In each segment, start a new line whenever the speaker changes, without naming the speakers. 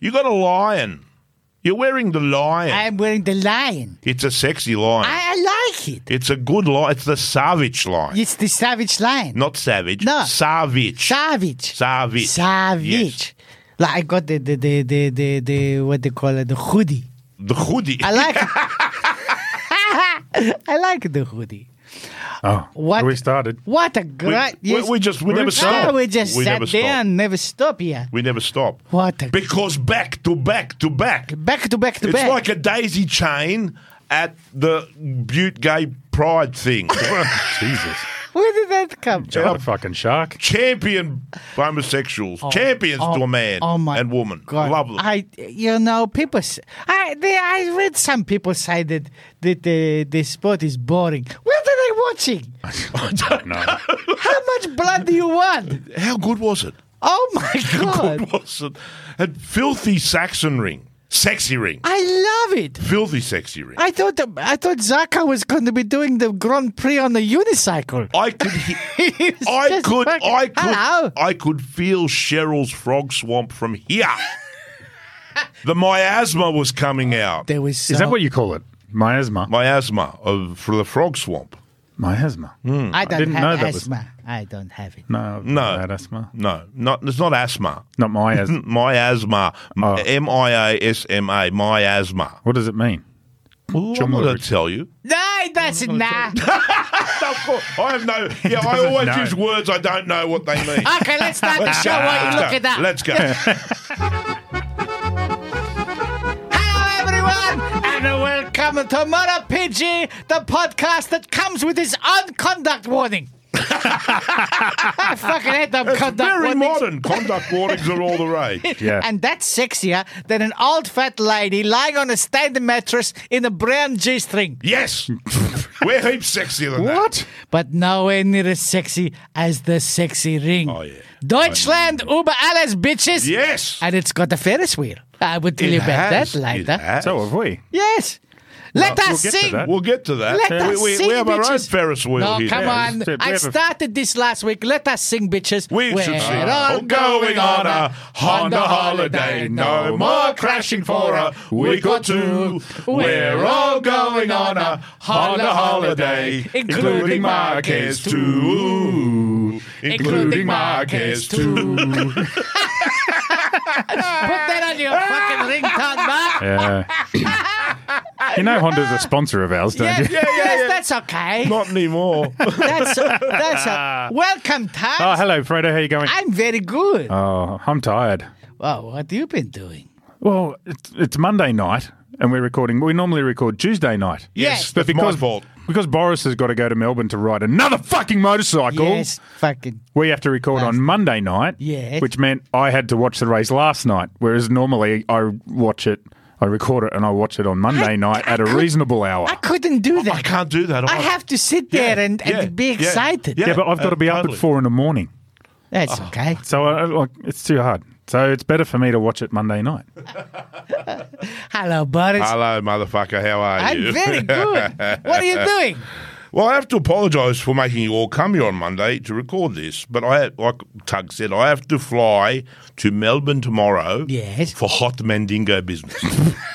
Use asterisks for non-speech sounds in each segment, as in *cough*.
You got a lion. You're wearing the lion.
I'm wearing the lion.
it's a sexy lion.
I, I like it.
it's a good lion. It's the savage lion.
It's the savage lion.
Not savage.
No.
Savage.
Savage.
savage.
Savage.
Yes.
Like I got the the, the the the the what they call it the hoodie.
The hoodie.
I like it. *laughs* I like the hoodie.
Oh,
What-
we started.
What a
we,
great!
we- we just we never
Ah,
stop.
we just sat
never
there
stop.
and never stop. Yeah.
We never stop.
What a
Because back to back to back.
back to back to
It's
back.
like a daisy chain at the Butte Gay Pride thing.
*laughs* Jesus.
*laughs* Where did that come? from?
Jet
*laughs*
fucking shark.
Champion homosexuals, champions
oh,
to a man
oh my
and woman.
God.
Love them.
I, you know, people. s- I, they, I read some people say that that the the sport is boring. What are they watching?
No.
How much blood do you want?
How good was it?
Oh my
*laughs* How
God!
good was it? Had filthy Saxon ring, sexy ring,
I love it.
filthy sexy ring. I,
I thought I thought Zaka was going to be doing the Grand Prix on a unicycle.
could, he-
*laughs* He was
I
just
could,
fucking-
I could,
Hello.
I could feel Cheryl's frog swamp from
*laughs*
here. the miasma was coming out.
There was. So,
Is that what you call it? Miasma.
Miasma of for the frog swamp.
Miasma.
I don't
didn't
have
know that was-
asthma. I don't have it.
No.
No.
Not asthma.
No, not it's not asthma.
Not miasma.
Miasma.
Oh.
M I A S M A. Miasma.
what does it mean?
Well, I'm not
Jumla-
going to tell you.
No, that's nah.
I have
*laughs*
no. Yeah, I always
know.
use words I don't know what they mean.
okay, let's start the show while you look it up.
Ah, Let's *laughs* go. Let's go.
Hello, everyone, and welcome to Murder PG, the podcast that comes with its own conduct warning. *laughs* I fucking hate them conduct
Very
warnings.
modern. Conduct warnings are all the *laughs* rage.
Yeah.
And that's sexier than an old fat lady lying on a standing mattress in a brown G string.
*laughs* Yes. We're heaps sexier than that.
what?
But nowhere near as sexy as the sexy ring.
Oh, yeah.
Deutschland, Uber alles, bitches.
Yes.
And it's got a Ferris wheel. I will tell you about
has.
that later.
It has.
So uh, have we.
Yes. Let
Well,
us
we'll get to
sing.
that.
We'll get to that.
Let
we,
us
we,
sing,
we have
bitches.
our own Ferris wheel
No,
here.
come
Yeah,
on.
it's a- we
I
have a-
started this last week. Let us sing, bitches.
We
We're
should sing.
all
Oh, going on a Honda holiday. No more crashing for a week or two. We're all going on a Honda holiday, including Marquez too. Including Marquez too. *laughs*
Put that on your fucking ringtone, Mark.
Yeah. you know Honda's a sponsor of ours, don't
Yes,
you?
yes, that's okay.
Not *laughs* anymore.
That's uh,
*laughs*
that's a, welcome, Tom.
Oh, hello, Fredo. How you going?
I'm very good.
oh, I'm tired.
well, what you been doing?
Well, it's, it's Monday night, and we're recording. We normally record Tuesday night.
Yes,
that's
because
my fault.
because Boris has got to go to Melbourne to ride another fucking motorcycle,
Yes, fucking.
we have to record on Monday night.
Yes.
which meant I had to watch the race last night, whereas normally I watch it, I record it, and I watch it on Monday
I-
night
I
at a
could-
reasonable hour.
Oh.
I couldn't do that.
I can't do that.
I have to sit there and, and
yeah,
be
yeah, Oh.
excited.
yeah, but I've got to be up
totally.
at four in the morning,
That's okay.
so I, I- like, it's too hard. So it's better for me to watch it Monday night.
Hello, Boris.
Hello, motherfucker. How are you?
I'm
*laughs*
very good. What are you doing?
Well, I have to apologise for making you all come here on Monday to record this, but I, like Tug said, I have to fly to Melbourne tomorrow.
Yes.
For hot Mandingo business.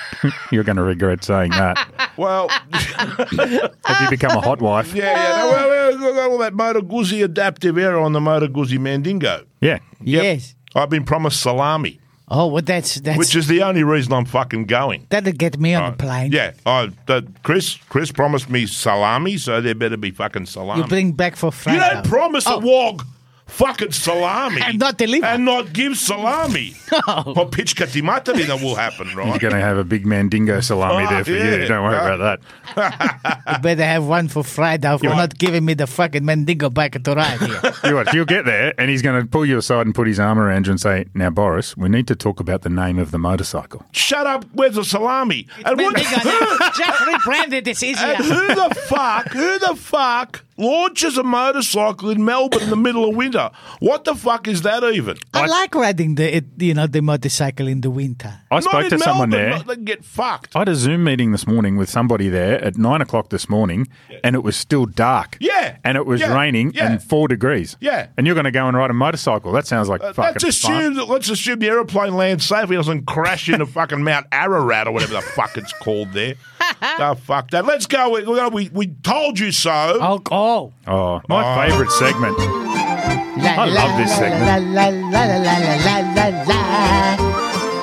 *laughs*
You're going to regret saying that.
well, *laughs*
Have you become a hot wife?
yeah, yeah. No, well, well, we've got all that Motor Guzzi adaptive error on the Motor Guzzi Mandingo.
Yeah.
Yep.
Yes.
I've been promised salami,
Oh, well, that's that's
which is the only reason I'm fucking going.
that'll get me on the plane.
Oh, Yeah, I, uh, Chris. Chris promised me salami, so there better be fucking salami.
You bring back for Friday.
You don't promise a wog fucking salami
Oh. *laughs* And not deliver.
and not give
*laughs*
salami. no. Or pitch katimatari, that will happen,
You're
right?
going to have a big mandingo salami
Oh,
there for
yeah.
you. Don't worry about that.
You better have one for Friday for not giving me the fucking Mendigo back to ride here.
You watch, you'll get there, and he's going to pull you aside and put his arm around you and say, "Now, Boris, we need to talk about the name of the motorcycle."
Shut up, where's the salami? *laughs* and, what, *laughs*
Mendigo,
who,
just rebrand it. It's
and
*laughs* easier.
who the fuck, who the fuck launches a motorcycle in Melbourne in the middle of winter. What the fuck is that even?
I, like riding the it, you know the motorcycle in the winter.
I spoke
in
to someone
Melbourne,
there.
not- They can get fucked.
I had a Zoom meeting this morning with somebody there at nine o'clock this morning, and it was still dark.
Yeah.
and it was
Yeah.
raining
Yeah.
and four degrees.
Yeah. Uh,
and you're going to go and ride a motorcycle? That sounds like fucking
Let's
fun.
assume that, let's assume the aeroplane lands safely, doesn't crash into fucking Mount Ararat or whatever the fuck it's called
*laughs*
there. oh fuck that. Let's go. We, we, we told you so.
Oh, oh.
Oh, my
Oh.
favourite segment.
I
love this segment.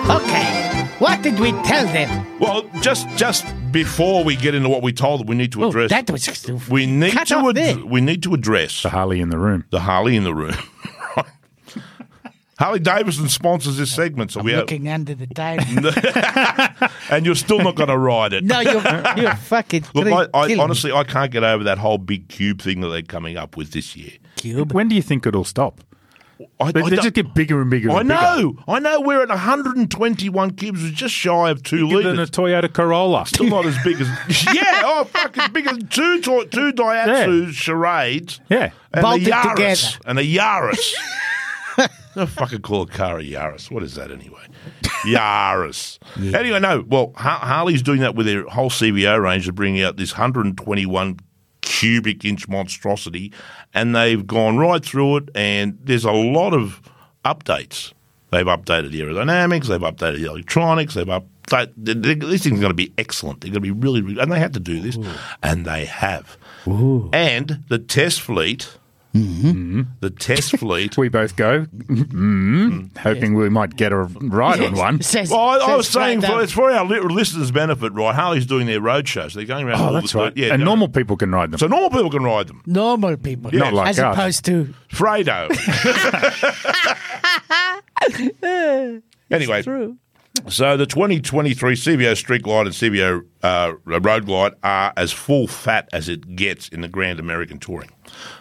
Okay, what did we tell them?
Well, just just before we get into what we told them, we need to
Oh,
address.
that was stupid.
we need
cut
to
off
ad-
there.
we need to address
The Harley in the room.
the Harley in the room. *laughs* Right. Harley Davidson sponsors this segment, so we have,
Looking under
*laughs*
the table.
and you're still not going to ride it.
*laughs* No, you're, you're fucking
Look, I, I
killing
honestly I can't get over that whole big cube thing that they're coming up with this year.
cube.
When do you think it'll stop?
I,
They,
I
they
don't-
just get bigger and bigger.
I
and bigger.
know, I know. We're at 121 cubes, which is just shy of two
Bigger than a
liters.
Toyota
*laughs*
Corolla.
Still not as big as yeah. Oh fuck, it's bigger than two to- two Daihatsu charades.
Yeah.
and
Bolted
a Yaris,
together.
and a Yaris. *laughs* no fucking call a car a Yaris. What is that anyway? Yaris. Anyway, no. Well, Har- Harley's doing that with their whole CVO range. They're bringing out this 121 cubic inch monstrosity, and they've gone right through it. And there's a lot of updates. They've updated the aerodynamics. They've updated the electronics. They've updated. This thing's going to be excellent. They're going to be really, really, and they had to do this, and they have. And the test fleet. Mm-hmm. The
*laughs*
test fleet
Mm-hmm. We both go, mm, hoping we might get a ride on
*laughs*
one.
Says,
Well, I, I was
says
saying
right
for,
down-
it's for our li- listeners' benefit, right? Harley's doing their road shows. They're going around.
Oh,
all
that's
the,
right.
Yeah,
and
no-
normal people can ride them.
So normal people can ride them.
normal people,
Not
like
as
us.
opposed to
*laughs*
Fredo. *laughs* anyway,
true.
so the 2023 CBO Street Glide and CBO uh, Road Glide are as full fat as it gets in the Grand American Touring.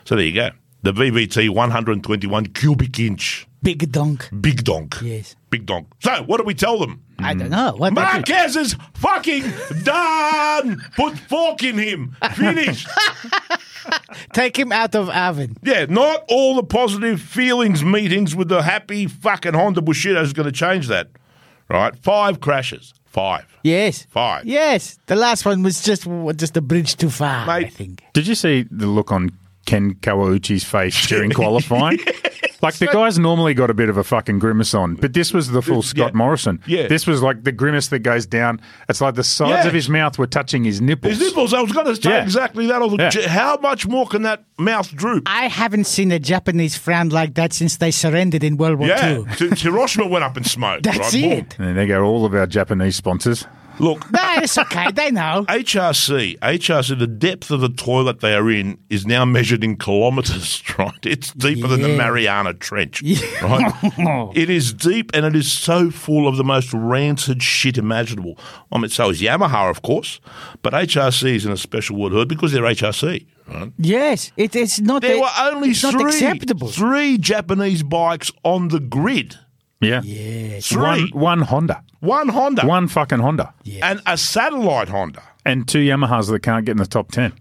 So there you go. The VVT 121 cubic inch.
big donk.
Big donk.
Yes.
Big donk. So what do we tell them?
I don't know what. did we-
Marquez is fucking done. Put fork in him.
*laughs*
Finish.
Take him out of oven.
yeah, not all the positive feelings meetings with the happy fucking Honda Bushido is going to change that. Right? Five crashes. Five.
Yes.
Five.
Yes. The last one was just just a bridge too far. I
Mate.
think.
Did you see the look on Ken Kawauchi's
*laughs*
face during qualifying? Like the guy's normally got a bit of a fucking grimace on, but this was the full Scott
yeah.
Morrison.
Yeah.
this was like the grimace that goes down. It's like the sides
Yeah.
of his mouth were touching his nipples.
His nipples, I was going to say
Yeah.
exactly that. I was-
Yeah.
How much more can that mouth droop?
I haven't seen a Japanese frown like that since they surrendered in World War
yeah.
Two.
Since Hiroshima went up in smoke.
That's
right? Boom.
it.
And then they go all of our Japanese sponsors.
Look,
No, it's okay. They know.
HRC, HRC, the depth of the toilet they are in is now measured in kilometres, *laughs* right? It's deeper than the
Yeah.
Mariana Trench, right?
*laughs*
it is deep and it is so full of the most rancid shit imaginable. I mean, so is Yamaha, of course, but HRC is in a special word hood because they're HRC, right?
Yes, it is not.
There
a-
were only
it's
three,
not acceptable.
three Japanese bikes on the grid.
Yeah,
Yes.
Three.
one one Honda,
One Honda
one fucking Honda,
Yeah.
and a satellite Honda.
and two Yamahas that can't get in the top ten.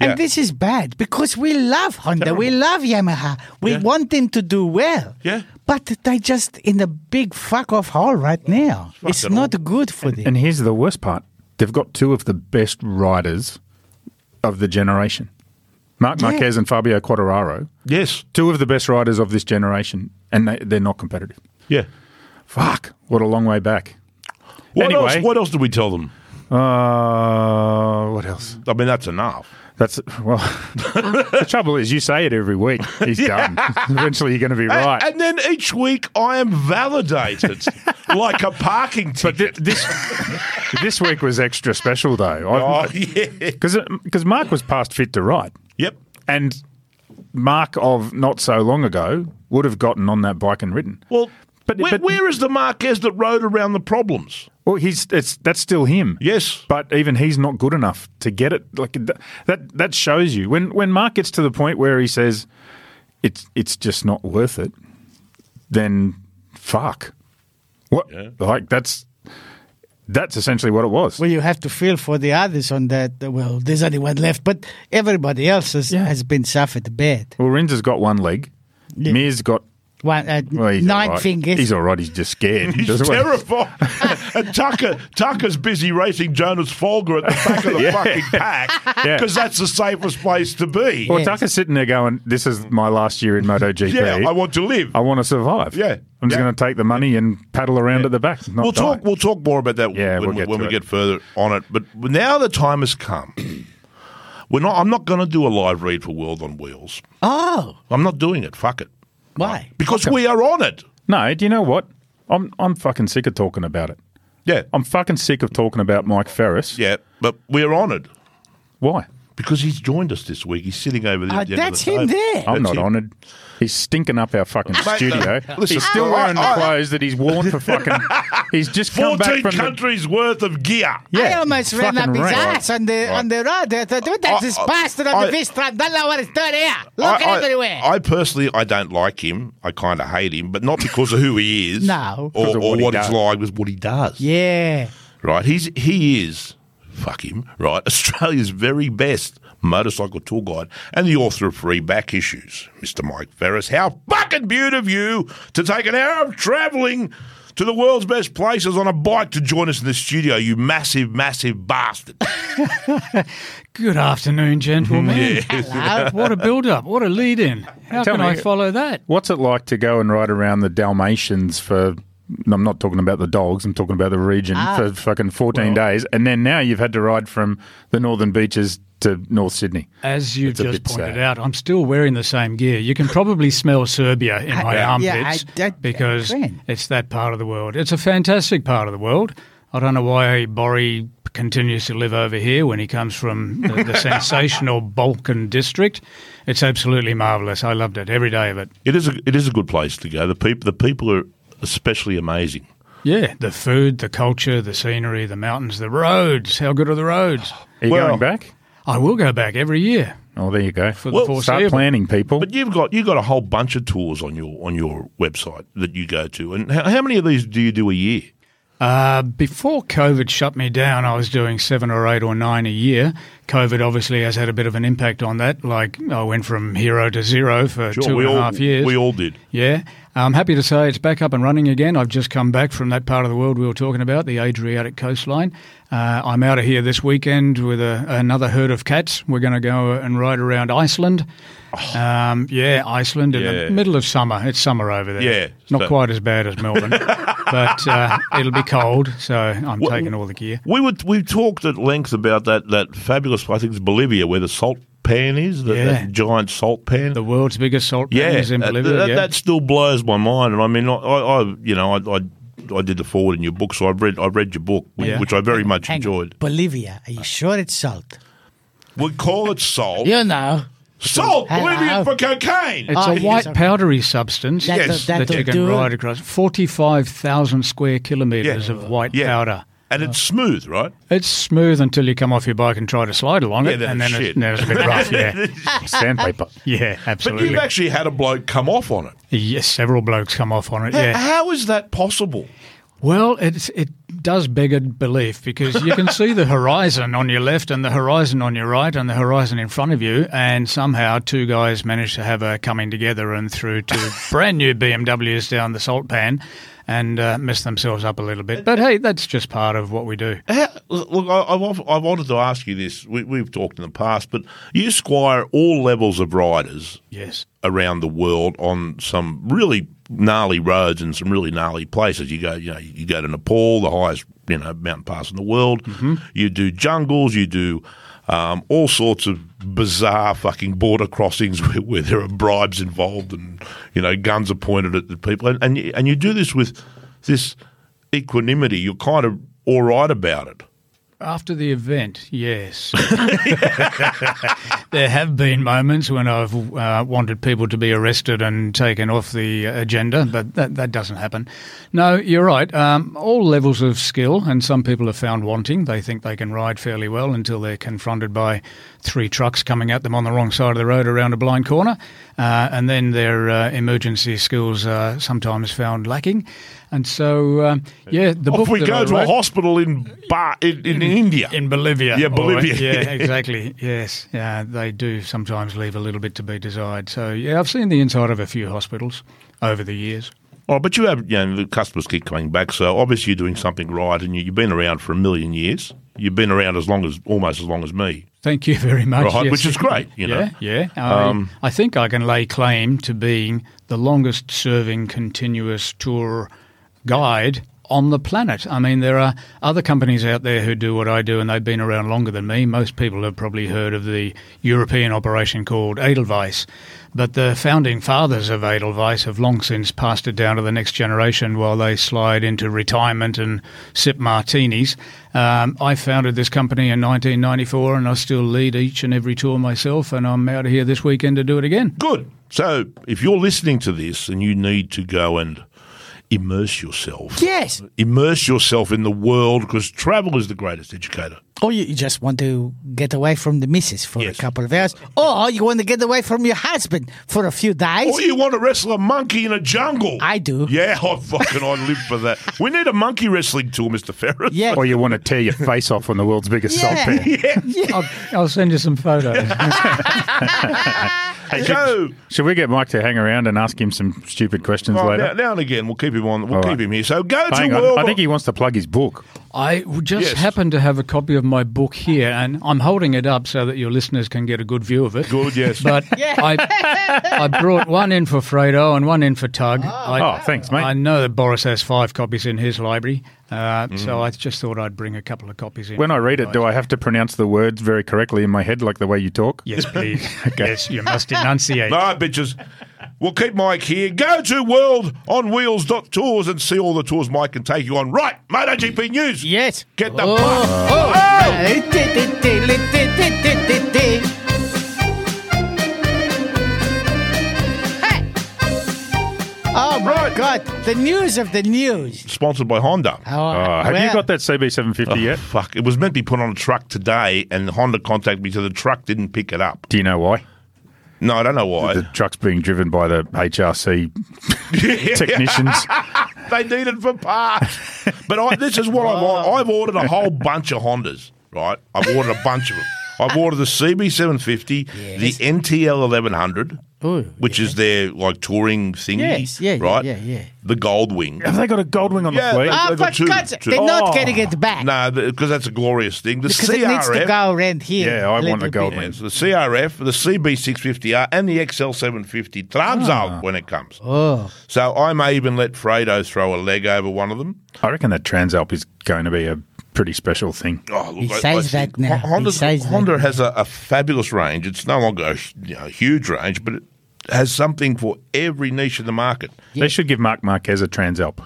Yeah.
And this is bad because we love Honda, we love Yamaha, we
Yeah.
want them to do well.
Yeah.
But they just in a big fuck off hole right now. it's
it
not good for them.
And here's the worst part: they've got two of the best riders of the generation, Mark
Yeah.
Marquez and Fabio Quartararo.
Yes.
two of the best riders of this generation, and they, they're not competitive.
Yeah.
Fuck, what a long way back.
What
Anyway.
else? What else did we tell them?
Uh, what else?
I mean, that's enough.
That's well. *laughs* the trouble is, you say it every week. He's done. *laughs* Eventually, you're going to be
And-
right.
And then each week I am
*laughs*
validated like a parking
but thi-
ticket.
this this week was extra special though,
*laughs* oh, yeah.
because because Mark was past fit to ride,
Yep.
and Mark of not so long ago would have gotten on that bike and ridden.
Well,
But-
but,
but-
where is the Marquez that rode around the problems?
Well, he's it's that's still him.
Yes.
but even he's not good enough to get it. Like th- that that shows you when when Mark gets to the point where he says it's it's just not worth it. Then fuck. What
Yeah.
like that's that's essentially what it was.
Well, you have to feel for the others on that. uh, Well, there's only one left, but everybody else has,
Yeah.
has been suffered bad.
Well, Renza's got one leg.
Yeah.
Mir's got
One, uh,
well, he's
nine
all right.
fingers.
He's all right. He's just scared. He
*laughs* He's
doesn't want-
terrified.
*laughs*
and Tucker Tucker's busy racing Jonas Folger at the back of the
*laughs* Yeah.
fucking pack
Yeah.
because that's the safest place to be.
Well,
Yes.
Tucker's sitting there going, "This is my last year in MotoGP.
yeah, I want to live.
I want to survive.
Yeah.
I'm just
Yeah.
going to take the money and paddle around at the back. Not
we'll
die.
talk. We'll talk more about that
Yeah,
when,
we'll
we-
get
when
to
we
it.
get further on it. But now the time has come. *clears throat* We're not. I'm not going to do a live read for World on Wheels.
oh,
I'm not doing it. Fuck it.
why?
Because we are on it.
No, do you know what? I'm I'm fucking sick of talking about it.
Yeah.
I'm fucking sick of talking about Mike Ferris.
Um, yeah. But we're on it
Why?
because he's joined us this week. He's sitting over there.
Oh,
Uh,
at the end of
that's
the Oh,
him
table.
there.
I'm
That's
not
him.
honoured. He's stinking up our fucking
Mate,
studio.
no, listen,
he's still
I-
wearing the
I-
clothes that he's worn
*laughs*
for fucking. he's just come back
Fourteen
from the
countries worth of gear.
Yeah,
I almost ran up
fucking
his
right.
ass on the on the road. I thought, what
I-
this
I-
bastard on
I-
the fist run? Don't know what he's doing here. Looking
I, I-
everywhere.
I personally, I don't like him. I kind of hate him, but not because of who he
*laughs*
is.
No.
or,
Because of
or
what he
what it's
does.
like, but what he does.
yeah.
right? He's he is fuck him, right? *laughs* Australia's very best motorcycle tour guide and the author of free back issues, Mr. Mike Ferris. How fucking beautiful of you to take an hour of travelling to the world's best places on a bike to join us in the studio, you massive, massive bastard.
Good afternoon, gentlemen.
Mm. Hello.
*laughs* What a build up. What a lead in. How
Tell
can
me-
I follow that?
What's it like to go and ride around the Dalmatians for? I'm not talking about the dogs. I'm talking about the region for fucking 14 days, and then now you've had to ride from the northern beaches to North Sydney.
As you've
a
just
bit
pointed
sad.
out, I'm still wearing the same gear. You can probably smell Serbia in my
yeah,
armpits
I- I-
because
I can.
it's that part of the world. It's a fantastic part of the world. I don't know why Bori continues to live over here when he comes from the,
*laughs*
the sensational Balkan district. It's absolutely marvelous. I loved it every day of it.
*laughs* it is a it is a good place to go. The people the people are especially amazing.
Yeah, the food, the culture, the scenery, the mountains, the roads. How good are the roads?
Are you
Well-
going back?
I will go back every year.
Oh, there you go.
for
Well,
the foreseeable.
Start planning, people.
But you've got you've got a whole bunch of tours on your on your website that you go to. And how, how many of these do you do a year?
Uh, before COVID shut me down, I was doing seven or eight or nine a year. COVID obviously has had a bit of an impact on that. Like I went from hero to zero for
Sure,
two
we
and a half
all,
years.
We all did.
yeah, I'm happy to say it's back up and running again. I've just come back from that part of the world we were talking about, the Adriatic coastline. Uh, I'm out of here this weekend with a, another herd of cats. We're going to go and ride around Iceland. Um, yeah, Iceland in
Oh. Yeah.
the middle of summer. It's summer over there.
Yeah,
not
so-
quite as bad as
*laughs*
Melbourne, but uh, it'll be cold, so I'm taking all the gear.
We would we talked at length about that that fabulous I think it's Bolivia where the salt pan is the,
Yeah.
that giant salt pan.
The world's biggest salt pan
yeah,
is in
that-
Bolivia.
that,
yeah.
that still blows my mind. And I mean, I, I, I you know I, I I did the forward in your book, so I've read I read your book, which,
Yeah.
which I very much
Hang on.
enjoyed.
Bolivia. Are you sure it's salt?
We call it salt.
You know.
Salt,
Hello.
Bolivia for cocaine.
it's
Oh,
a
yeah,
white
sorry.
powdery substance
That'll,
Yes.
that'll
that you can
do it.
ride across. Forty-five thousand square kilometres
Yeah.
of white
Yeah.
powder.
And it's smooth, right?
It's smooth until you come off your bike and try to slide along
Yeah,
it,
then
and then
it's
it's,
shit.
then it's a
*laughs*
bit rough. Yeah,
*laughs* Sandpaper.
yeah,
But
absolutely.
you've actually had a bloke come off on it.
yes, several blokes come off on it.
How-
Yeah,
How is that possible?
Well, it's, it does beggar belief because you can see the horizon on your left and the horizon on your right and the horizon in front of you, and somehow two guys managed to have a coming together and threw two brand new BMWs down the salt pan and uh, messed themselves up a little bit. But hey, that's just part of what we do.
How, look, I, I've, of- I've wanted to ask you this. We, we've talked in the past, but you squire all levels of riders
Yes.
around the world on some really gnarly roads and some really gnarly places. You go, you know, you go to Nepal, the highest you know mountain pass in the world. You do jungles. You do um, all sorts of bizarre fucking border crossings *laughs* where, where there are bribes involved and you know guns are pointed at the people. And and you, and you do this with this equanimity. You're kind of all right about it.
After the event, yes. *laughs* there have been moments when I've uh, wanted people to be arrested and taken off the agenda, but that, that doesn't happen. No, you're right. Um, all levels of skill, and some people are found wanting. They think they can ride fairly well until they're confronted by three trucks coming at them on the wrong side of the road around a blind corner, uh, and then their uh, emergency skills are sometimes found lacking. And so, um, yeah, the book
Off we
that I
go to a
wrote-
hospital in Ba in, in India.
in Bolivia.
Yeah,
All
Bolivia.
right. Yeah, exactly. Yes, yeah, they do sometimes leave a little bit to be desired. So yeah, I've seen the inside of a few hospitals over the years.
Oh, but you have, you know, the customers keep coming back, so obviously you're doing something right, and you, you've been around for a million years. You've been around as long as almost as long as me,
Thank you very much.
right?
yes.
Which is great, you know. Um,
Yeah, yeah. I, I think I can lay claim to being the longest serving continuous tour guide on the planet. I mean, there are other companies out there who do what I do and they've been around longer than me. Most people have probably heard of the European operation called Edelweiss. But the founding fathers of Edelweiss have long since passed it down to the next generation while they slide into retirement and sip martinis. Um, I founded this company in 1994 and I still lead each and every tour myself, and I'm out of here this weekend to do it again.
Good. So if you're listening to this and you need to go and immerse yourself,
Yes.
immerse yourself in the world because travel is the greatest educator.
Or you you just want to get away from the missus for
Yes.
a couple of hours. Or you want to get away from your husband for a few days.
Or you want to wrestle a monkey in a jungle?
I do.
Yeah, *laughs* I fucking I live for that. We need a monkey wrestling tour, Mister Ferris.
yeah.
*laughs*
Or you want to tear your face off on the world's biggest
Yeah.
salt pan.
I'll, I'll send you some photos.
Hey, go.
Should we get Mike to hang around and ask him some stupid questions
Oh, now,
later?
now and again, we'll keep him on. We'll
All
keep
right.
him here. So go
Hang
to
on.
world.
I think he wants to plug his book.
I just
Yes.
happen to have a copy of my book here, and I'm holding it up so that your listeners can get a good view of it.
Good, yes.
*laughs* But I, I brought one in for Fredo and one in for Tug. I,
Oh, thanks, mate.
I know that Boris has five copies in his library, uh, so I just thought I'd bring a couple of copies in.
Mm-hmm. When I read it, do I have to pronounce the words very correctly in my head, like the way you talk? *laughs*
Yes, please. Yes, you must enunciate.
All right, bitches. We'll keep Mike here. Go to worldonwheels.tours and see all the tours Mike can take you on. Right, MotoGP News.
Yes.
Get the
Oh,
puck.
oh.
Oh!
Hey. Oh my
Right.
God! The news of the news.
Sponsored by Honda.
Oh,
Uh, have you
well,
got that CB750 yet?
Oh, Fuck, it was meant to be put on a truck today, and Honda contacted me, so the truck didn't pick it up.
Do you know why?
No, I don't know why. *laughs*
The truck's being driven by the HRC technicians.
*laughs* they need it for parts. But I, this is what I want. I've ordered a whole bunch of Hondas, right? I've ordered a bunch of them. I've ordered the
*laughs*
CB750,
Yes.
the NTL 1100,
Ooh,
which is their like touring thingy,
Yes, yeah, yeah,
right?
yeah, yeah.
The Goldwing.
have they got a gold wing on
Yeah,
the fleet?
they-
Oh,
they've got
but
two-
God,
two-
they're
Oh.
not getting it back
No, because that's a glorious thing. The
because
CRF.
it needs to go around here.
Yeah, I
a
want
little
the gold
bit.
medal.
Yes, the CRF, the CB650R, and the XL750. Thumbs up when it comes.
Ah. Oh,
So I may even let Fredo throw a leg over one of them.
I reckon that Transalp is going to be a pretty special thing.
Oh, look,
He says that now. He
Honda's-
says that
Honda has a, a fabulous range. It's no longer a hu- you know, huge range, but it has something for every niche in the market.
They should give Mark Marquez a Transalp.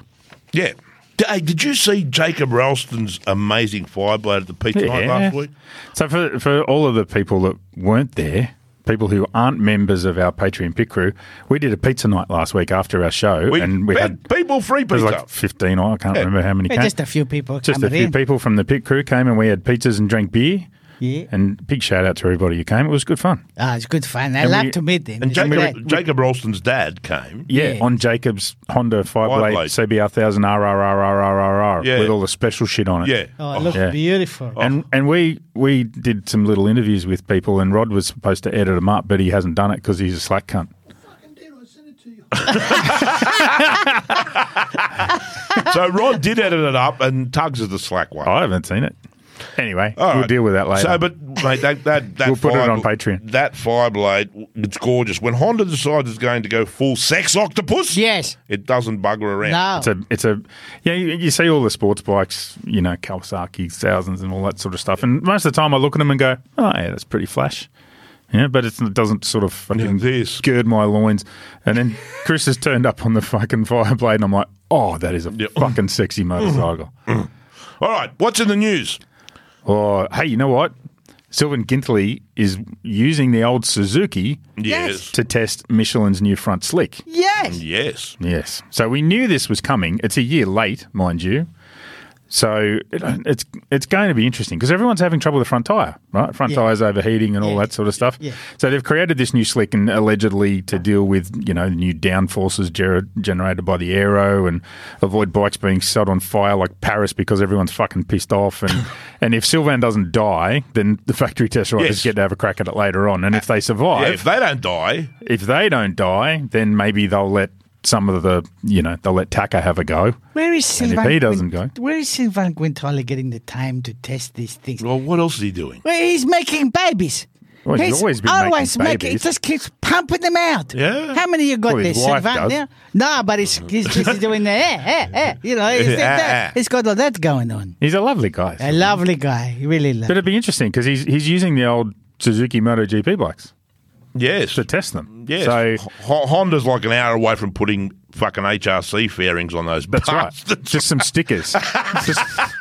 Yeah. D- Hey, did you see Jacob Ralston's amazing fireblade at the peak night last week?
So for for all of the people that weren't there, people who aren't members of our Patreon pit crew, we did a pizza night last week after our show,
We,
and we had
people free
there's
pizza.
like fifteen. I can't remember how many.
yeah,
came.
just a few people.
Just a
coming
few
in.
people from the pit crew came, and we had pizzas and drank beer.
Yeah.
And big shout out to everybody who came. It was good fun.
Ah, it's good fun. I
And
love
we-
to meet them.
and
It's great.
Jacob, Jacob Ralston's dad came.
Yeah,
Yeah.
on Jacob's Honda Fireblade
Fireblade.
CBR thousand RRRRRRR
Yeah.
with all the special shit on it.
Yeah.
Oh, it looks
yeah.
beautiful.
And and we we did some little interviews with people, and Rod was supposed to edit them up, but he hasn't done it because he's a slack cunt.
so Rod did edit it up, and Tugs is the slack one.
I haven't seen it. Anyway,
All
we'll
right.
deal with that later.
So, but mate, that that, that
We'll put it
fire-
on Patreon.
That Fireblade, it's gorgeous. When Honda decides it's going to go full sex octopus,
Yes.
it doesn't bugger around.
No.
it's a it's a yeah. You, you see all the sports bikes, you know, Kawasaki thousands and all that sort of stuff. And most of the time, I look at them and go, "Oh yeah, that's pretty flash." Yeah, but it's, it doesn't sort of fucking
Yeah, this.
gird my loins. And then Chris has turned up on the fucking *laughs* Fireblade, and I'm like, "Oh, that is a
Yeah.
fucking sexy
*laughs*
motorcycle."
All right, what's in the news?
Or Oh, hey, you know what? Sylvan Gintley is using the old Suzuki
Yes.
to test Michelin's new front slick.
yes.
Yes.
Yes. So we knew this was coming. It's a year late, mind you. So it, it's it's going to be interesting because everyone's having trouble with the front tire, right? Front
Yeah.
tires overheating and all
Yeah.
that sort of stuff.
Yeah.
So they've created this new slick and allegedly to deal with you know the new downforces ger- generated by the aero and avoid bikes being set on fire like Paris because everyone's fucking pissed off.
*laughs*
And and if Sylvan doesn't die, then the factory test riders
Yes.
get to have a crack at it later on. And if they
Yeah,
survive,
if they don't die,
if they don't die, then maybe they'll let some of the you know they'll let Taka have a go.
Where is
And
Sylvain?
if he doesn't go,
Where is Sylvain Guintoli getting the time to test these things?
well, what else is he doing?
Well, he's making babies.
Well, he's always been
always
making
He
babies.
just keeps pumping them out.
Yeah.
How many you got
Well,
there,
his wife
Sylvain?
does.
Yeah. No, but he's, he's
*laughs*
just doing the eh, eh, eh. You know, he's,
Yeah, eh, eh.
that, he's got all that going on.
he's a lovely guy.
A lovely guy, really
But
lovely.
it'd be interesting because he's he's using the old Suzuki MotoGP bikes
Yes.
to test them.
Yes.
So
H- H- Honda's like an hour away from putting fucking HRC fairings on those
that's right.
bastards.
Just
*laughs*
some stickers. Just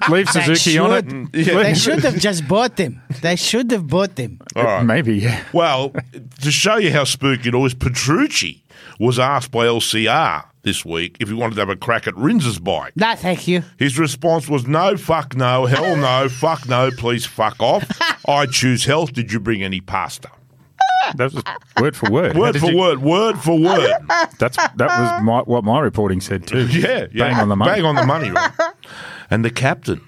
leave
They
Suzuki on it.
should.
Mm,
and-
They should have just bought them. They should have bought them.
All right.
Maybe. Yeah.
Well, to show you how spooky it all is, Petrucci was asked by LCR this week if he wanted to have a crack at Rinz's bike.
No, thank you.
His response was no, fuck no, hell no, fuck no, please fuck
*laughs*
off. I choose health. Did you bring any pasta?
That was word for word. How
Word
did
for
you-
word, word for
*laughs*
word.
That's that was my, what my reporting said too.
*laughs* Yeah, yeah.
Bang on the money.
Bang on the money,
*laughs*
right? And the captain,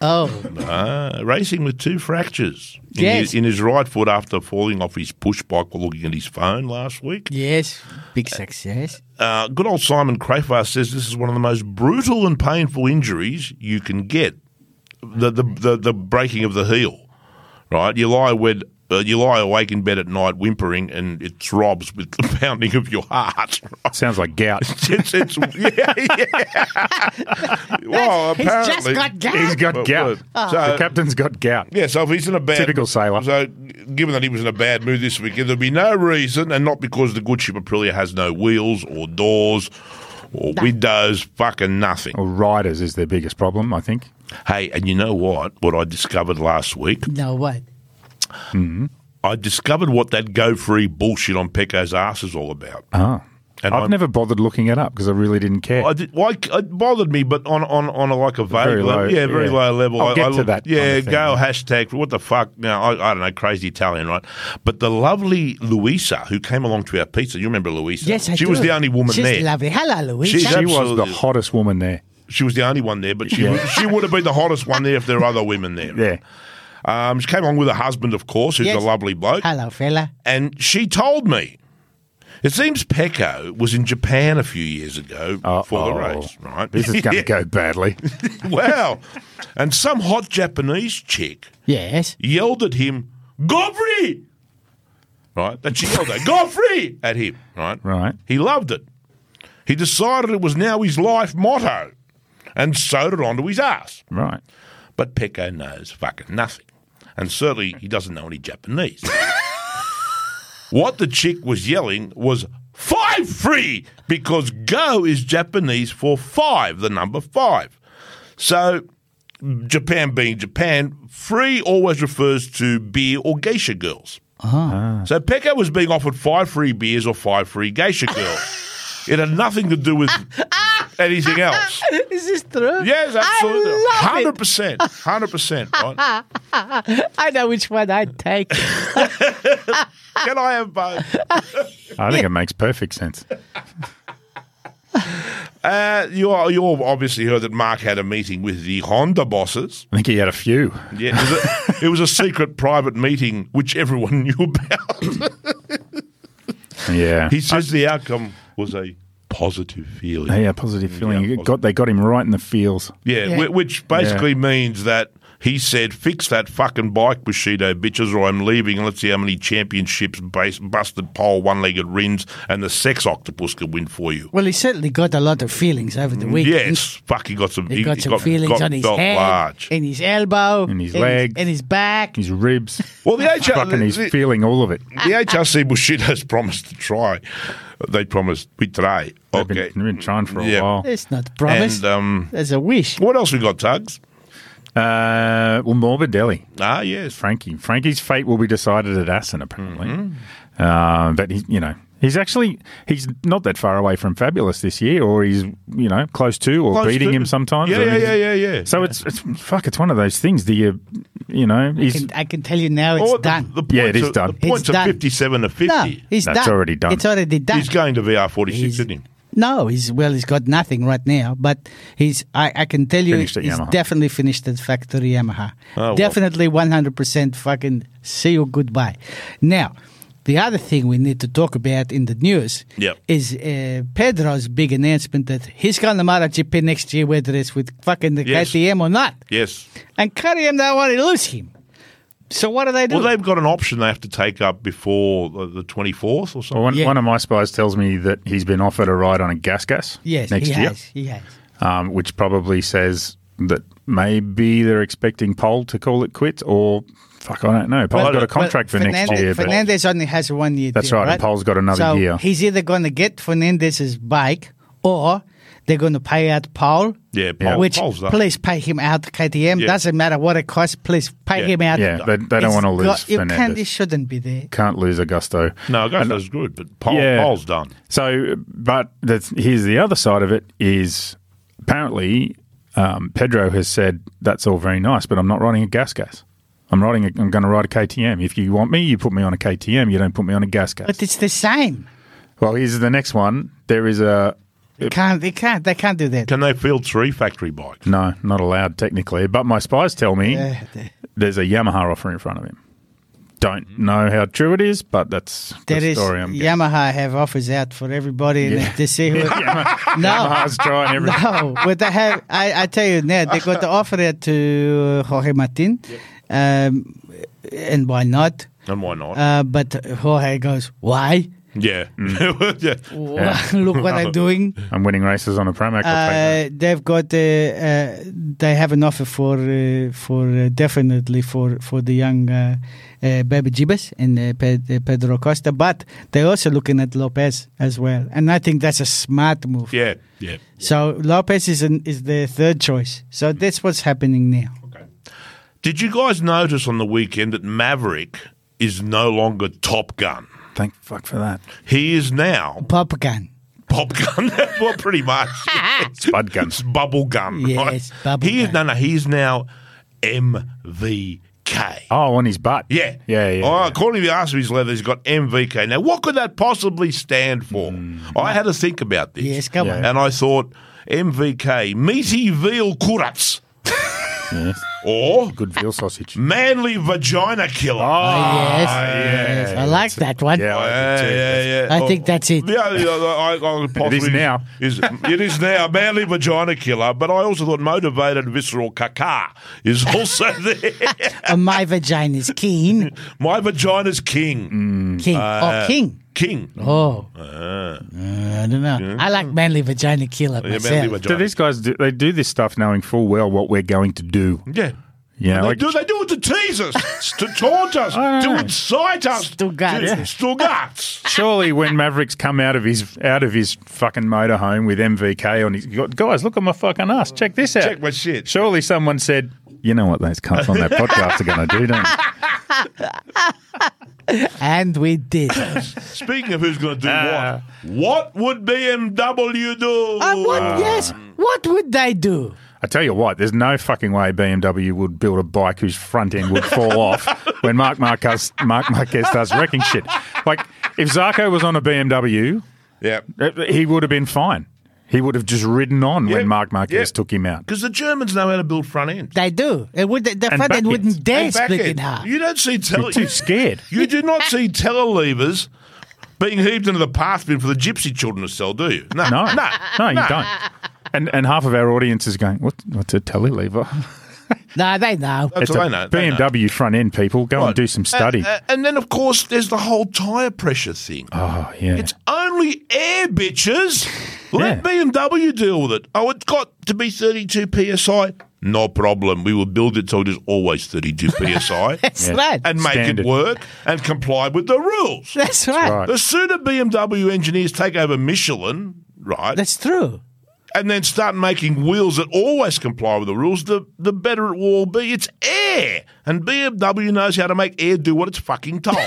Oh,
uh, racing with two fractures in,
Yes.
his, in his right foot after falling off his push bike while looking at his phone last week.
yes. Big success.
Uh, good old Simon Crafar says this is one of the most brutal and painful injuries you can get. The the the, the breaking of the heel, right? You lie wed, uh, you lie awake in bed at night whimpering, and it throbs with the *laughs* pounding of your heart.
Sounds like gout.
*laughs* It's, it's yeah, yeah.
*laughs*
well,
He's
apparently
just got gout. Oh.
He's got
Well,
gout.
well,
the
so-
captain's got gout.
Yeah, so if he's in a bad
Typical sailor.
So, given that he was in a bad mood this weekend, there'd be no reason, and not because the good ship Aprilia has no wheels or doors or windows, fucking nothing.
Well, riders is their biggest problem, I think.
Hey, and you know what? What I discovered last week,
No, what?
I discovered what that go free bullshit on Pecco's ass is all about.
Ah.
And
I've
I'm-
never bothered looking it up because I really didn't care.
I did, well, I- it bothered me, but on on, on a, like a vague
Very
level,
low,
yeah, very
yeah.
low level.
I'll
I,
get
I
to
looked-
that kind
Yeah,
of thing,
go
yeah.
hashtag what the fuck. Now I, I don't know, crazy Italian, right? But the lovely Luisa who came along to our pizza, you remember Luisa?
Yes, I
she
do.
was the only woman
She's
there.
lovely. Hello, Louise.
She's
she was the
absolutely-
hottest woman there.
she was the only one there, but she
Yeah.
would- she would have been the hottest one there if there were other women there.
Yeah.
Um, she came along with her husband, of course, who's
Yes.
a lovely bloke.
Hello, fella.
and she told me. It seems Pecco was in Japan a few years ago for the
Uh-oh.
race, right?
Uh, oh, This is
*laughs*
going to go badly.
wow. And some hot Japanese chick
Yes.
yelled at him, Godfrey! Right? That she yelled at Godfrey! at him, right?
Right.
He loved it. He decided it was now his life motto and sewed it onto his ass.
Right.
But Pecco knows fucking nothing. And certainly he doesn't know any Japanese. what the chick was yelling was five free because go is Japanese for five, the number five. So Japan being Japan, free always refers to beer or geisha girls. So Pekka was being offered five free beers or five free geisha girls. it had nothing to do with anything else.
*laughs* Is this true?
Yes, absolutely.
I love
Hundred percent. Hundred percent. Right?
it. I know which one I'd take.
Can I have uh, both?
I think it makes perfect sense.
Uh, you are, you all obviously heard that Mark had a meeting with the Honda bosses.
I think he had a few.
Yeah, it was a, *laughs* it was a secret private meeting which everyone *laughs* knew about.
Yeah.
He says the outcome was a positive feeling.
yeah, positive feeling.
Yeah,
You
positive.
got they got him right in the feels.
Yeah,
Yeah.
whi- which basically means that he said, "Fix that fucking bike, Bushido bitches, or I'm leaving." And let's see how many championships, base, busted pole, one-legged rins, and the sex octopus could win for you.
Well, he certainly got a lot of feelings over the weekend.
Mm, Yes, fuck, he got some.
He got some feelings
got-
on his
got
head,
large.
in his elbow,
In his legs.
in his back.
*laughs*
His ribs.
Well, the HR,
fucking he's
the,
feeling all of it.
the HRC Bushido's promised to try. They promised we try.
They've been,
Okay,
they've been trying for a
Yeah.
while.
It's not promised.
and um,
There's a wish.
what else we got, Tugs?
Uh, well, Morbidelli,
Ah, yes, Mm-hmm.
Frankie. Frankie's fate will be decided at Assen, apparently. Uh, but he, you know, He's actually he's not that far away from fabulous this year, or he's you know close to, or
Close
beating
to-
him sometimes.
Yeah,
I
yeah,
mean,
yeah, yeah, yeah.
So it's it's fuck. It's one of those things. Do you you know?
I
He's
can, I can tell you now it's
Or Oh, the-
done.
The,
Yeah, it
points
is
are-
done.
The points
It's
are
done.
57 to 50.
no, he's
That's
done.
already done.
It's already done.
He's going to VR 46,
He's-
isn't he?
No, he's well. He's got nothing right now, but he's. I, I can tell you,
Finished at
he's
Yamaha. Oh,
definitely finished at factory Yamaha.
well.
Definitely one hundred percent. Fucking see you goodbye. Now, the other thing we need to talk about in the news
Yep.
is uh, Pedro's big announcement that he's going to MotoGP next year, whether it's with fucking the
Yes.
KTM or not.
Yes.
And KTM don't want to lose him. So what do they do?
Well, they've got an option they have to take up before the the 24th or
well,
something.
one,
Yeah.
one of my spies tells me that he's been offered a ride on a gas gas
yes,
next
he
year,
has. He has.
um, which probably says that maybe they're expecting Pole to call it quits, or fuck, I don't know. Pole's
Well,
got
well,
a contract for
Fernandez,
next year, but
Fernandez only has a one year.
That's
deal,
right, and Paul's got another
so
year.
He's either going to get Fernandez's bike or they're going to pay out Paul.
Yeah, Paul-
which
Paul's up.
please pay him out. KTM
Yeah.
doesn't matter what it costs. Please pay
Yeah.
him out.
yeah, they, they don't
It's
want to lose
got- You
Fernandez.
can't. You shouldn't be there.
can't lose Augusto.
no, Augusto's good, but Paul,
uh, Yeah.
Paul's done.
So, but that's, here's the other side of it: is apparently um, Pedro has said that's all very nice, but I'm not riding a gas gas. I'm riding. A, I'm going to ride a KTM. If you want me, you put me on a KTM. You don't put me on a gas gas.
But it's the same.
Well, here's the next one. There is a
They can't. They can't. They can't do that.
Can they field three factory bikes?
no, not allowed technically, but my spies tell me
Yeah, they-
there's a Yamaha offer in front of him. Don't know how true it is, but that's
There
the
is
story I'm getting.
Yamaha have offers out for everybody and to see
*laughs*
who. no,
Yamaha's trying everything.
*laughs*
*laughs* No, but they have. I, I tell you now, they got the offer it to Jorge Martin, um, and why not?
And why not?
Uh, but Jorge goes, "Why?
yeah.
Mm.
*laughs* yeah.
*laughs* Look what I'm
*laughs*
doing."
I'm winning races on a Pramac. I'll take that.
Uh, they've got. Uh, uh, they have an offer for uh, for uh, definitely for for the young uh, uh, Bebe Jibas and uh, Ped- uh, Pedro Costa, but they're also looking at Lopez as well, and I think that's a smart move.
Yeah. Yeah.
So Lopez is an, is the third choice. So that's what's happening now.
Did you guys notice on the weekend that Maverick is no longer Top Gun?
Uh,
Thank fuck for that.
He is now
Pop gun.
Pop Gun. *laughs* well, pretty much.
*laughs* Spud gun.
It's bubble gum.
Yes, bubble
he Is,
gum.
no, no, he's now MVK.
Oh, on his butt.
Yeah.
Yeah, yeah.
Oh,
yeah.
According to the arse of his leather, he's got MVK. Now, what could that possibly stand for?
Mm.
I had to think about this.
Yes, come
Yeah.
on.
And I thought MVK, meaty veal kurats,
Yes.
or
Good veal sausage.
Oh. manly vagina killer.
Oh.
yes, yes. I like that one.
Ah, Yeah, I
Yeah,
do too.
yeah, yeah.
I think that's it.
Oh. Yeah, yeah, I, I, I could possibly,
It is now.
Is, it is now. Manly vagina killer, but I also thought motivated visceral caca is also *laughs* there.
And Uh, my vagina is keen.
My vagina's king.
Mm.
King. oh, king.
King.
Oh. Uh, I don't know. I like manly vagina killer
Yeah,
myself.
manly
So
vagina.
these guys, do, they do this stuff knowing full well what we're going to do.
yeah.
Yeah,
And they
like-
do. They do it to tease us, *laughs* to taunt us, to incite us.
Stuttgart.
to-
Yeah.
Stuttgart.
Surely, when Maverick's come out of his out of his fucking motorhome with MVK on his guys, look at my fucking ass. Check this out.
Check my shit.
Surely someone said, you know what those cunts on
*laughs*
that podcast are going to do, don't they?
And we did. Uh,
Speaking of who's going to do
Ah.
what, what would BMW do?
and what, yes. What would they do?
I tell you what, there's no fucking way BMW would build a bike whose front end would
*laughs*
fall off when Mark Marquez, Mark Marquez starts wrecking shit. Like, if Zarco was on a BMW,
yeah.
eh, he would have been fine. He would have just ridden on
Yeah,
when Mark Marquez
yeah.
took him out.
Because the Germans know how to build front end.
They do. It would, the front
back
end
ends.
wouldn't dare
And back
split
end.
in half.
You don't see tele-
*laughs* You're too scared.
You do not see telelevers being heaved into the path bin for the gypsy children to sell, do you? No, *laughs*
No,
no,
no, you don't. And and half of our audience is going, what, what's a telelever?
No, they know.
That's
it's
what
a
I know. they know.
BMW front end, people. Go and do some study.
And, Uh, and then, of course, there's the whole tyre pressure thing.
oh, yeah.
It's only air, bitches. Let
Yeah.
BMW deal with it. Oh, it's got to be 32 psi. No problem. We will build it so it is always 32
*laughs*
psi
That's right.
and make
Standard.
it work and comply with the rules.
That's right.
right.
The sooner BMW engineers take over Michelin, right,
That's true.
and then start making wheels that always comply with the rules, the, the better it will all be. It's
*laughs*
air. And BMW knows how to make air do what it's fucking told.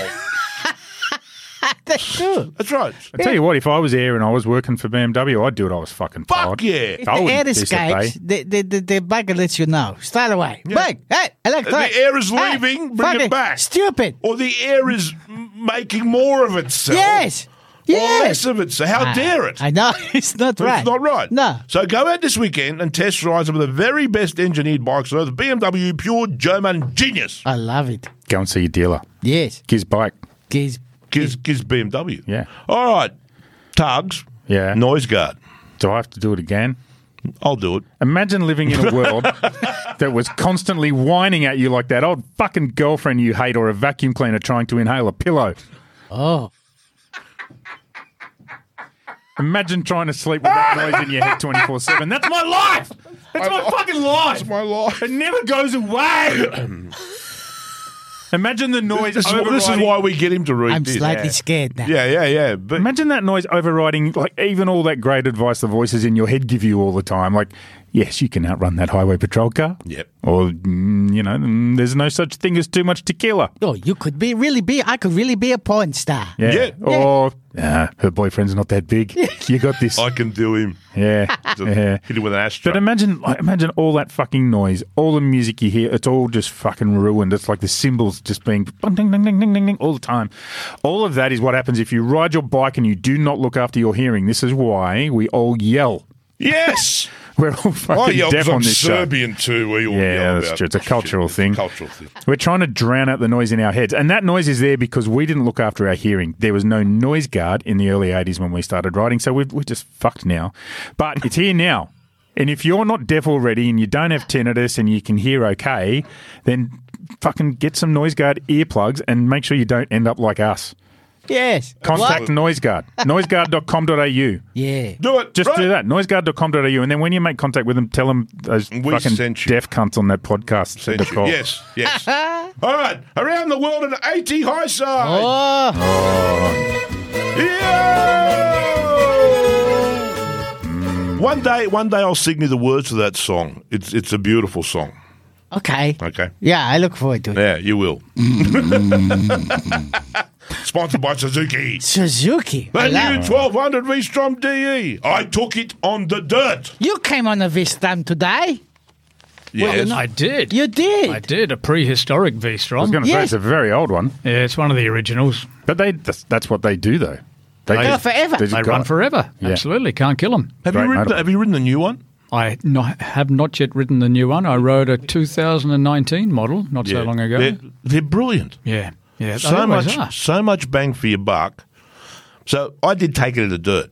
they do.
That's right.
I tell you what, if I was here and I was working for BMW, I'd do it. I was fucking
Fuck
fired.
yeah.
If
I
the
wouldn't
air
piss at
escapes,
bay.
the, the, the, the bugger lets you know straight away. Bang! Hey, electro.
The air is leaving, bring it
fucking
back.
Stupid.
Or the air is m- making more of itself.
Yes.
Or
Yes.
less of itself. How dare it?
I know *laughs* it's not
But
right.
It's not right.
No.
So go out this weekend and test ride some of the very best engineered bikes on earth. BMW, pure German genius.
I love it.
Go and see your dealer.
Yes.
Giz bike.
Giz.
Gives, gives BMW.
Yeah.
All right. Tugs.
Yeah.
Noise guard.
Do I have to do it again?
I'll do it.
Imagine living in
*laughs*
a world that was constantly whining at you like that old fucking girlfriend you hate or a vacuum cleaner trying to inhale a pillow.
Oh.
Imagine trying to sleep with that noise in your head 24 7. That's my life! That's my fucking life!
My life.
It never goes away!
*clears throat*
Imagine the noise.
This is, wh- this is
overriding-
why we get him to read
I'm
this.
slightly scared now.
Yeah, yeah, yeah. But
Imagine that noise overriding, like even all that great advice the voices in your head give you all the time. Like, yes, you can outrun that highway patrol car.
Yep.
Or mm, you know, mm, there's no such thing as too much tequila.
Oh, you could be really be. I could really be a porn star.
Yeah.
Yeah.
Or uh, her boyfriend's not that big. you got this.
*laughs* I can do him.
Yeah. yeah.
Hit him with an
But um,
ashtray.
imagine, like, imagine all that fucking noise, all the music you hear. It's all just fucking ruined. It's like the cymbals just being bung, ding, ding, ding, ding, ding, ding, all the time. All of that is what happens if you ride your bike and you do not look after your hearing. This is why we all yell. *laughs*
Yes.
We're all
I
fucking
yell
deaf
'cause I'm
on this show.
Serbian too. We all
Yeah,
yell
that's
about
true. It's a
shit.
cultural
It's a
thing.
cultural thing.
We're trying to drown out the noise in our heads. And that noise is there because we didn't look after our hearing. There was no noise guard in the early 80s when we started riding. So we've, we're just fucked now. But it's here now. And if you're not deaf already and you don't have tinnitus and you can hear okay, then fucking get some noise guard earplugs and make sure you don't end up like us.
Yes.
Contact
What?
*laughs*
noise guard. noiseguard.com.au.
Yeah.
Do it.
Just
right?
do that. Noiseguard.com.au. And then when you make contact with them, tell them those
We
fucking
sent you.
deaf cunts on that podcast.
Sent
to
you.
call.
Yes,
*laughs*
yes. All right, around the world in 80 high side.
Oh.
Yeah! One day, one day I'll sing you the words to that song. It's it's a beautiful song.
Okay.
Okay.
Yeah, I look forward to it.
Yeah, you will. *laughs* Sponsored by Suzuki.
Suzuki. I
The
love-
new 1200 V-Strom DE. E. I took it on the dirt.
You came on a Vistam today.
Yes.
I did.
You did.
I did a prehistoric V
I was
Strom.
going to
Yes.
say it's a very old one,
Yeah, it's one of the originals.
but they that's, that's what they do though. They
They-
just-
Go forever.
just
They
got
run
it.
forever.
Yeah.
Absolutely, can't kill them.
have,
Great
you written,
motorbike.
have you written the new one?
I no, have not yet written the new one. I rode a 2019 model not so long ago.
They're, they're brilliant.
yeah, yeah. they
so
always
much,
are.
so much bang for your buck. So I did take it in the dirt.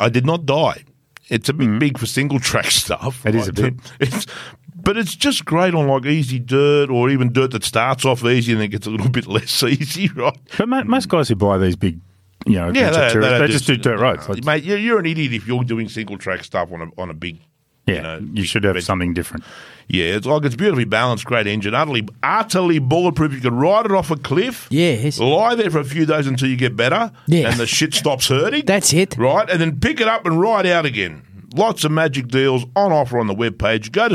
I did not die. It's a bit big for single track *laughs* stuff.
Mm-hmm. It is a
Like,
bit.
It's, but it's just great on like easy dirt or even dirt that starts off easy and then gets a little *laughs* bit less easy, right?
But mo- most guys who buy these big, you know, adventure
they- uh, they
tourists, they,
don't
just
do-
do dirt roads. Like,
Mate, you're, you're an idiot if you're doing single track stuff on a on a big.
yeah,
you,
you,
know,
should have
big-
something different.
Yeah, it's like it's beautifully balanced, great engine, utterly utterly bulletproof. You can ride it off a cliff.
Yes.
Lie there for a few days until you get better.
Yeah.
And the shit stops hurting.
That's it.
Right? And then pick it up and ride out again. Lots of magic deals on offer on the webpage. Go to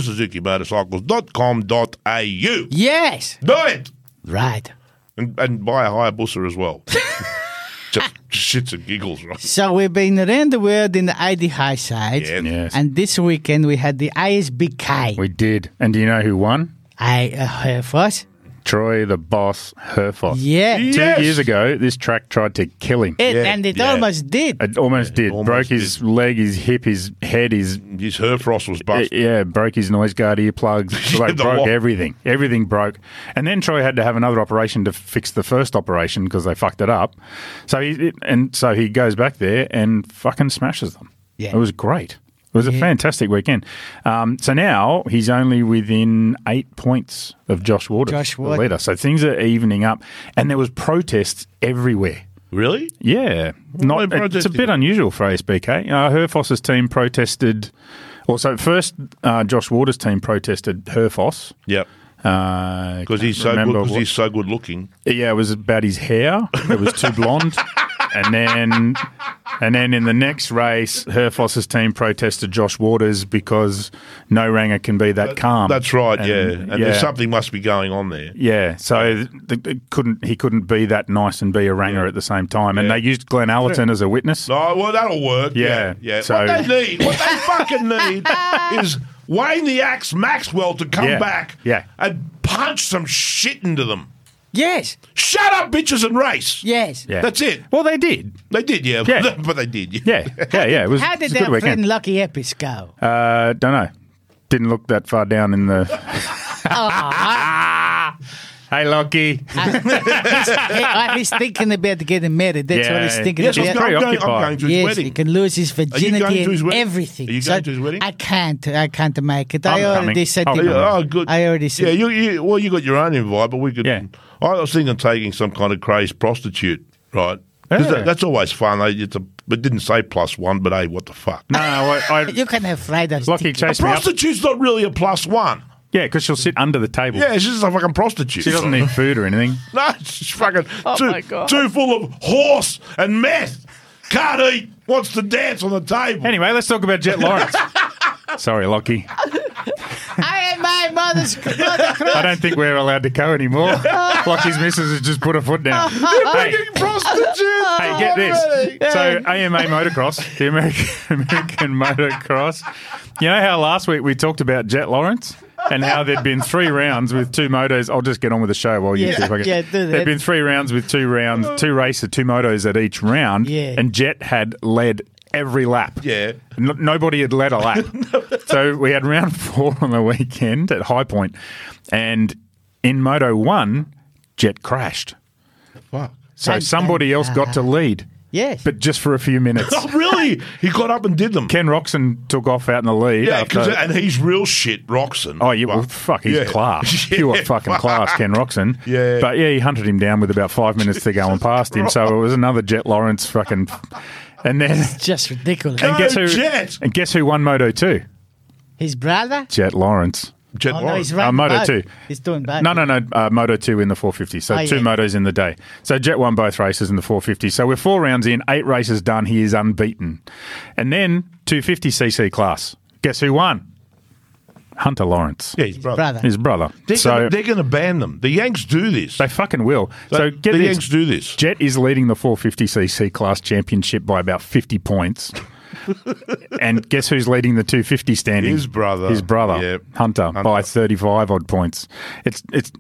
suzukimotorcycles.com.au. Do
Yes.
it!
Right.
And, and buy a Hayabusa as well. Just shits and giggles, right?
So we've been around the world in the ID high side.
Yeah.
Yes,
And this weekend we had the ISBK.
we did. And do you know who won?
I uh, heard first.
Troy the Boss Herfoss.
Yeah.
Yeah.
Two
Yes.
years ago, this track tried to kill him.
It,
Yeah.
and it
Yeah.
almost did.
It almost did.
almost
Broke his leg, his hip, his head, his
His Herfrost was busted.
Yeah, broke his noise guard earplugs. *laughs* like,
The
broke
what?
everything. Everything broke. And then Troy had to have another operation to fix the first operation because they fucked it up. So he and so he goes back there and fucking smashes them.
Yeah.
it was great. It was a fantastic weekend. Um, so now he's only within eight points of Josh Waters,
Josh
the
Wat-
leader. So things are evening up, and there was protests everywhere.
Really?
Yeah,
were
not
they
it's a
protesting?
bit unusual for ASBK. Uh, Herfoss's team protested. Also, first uh, Josh Waters' team protested Uh, Herfoss
Yep.
because
Because he's so good. Because he's so good looking.
yeah, it was about his hair. It was too blonde. *laughs* and then and then in the next race, Herfoss's team protested Josh Waters because no ranger can be that calm.
That's right,
And-
yeah. And there's something must be going on there.
yeah, so th- th- couldn't he couldn't be that nice and be a ranger at the same time, and
Yeah.
they used Glenn Allerton as a witness.
No, well, that'll work.
Yeah,
Yeah, yeah.
so-
what they need, what they fucking
*laughs*
need, is Wayne the Axe Maxwell to come
Yeah,
back,
yeah.
and punch some shit into them.
Yes,
Shut up, bitches, and race.
yes.
Yeah.
That's it.
Well, they did.
They did, yeah.
Yeah.
*laughs* but they did. Yeah.
Yeah, yeah, yeah. It was,
How
it was
did
a good
that
weekend.
friend Lucky Epis go? *laughs*
Uh, don't know. Didn't look that far down in the. *laughs* hey, Lockie.
Uh, I, he's thinking about getting married. That's what he's
Yeah.
thinking
Yes,
Yeah.
I'm,
about.
going, I'm, going, I'm
Preoccupied.
going to his
yes,
wedding.
he can lose his virginity
to his
and
wedding?
everything.
Are you going to his wedding?
I can't. I can't make it. i
I'm
already
coming.
said
I'll
to
be
him.
there.
Oh, good.
I already said.
Yeah, you, you, well, you got your own invite, but we could.
Yeah.
I was thinking of taking some kind of crazed prostitute, right? 'Cause
Yeah.
that- that's always fun. They- It's a, it didn't say plus one, but hey, what the fuck?
No, I.
*laughs*
I
You can have Fridays. *laughs*
Lockie
ticket.
chased me up.
Prostitute's not really a plus one.
Yeah, because she'll sit under the table.
Yeah, she's just a fucking prostitute.
She doesn't need food or anything.
*laughs* No, she's fucking
Oh my
too,
God.
too full of horse and meth. Can't eat. Wants to dance on the table.
Anyway, let's talk about
*laughs*
Jet Lawrence. Sorry, Lockie.
I am my mother's *laughs*
I don't think we're allowed to go anymore. Lockie's missus has just put her
*laughs*
foot down. hey,
prostitute.
*laughs* hey, get this. So AMA Motocross, the American *laughs* American Motocross. You know how last week we talked about Jet Lawrence and how there'd been three rounds with two motos. I'll just get on with the show while you
Yeah,
see if I can-
yeah, do that.
There'd been three rounds with two rounds, two races, two motos at each round,
Yeah.
and Jet had led every lap.
Yeah.
N- nobody had led
*laughs*
a lap. So we had round four on the weekend at High Point, and in Moto One, Jet crashed.
Fuck. *laughs*
So somebody else got to lead,
Yes.
but just for a
*laughs*
few minutes.
Oh, really? He got up and did them.
Ken Roxon took off out in the lead.
Yeah,
after-
'cause- and he's real shit, Roxon.
Oh, you well,
Fuck.
fuck, he's
Yeah.
class.
*laughs*
Pure
Yeah,
fucking class, Ken Roxon.
*laughs* Yeah.
But yeah, he hunted him down with
*laughs*
about five minutes to go and passed him. So it was another Jet Lawrence fucking.
*laughs*
And then.
just ridiculous.
Go
And guess, who,
Jet!
and guess who won Moto 2?
His brother?
Jet Lawrence.
Jet
Oh, no,
Lawrence.
he's running
Moto
both.
two.
He's doing bad.
No, no, no. Uh, Moto 2 in the 450. So
Oh,
two
yeah.
motos in the day. So Jet won both races in the 450. So we're four rounds in, eight races done. He is unbeaten. And then 250cc class. Guess who won? Hunter Lawrence,
yeah, his brother.
brother.
his brother.
They're
so
gonna- they're going to ban them. The Yanks do this.
they fucking will. so
They-
get
the
this.
Yanks do this.
Jet is leading the 450cc class championship by about
*laughs*
50 points. and guess who's leading the 250 standing?
His brother.
His brother,
Yep.
Hunter,
Hunter.
by 35 odd points. It's it's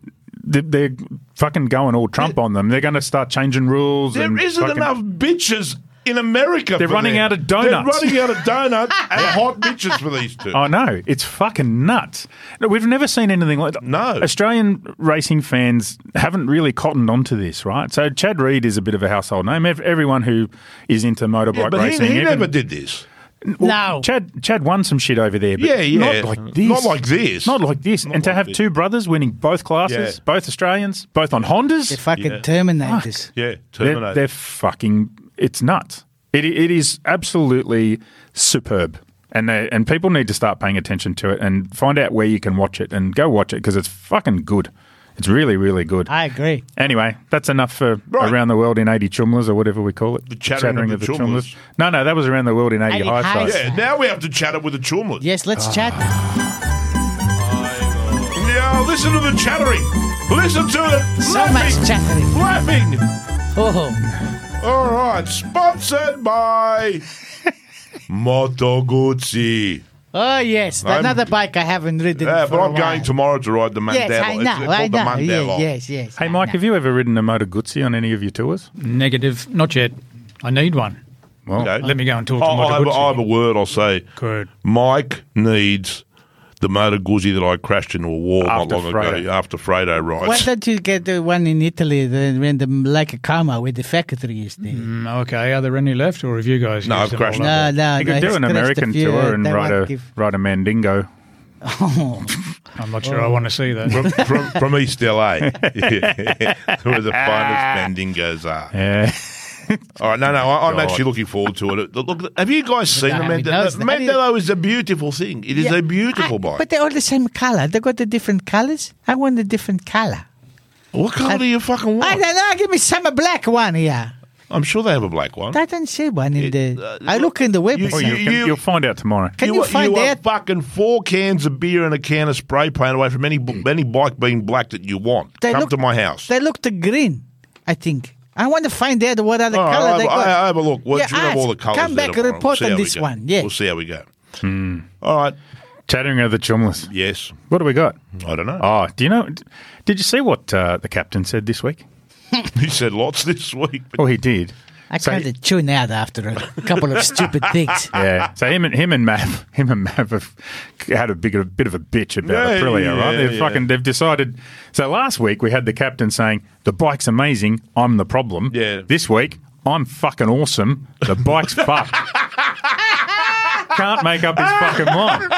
they- they're fucking going all Trump on them. They're going to start changing rules.
There
and
isn't
fucking-
enough bitches in America.
They're
for
running
them.
out of donuts.
They're running out of
*laughs*
donuts and hot bitches for these two.
I know Oh, it's fucking nuts. No, we've never seen anything like that.
No.
Australian racing fans haven't really cottoned onto this, right? So Chad Reed is a bit of a household name. Ev- Everyone who is into motorbike
yeah, but
racing,
he, he
even-
never did this.
No.
Chad Chad won some shit over there, but
Yeah, yeah.
not like this.
Not like this.
Not like this. and to
like
have
this.
two brothers winning both classes,
Yeah.
both Australians, both on Hondas,
They're fucking
Yeah.
Terminators.
Yeah, Terminator.
they're, they're fucking it's nuts. It it is absolutely superb. And they, and people need to start paying attention to it and find out where you can watch it and go watch it because it's fucking good. It's really really good.
I agree.
Anyway, that's enough for
Right.
around the world in 80 chumlas or whatever we call it. The
chattering of the chumlas.
No, no, that was around the world in 80,
80
high
high
fives.
yeah, now we have to chat it with the chumlet.
Yes, let's chat.
Now listen to the chattering. Listen to it.
So
laughing.
much chattering.
Laughing.
Oh,
All right, sponsored
*laughs*
by Moto Guzzi.
oh yes.
I'm-
Another bike I haven't ridden.
Yeah,
for
but
a
I'm going
while.
tomorrow to ride the Mandela.
Yes, I
It's
know.
called
I
the
know. Yeah,
Mandela.
yes, yes.
Hey, Mike, have you ever ridden a motor Guzzi on any of your tours?
Negative, not yet. I need one.
Well,
Okay.
Let me go and talk to
I- I,
Moto
have, a-
Guzzi.
I have a word I'll say.
Good.
Mike needs the motor guzzi that I crashed into a wall
After
not long
Fredo.
ago after Fredo
Why
rides.
don't you get the one in Italy, the, when the like a karma with the factory is there?
Mm-hmm.
Mm, okay, are there any left, or have you guys?
No,
used
I've
them all
crashed
up?
No, no,
you
no.
could do
it's
an
crashed a
American
few,
tour
uh,
and
they
ride
won't
a,
give-
ride a Mandingo.
I'm not sure I want to see that.
from, from, from East LA, *laughs*
*laughs*
where the finest
Ah.
mandingos are.
Yeah.
All right, no, no, I, I'm
God.
actually looking forward to it. Look, look have you guys seen the
I mean,
Mandela?
that's-
The Mandela is a beautiful thing. It is
Yeah,
a beautiful
I-
bike.
Ah, But they're all the same color. They got the different colors. I want a different color.
what colour do you fucking
I
want?
ah, don't know. Give me some black one here.
I'm sure they have a black one.
I don't see one in
It-
the.
uh,
I look in the
Well, *laughs*
website.
you,
You-
can,
you-
you'll find out tomorrow.
Can you
are-
find
you
out?
Are fucking four cans of beer and a can of spray paint away from any b-
Hmm.
any bike being black that you want.
They
Come
look-
to my house.
they look the green. I think. I want to find out what other
All right,
color
I'll
they
have-
got.
Oh, I, I have a look. We'll
Yeah,
do have
ask.
all the colours
Come
there
back and
tomorrow.
report
see
on
how we
this
go.
one, yeah.
we'll see how we go.
Hmm.
All right.
Chattering of the chumless.
Yes.
What do we got?
I don't know.
Oh, do you know? Did you see what uh, the captain said this week?
*laughs* he said lots this week. But
Oh, he did.
I
So-
kind of tune out after a couple of stupid things.
*laughs*
Yeah. So him and him and Mav, *laughs* him and Mav have had a big a bit of a bitch about
Yeah,
Aprilia, right?
yeah,
They've
yeah.
fucking they've decided. So last week we had the captain saying the bike's amazing, I'm the problem.
Yeah.
This week I'm fucking awesome,
*laughs*
the bike's fucked. Can't make up his fucking mind.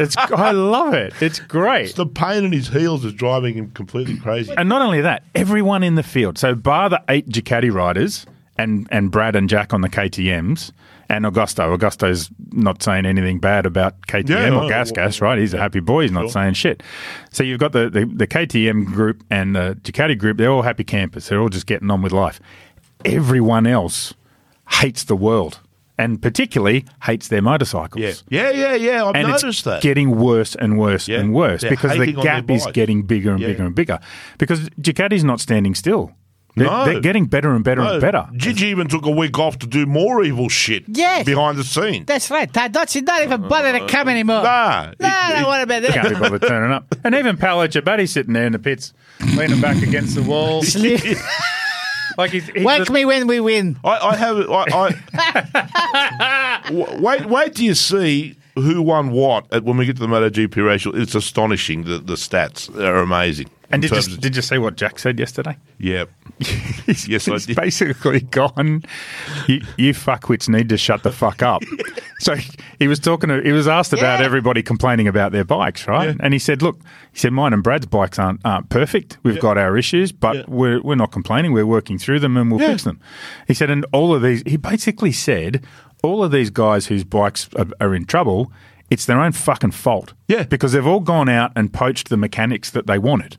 It's I love it. It's great.
the pain in his heels is driving him completely crazy.
And not only that, everyone in the field. So bar the eight Ducati riders and and Brad and Jack on the KTM's and Augusto. Augusto's not saying anything bad about KTM
Yeah,
or
no,
Gas
well,
Gas, right? He's a happy boy. He's not saying shit. So you've got the, the, the KTM group and the Ducati group. They're all happy campers. They're all just getting on with life. Everyone else hates the world and particularly hates their motorcycles
yeah. Yeah, yeah, yeah. I've
and it's
noticed that.
getting worse and worse
Yeah.
and worse
They're
because the
hating on their
gap is
bike.
getting bigger and
Yeah.
bigger and bigger because Ducati's not standing still. They're,
No.
they're getting better and better
No,
and better.
Gigi even took a week off to do more evil shit
Yes.
behind the scene.
That's right. Tadotsi not even bother to come anymore.
Nah.
no, I don't want to be
Can't
there.
be bothered turning up. And even Paolo Giabatti's sitting there in the pits, leaning back against the
*laughs*
wall,
Sleep.
like he's, he's
Wake me when we win.
I, I have. I,
*laughs*
I W- wait, wait till you see who won what at, when we get to the MotoGP racial. It's astonishing. The, the stats are amazing.
And
in
did
terms
you,
of- *laughs*
did you see what Jack said yesterday?
yeah, *laughs*
He's,
Yes, I
he's
did.
basically gone. You, you fuckwits need to shut the
*laughs*
fuck up. so he was talking. To, he was asked about
Yeah.
everybody complaining about their bikes, right?
Yeah.
And he said, "Look, he said mine and Brad's bikes aren't aren't perfect. We've got our issues, but
Yeah.
we're we're not complaining. We're working through them and we'll
Yeah.
fix them." He said, and all of these. He basically said, all of these guys whose bikes are, are in trouble. It's their own fucking fault.
Yeah.
Because they've all gone out and poached the mechanics that they wanted.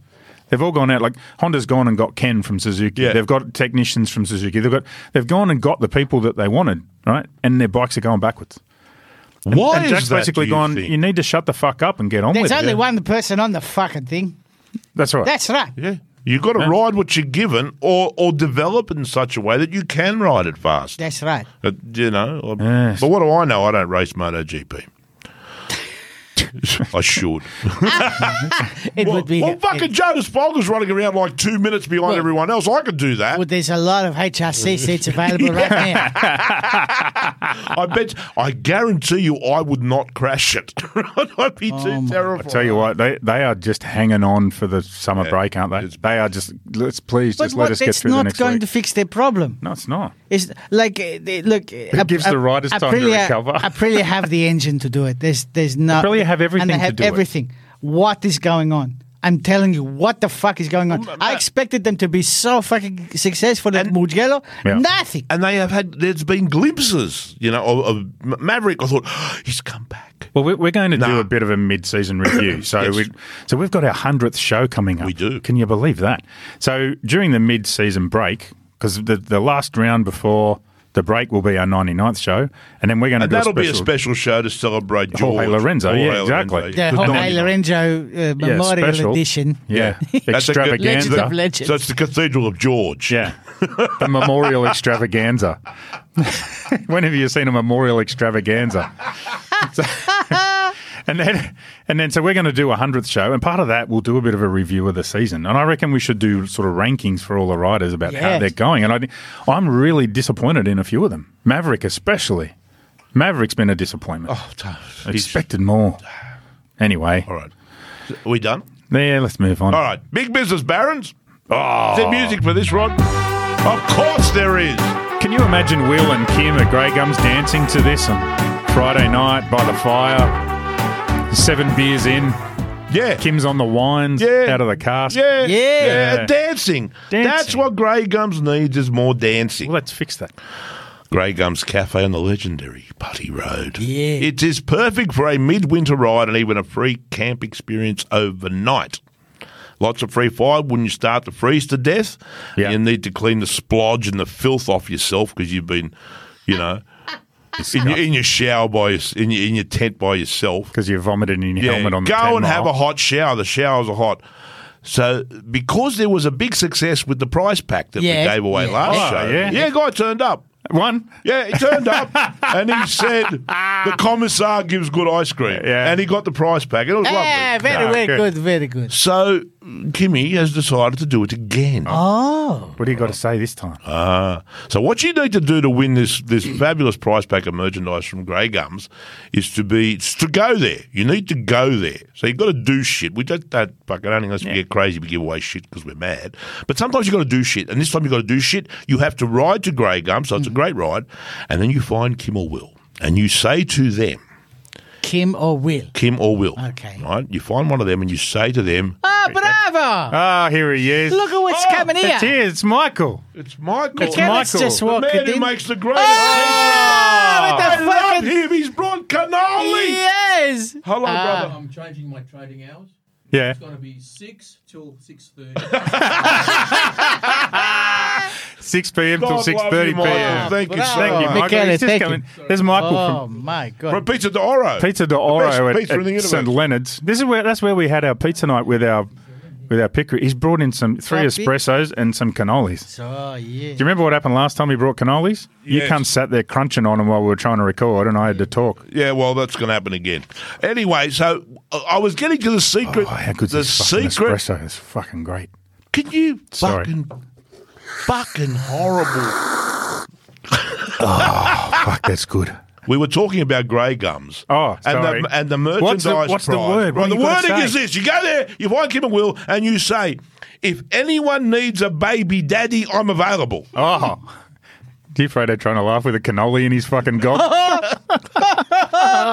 They've all gone out like Honda's gone and got Ken from Suzuki.
Yeah.
They've got technicians from Suzuki. They've got they've gone and got the people that they wanted, right? And their bikes are going backwards.
why
and
is
Jack's
that,
basically
do you
gone,
think?
you need to shut the fuck up and get on
There's
with it.
only one person on the fucking thing.
That's right.
That's right.
yeah, you got to ride what you're given, or or develop in such a way that you can ride it fast.
That's right.
Uh, you know, or-
Yes.
but what do I know? I don't race MotoGP. I should.
It
Well,
would be.
well fucking
it-
Jonas Folger's running around like two minutes behind
Well-
everyone else. I could do that.
well, there's a lot of HRC seats available
*laughs*
right now.
I bet, I guarantee you, I would not crash it. *laughs* I'd be too terrified.
I tell you what, they they are just hanging on for the summer
Yeah.
break, aren't they?
It's-
They are just let's please
But
just let
what,
us get
that's
through the
not
next
going
week.
to fix their problem.
no, it's not.
It's like uh, they- look. It
gives the riders time to
*laughs*
recover.
Aprilia have the engine to do it. There's there's no.
Aprilia have everything
And they
to
have
do it.
everything. What is going on? I'm telling you, what the fuck is going
Mm,
on? I expected them to be so fucking successful at Mugello.
Yeah.
Nothing.
And they have had, there's been glimpses, you know, of, of Ma- Maverick. I thought, *gasps* he's come back.
Well, we're, we're going to do
Nah.
a bit of a mid-season
*coughs*
review. So
Yes.
we so we've got our hundredth show coming up.
We do.
Can you believe that? So during the mid-season break, because the the last round before the break will be our 99th show, and then we're going to
And
do a
that'll
special.
be a special show to celebrate George.
Jorge Lorenzo,
Jorge
yeah, exactly.
Lorenzo.
The
Good
Jorge
night.
Lorenzo uh,
yeah,
Memorial
special.
Edition.
Yeah,
*laughs* That's a good-
Legends of
extravaganza.
Legends.
So it's the Cathedral of George.
Yeah, the memorial extravaganza. *laughs* when have you seen a memorial extravaganza? So- *laughs* and then, and then, so we're going to do a hundredth show, and part of that we'll do a bit of a review of the season. And I reckon we should do sort of rankings for all the riders about how
Yes.
they're going. And I, thi- I'm really disappointed in a few of them. Maverick, especially. Maverick's been a disappointment.
Oh, t-
I expected more. Anyway,
All right. Are we done?
yeah, let's move on.
All right. Big business barons. Is there music for this, Rod? Of course there is.
Can you imagine Will and Kim at Grey Gums dancing to this on Friday night by the fire? Seven beers in,
Yeah.
Kim's on the wines,
Yeah.
out of the cask.
Yeah.
Yeah.
Dancing.
Dancing.
That's what Grey Gums needs is more dancing.
Well, let's fix that.
Grey Gums Cafe on the legendary Putty Road.
Yeah.
It is perfect for a midwinter ride and even a free camp experience overnight. Lots of free fire. Wouldn't you start to freeze to death?
Yeah.
You need to clean the splodge and the filth off yourself because you've been, you know,
*laughs*
in your, in your shower by your, in your in your tent by yourself.
because you vomited in your helmet on the
Go
10
and have
mile.
a hot shower. The showers are hot. So, because there was a big success with the prize pack that we
Yeah.
gave away
Yeah.
last
Oh,
show,
yeah.
yeah, guy turned up.
one.
Yeah, he turned up and he said, The commissar gives good ice cream.
Yeah.
And he got the price pack. It was
Ah,
lovely.
very,
Ah,
very
good.
good. Very good.
So Kimmy has decided to do it again.
Oh,
What do you got to say this time?
Ah. so what you need to do to win this this fabulous prize pack of merchandise from Grey Gums is to be it's to go there. You need to go there. So you've got to do shit. We don't, don't fucking only unless we get crazy we give away shit because we're mad. But sometimes you got to do shit, and this time you got to do shit. You have to ride to Grey Gums, so it's a great ride, and then you find Kim or Will, and you say to them.
Kim or Will.
Kim or Will.
Okay.
Right? You find one of them and you say to them,
Ah, bravo!
Ah, here he is.
Look at what's
Oh,
coming here.
It's here. It's Michael.
It's Michael.
Okay, let's
Michael,
just
the
walk
man
it
who
in.
makes the greatest
Ah,
pizza.
with the
I love
fucking- Ah.
him. He's brought cannoli.
*laughs*
Yes.
Hello, brother.
I'm changing my trading hours.
Yeah.
It's going to be six till six thirty.
6 p.m.
God
till
love you,
6.30
Michael.
p.m.
Thank you so much.
Bravo.
Thank you, Michael.
Michele,
He's just
thank
coming.
you.
There's Michael
Oh
from
my
From
God.
Pizza de Oro.
Pizza de
best
Oro
pizza in
at,
the
at
universe.
St. Leonard's. This is where that's where we had our pizza night with our with our picker. He's brought in some three
Copy.
espressos and some cannolis.
So Oh, yeah.
Do you remember what happened last time he brought cannolis?
Yes.
You cunt sat there crunching on them while we were trying to record, and I had to talk.
Yeah, well, that's going to happen again. Anyway, so I I was getting to the secret.
Oh, how good's
the
this fucking
secret.
espresso? It's fucking great.
Can you
Sorry.
fucking, fucking horrible?
Fuck,
*laughs*
that's good.
We were talking about grey gums.
Oh, sorry.
And the, and the
What's
merchandise
the- what's the
prize.
word? What
Right,
do
the
you gotta
wording
say?
is this: you go there, you find Kim and Will, and you say, "If anyone needs a baby daddy, I'm available."
Oh. Do you afraid they're trying to laugh with a cannoli in his
*laughs*
fucking gob?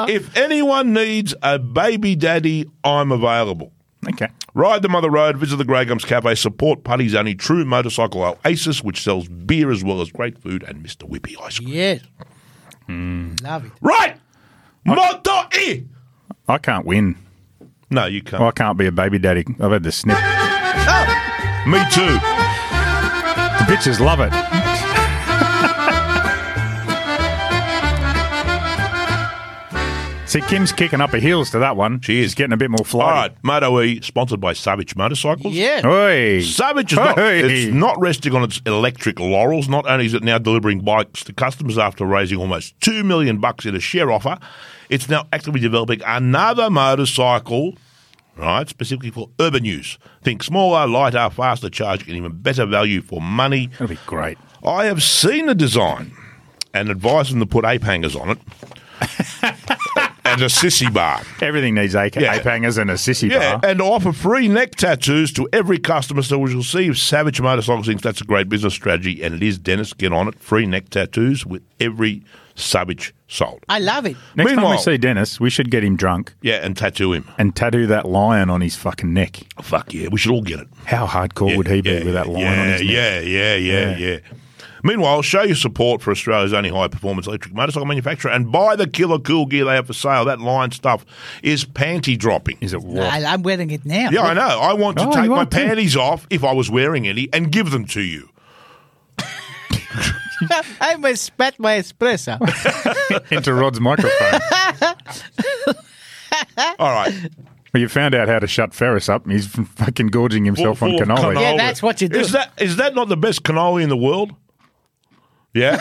If anyone needs a baby daddy, I'm available.
okay.
Ride the Mother Road, visit the Grey Gums Cafe, support Putty's only true motorcycle oasis, which sells beer as well as great food and Mr. Whippy ice cream.
Yeah.
Mm.
Love it.
Right! Motto E!
I can't win.
No, you can't.
Oh, I can't be a baby daddy. I've had the snip.
Ah! Me too.
The bitches love it. See, Kim's kicking up her heels to that one.
She is.
She's getting a bit more
All
flighty.
right, Motto E, sponsored by Savage Motorcycles.
Yeah.
Oi.
Savage is not,
Hey.
it's not resting on its electric laurels. Not only is it now delivering bikes to customers after raising almost two million bucks in a share offer, it's now actively developing another motorcycle, right, specifically for urban use. Think smaller, lighter, faster charge, and even better value for money.
That'll be great.
I have seen the design and advised them to put ape hangers
*laughs*
on it and a sissy bar.
Everything needs ape,
Yeah.
ape hangers and a sissy
Yeah,
bar.
and offer free neck tattoos to every customer. So we shall see if Savage Motorcycles thinks that's a great business strategy, and it is. Dennis, get on it. Free neck tattoos with every Savage sold.
I love it.
Next time
Meanwhile-
we see Dennis, we should get him drunk
Yeah, and tattoo him.
and tattoo that lion on his fucking neck.
Fuck yeah, we should all get it.
How hardcore would he be
yeah,
with that lion on his neck?
yeah, yeah, yeah, yeah, yeah. Meanwhile, show your support for Australia's only high performance electric motorcycle manufacturer and buy the killer cool gear they have for sale. That lion stuff is panty dropping.
Is it what?
I, I'm wearing it now.
Yeah, I know. I want to
Oh,
take
you
my
want to?
panties off if I was wearing any and give them to you.
*laughs* I must spat my
*laughs*
espresso.
Into Rod's microphone.
All
*laughs*
right.
well, you found out how to shut Ferris up. He's *laughs* fucking gorging himself
Full- full
on
of
cannoli.
Yeah, that's what you do.
Is that is that not the best cannoli in the world?
*laughs*
Yeah.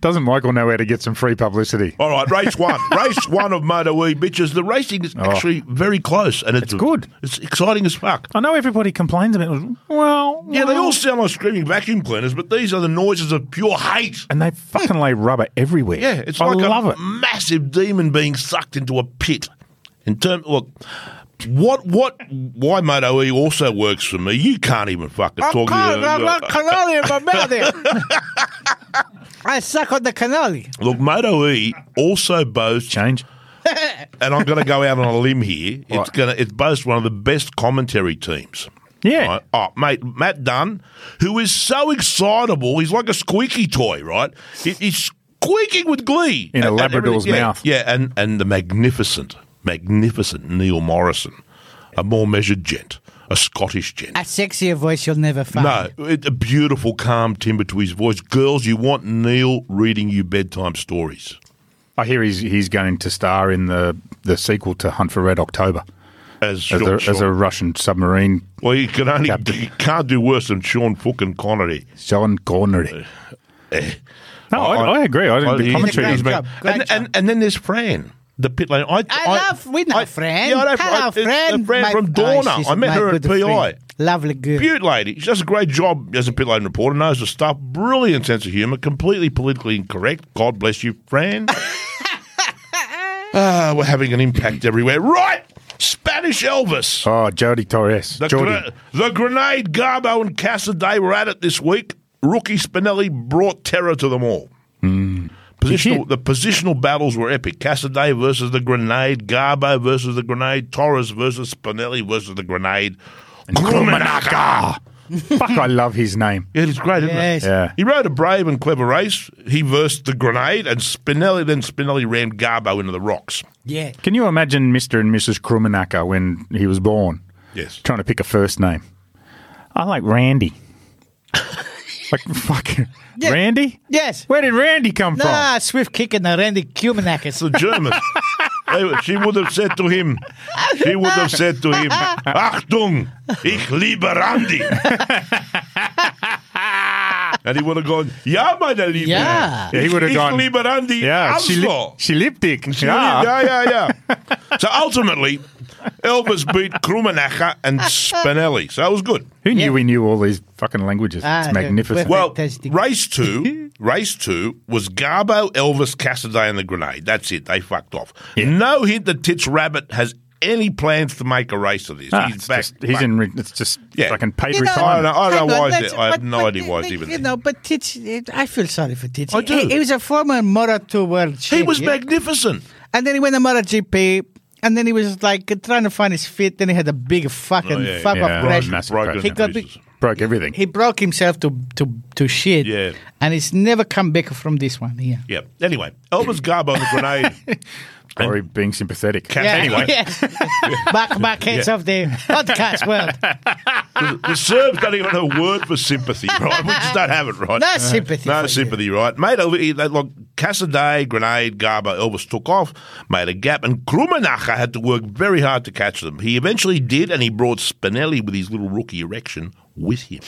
Doesn't Michael know how to get some free publicity?
All right, race one. Race one of Moto E, bitches. The racing is actually very close and it's,
Oh. good.
It's exciting as fuck.
I know everybody complains about it. Well,
Yeah, they all sound like screaming vacuum cleaners, but these are the noises of pure hate.
and they fucking lay rubber everywhere.
Yeah, it's
I
like
love
a
it.
massive demon being sucked into a pit. In term, look, what, what, why Moto E also works for me? You can't even fucking
I'm
talk
calling.
about
I'm not
*laughs*
cannoli in my mouth there. I suck on the cannoli.
Look, Moto E also boasts
Change.
and I'm going to go out on a limb here. It's
Right.
going to it boasts one of the best commentary teams.
Yeah.
Right? Oh, mate, Matt Dunn, who is so excitable, he's like a squeaky toy, right? He, he's squeaking with glee
In
And-
a
and
Labrador's
everything. Yeah,
mouth.
Yeah, and and the magnificent magnificent Neil Morrison, a more measured gent, a Scottish gent.
A sexier voice you'll never find.
No, it, a beautiful, calm timbre to his voice. Girls, you want Neil reading you bedtime stories.
I hear he's he's going to star in the the sequel to Hunt for Red October
As,
as,
Sean-
a, as a
Sean-
Russian submarine.
well, you can only
Captain.
you can't do worse than Sean fucking Connery.
Sean Connery.
Eh.
No, I, I, agree. I didn't.
Well,
The
he's-
commentary
Great
he's
was
been-
job, great
and,
job.
and and then there's Fran, the pit lane. I,
I, love, we know
I-
Fran.
Yeah, I know
Hello,
Fran. It's
Fran.
the Fran
My-
from
oh,
Dorna.
she's
I met
my
her at
good
PI.
friend. Lovely girl.
Beaut lady. She does a great job as a pit lane reporter, knows the stuff, brilliant sense of humour, completely politically incorrect. God bless you,
*laughs*
Fran. Ah, we're having an impact everywhere. Right! Spanish Elvis.
Oh, Jody Torres.
The,
Jordy.
Gre- the Grenade, Garbo, and Cassaday were at it this week. Rookie Spinelli brought terror to them all.
Hmm.
Positional, the positional battles were epic. Cassaday versus the Grenade, Garbo versus the Grenade, Torres versus Spinelli versus the Grenade. Grumanaka!
Fuck, I love his name.
Yeah, it's great, isn't
Yes.
it?
Yeah.
He rode a brave and clever race. He versed the Grenade, and Spinelli then Spinelli ran Garbo into the rocks.
Yeah.
Can you imagine Mr. and Mrs. Krumanaka when he was born?
Yes.
Trying to pick a first name. I
*laughs*
like Randy. like, fucking.
Yeah.
Randy?
Yes.
Where did Randy come
Nah, swift kick and a Randy Kumanakis.
the
*laughs*
German. They- she would have said to him, she would have said to him, Achtung, ich liebe
*laughs*
Randy. and he would have gone, Ja, meine Liebe.
Yeah.
Yeah, he would have
ich
gone,
liebe Randy.
from? Yeah,
also.
she, li- she Ah, lipdick. Yeah.
yeah, yeah, yeah. so ultimately, Elvis beat Krumenacher and Spinelli. So it was good.
Who knew
Yeah.
we knew all these fucking languages?
Ah,
it's magnificent.
well-
Well,
Fantastic.
race
*laughs*
two, race two was Garbo, Elvis, Cassaday, and the Grenade. That's it. They fucked off. No hint that Tits Rabbit has any plans to make a race of this.
Ah,
he's
it's
back.
just, he's
back.
in. Re- it's just
Yeah.
fucking paid
You know,
I don't
retirement.
know, I don't
hang
know
on,
why he's
let's-
there. I have
but-
no
but
idea why he's
you
even
You
there.
know, but Titch, it- I feel sorry for Titch.
I do.
He, he was a former Moto World Champion.
He was magnificent.
And then he went to MotoGP, and then he was like trying to find his feet. Then he had a big fucking
Oh, yeah,
fuck
yeah.
off
Yeah.
crash.
Massive
Broken
He
got
pieces.
Broke everything.
He broke himself to to to shit.
Yeah.
And he's never come back from this one. Yeah.
Yeah. Anyway, Elvis Garbo and the
*laughs*
Grenade.
Or he being sympathetic.
Yeah,
Anyway.
*laughs*
*laughs*
yes. back back heads of the podcast world.
the Serbs don't even have a word for sympathy, *laughs* right? We just don't have it, right?
No sympathy
No
for
sympathy, right? Made a he- they- uh, look, Cassaday, Grenade, Garber, Elvis took off, made a gap, and Krumenacher had to work very hard to catch them. He eventually did, and he brought Spinelli with his little rookie erection with him.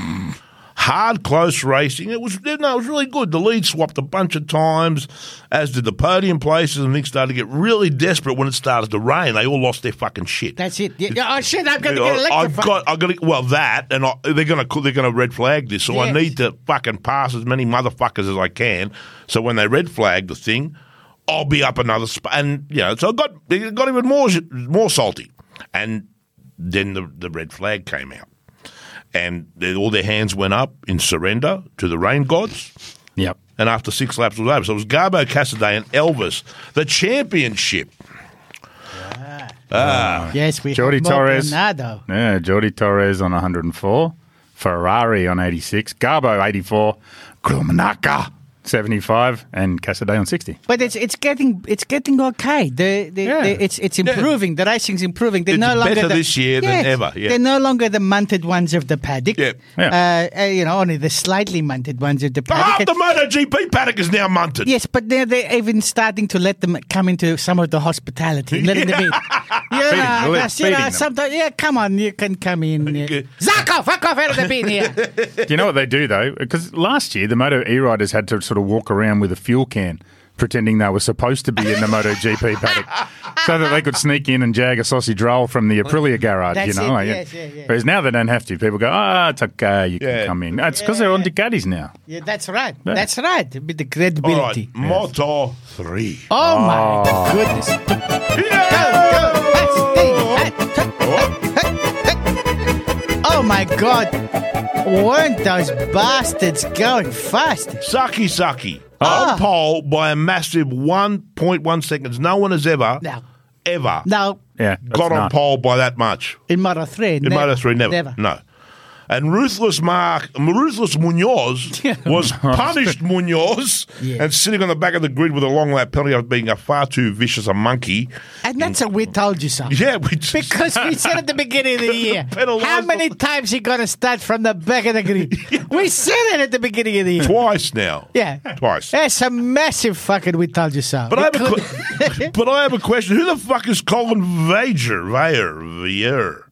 *laughs* Hard, close racing. It was no, it was really good. The lead swapped a bunch of times, as did the podium places, and things started to get really desperate when it started to rain. They all lost their fucking shit.
That's it. Yeah. yeah, Oh shit! I'm gonna
Yeah,
get
I've
electrified.
got, I've got, to, well, that, and I, they're going to, they're going to red flag this, so I
Yes.
need to fucking pass as many motherfuckers as I can. So when they red flag the thing, I'll be up another spot, and you know, so I got, it got even more, more salty, and then the the red flag came out, and they, all their hands went up in surrender to the rain gods.
Yep.
And after six laps was over, so it was Garbo, Cassaday, and Elvis, the championship.
yes, we.
Jordi
have more
Torres.
Granado.
Yeah, Jordi Torres on 104, Ferrari on 86, Garbo 84, Krumanaka 75, and Casadei on 60.
But it's it's getting it's getting okay. The, the,
Yeah.
the it's it's improving. The racing's improving. They're
It's
no longer
better
the,
this year than
Yes.
ever, yeah.
They're no longer the munted ones of the paddock.
Yeah.
Yeah.
Uh, uh, you know, only the slightly munted ones of the
Half
paddock.
the MotoGP paddock is now munted.
Yes, but they're, they're even starting to let them come into some of the hospitality,
*laughs*
letting them in. Yeah,
Feeding-
that's, you
feeding
know,
them.
sometimes, yeah, come on, you can come in. Yeah.
Okay.
Zako, fuck off out of the
*laughs*
bin here.
Do you know what they do, though? Because last year, the Moto E riders had to sort of walk around with a fuel can. Pretending they were supposed
*laughs*
to be in the MotoGP paddock, so that they could sneak in and jag a sausage roll from the Aprilia garage,
That's
you know.
it,
like-
yes, yeah, yeah.
Whereas now they don't have to. People go, "Ah, it's okay, you
Yeah.
can come in." That's because they're on Ducatis now.
Yeah, that's right.
Yeah.
That's right. With the
All right, Ah.
credibility.
Moto 3.
Oh, my goodness. Go, go. That's the thing. Oh, my God. Weren't those bastards going fast?
Saki Saki.
Ah.
On pole by a massive 1.1 seconds. No one has ever,
No.
ever
No,
Yeah, that's
got on
not-
pole by that much.
in Moto 3.
In Moto 3, never. No. And ruthless Mark, ruthless
*laughs*
Munoz was punished Munoz
Yeah.
and sitting on the back of the grid with a long lap penalty after being a far too vicious a monkey.
And that's what we told you so.
Yeah, we just,
Because we said at the
*laughs*
beginning of the year,
Penalised
how many times you gonna start from the back of
*laughs*
the grid? We said it at the beginning of the
*laughs*
year.
twice now.
Yeah,
twice.
That's a massive fucking. We told you so.
But I,
It
have a
could-
que- *laughs* but I have a question. Who the fuck is Colin Vager? Vayer, Vayer.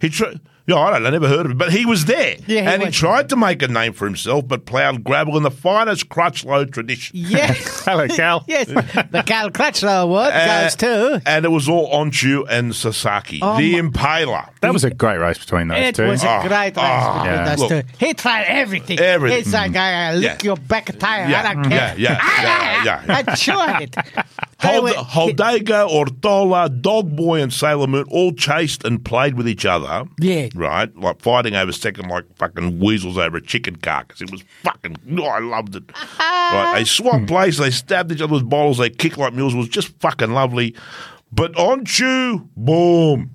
He tried. No, I don't. know, I never heard of him. But he was there,
Yeah, he
and he
was.
tried to make a name for himself, but ploughed gravel in the finest crutchload tradition.
*laughs* yes, *laughs*
Hello, Cal.
yes. The Carl Crutchlow award
Uh,
goes to.
and it was all Onchu and Sasaki,
Oh
the Impaler.
That was a great race between those
It
two.
was a
Oh,
great race between
oh,
yeah.
us
Look.
two. He tried everything.
Everything.
He's like, I I lick
Yeah.
your back tire.
Yeah,
I don't care.
yeah,
*laughs*
yeah,
I- I-
yeah, yeah.
I enjoyed it. They
*laughs* Hold,
were-
Holdega, Ortola, Dogboy, and Sailor Moon all chased and played with each other.
Yeah.
Right? Like fighting over second, like fucking weasels over a chicken carcass. It was fucking, oh, I loved it. right? They swapped places, they stabbed each other with bottles, they kicked like mules. It was just fucking lovely. But on Chew, boom.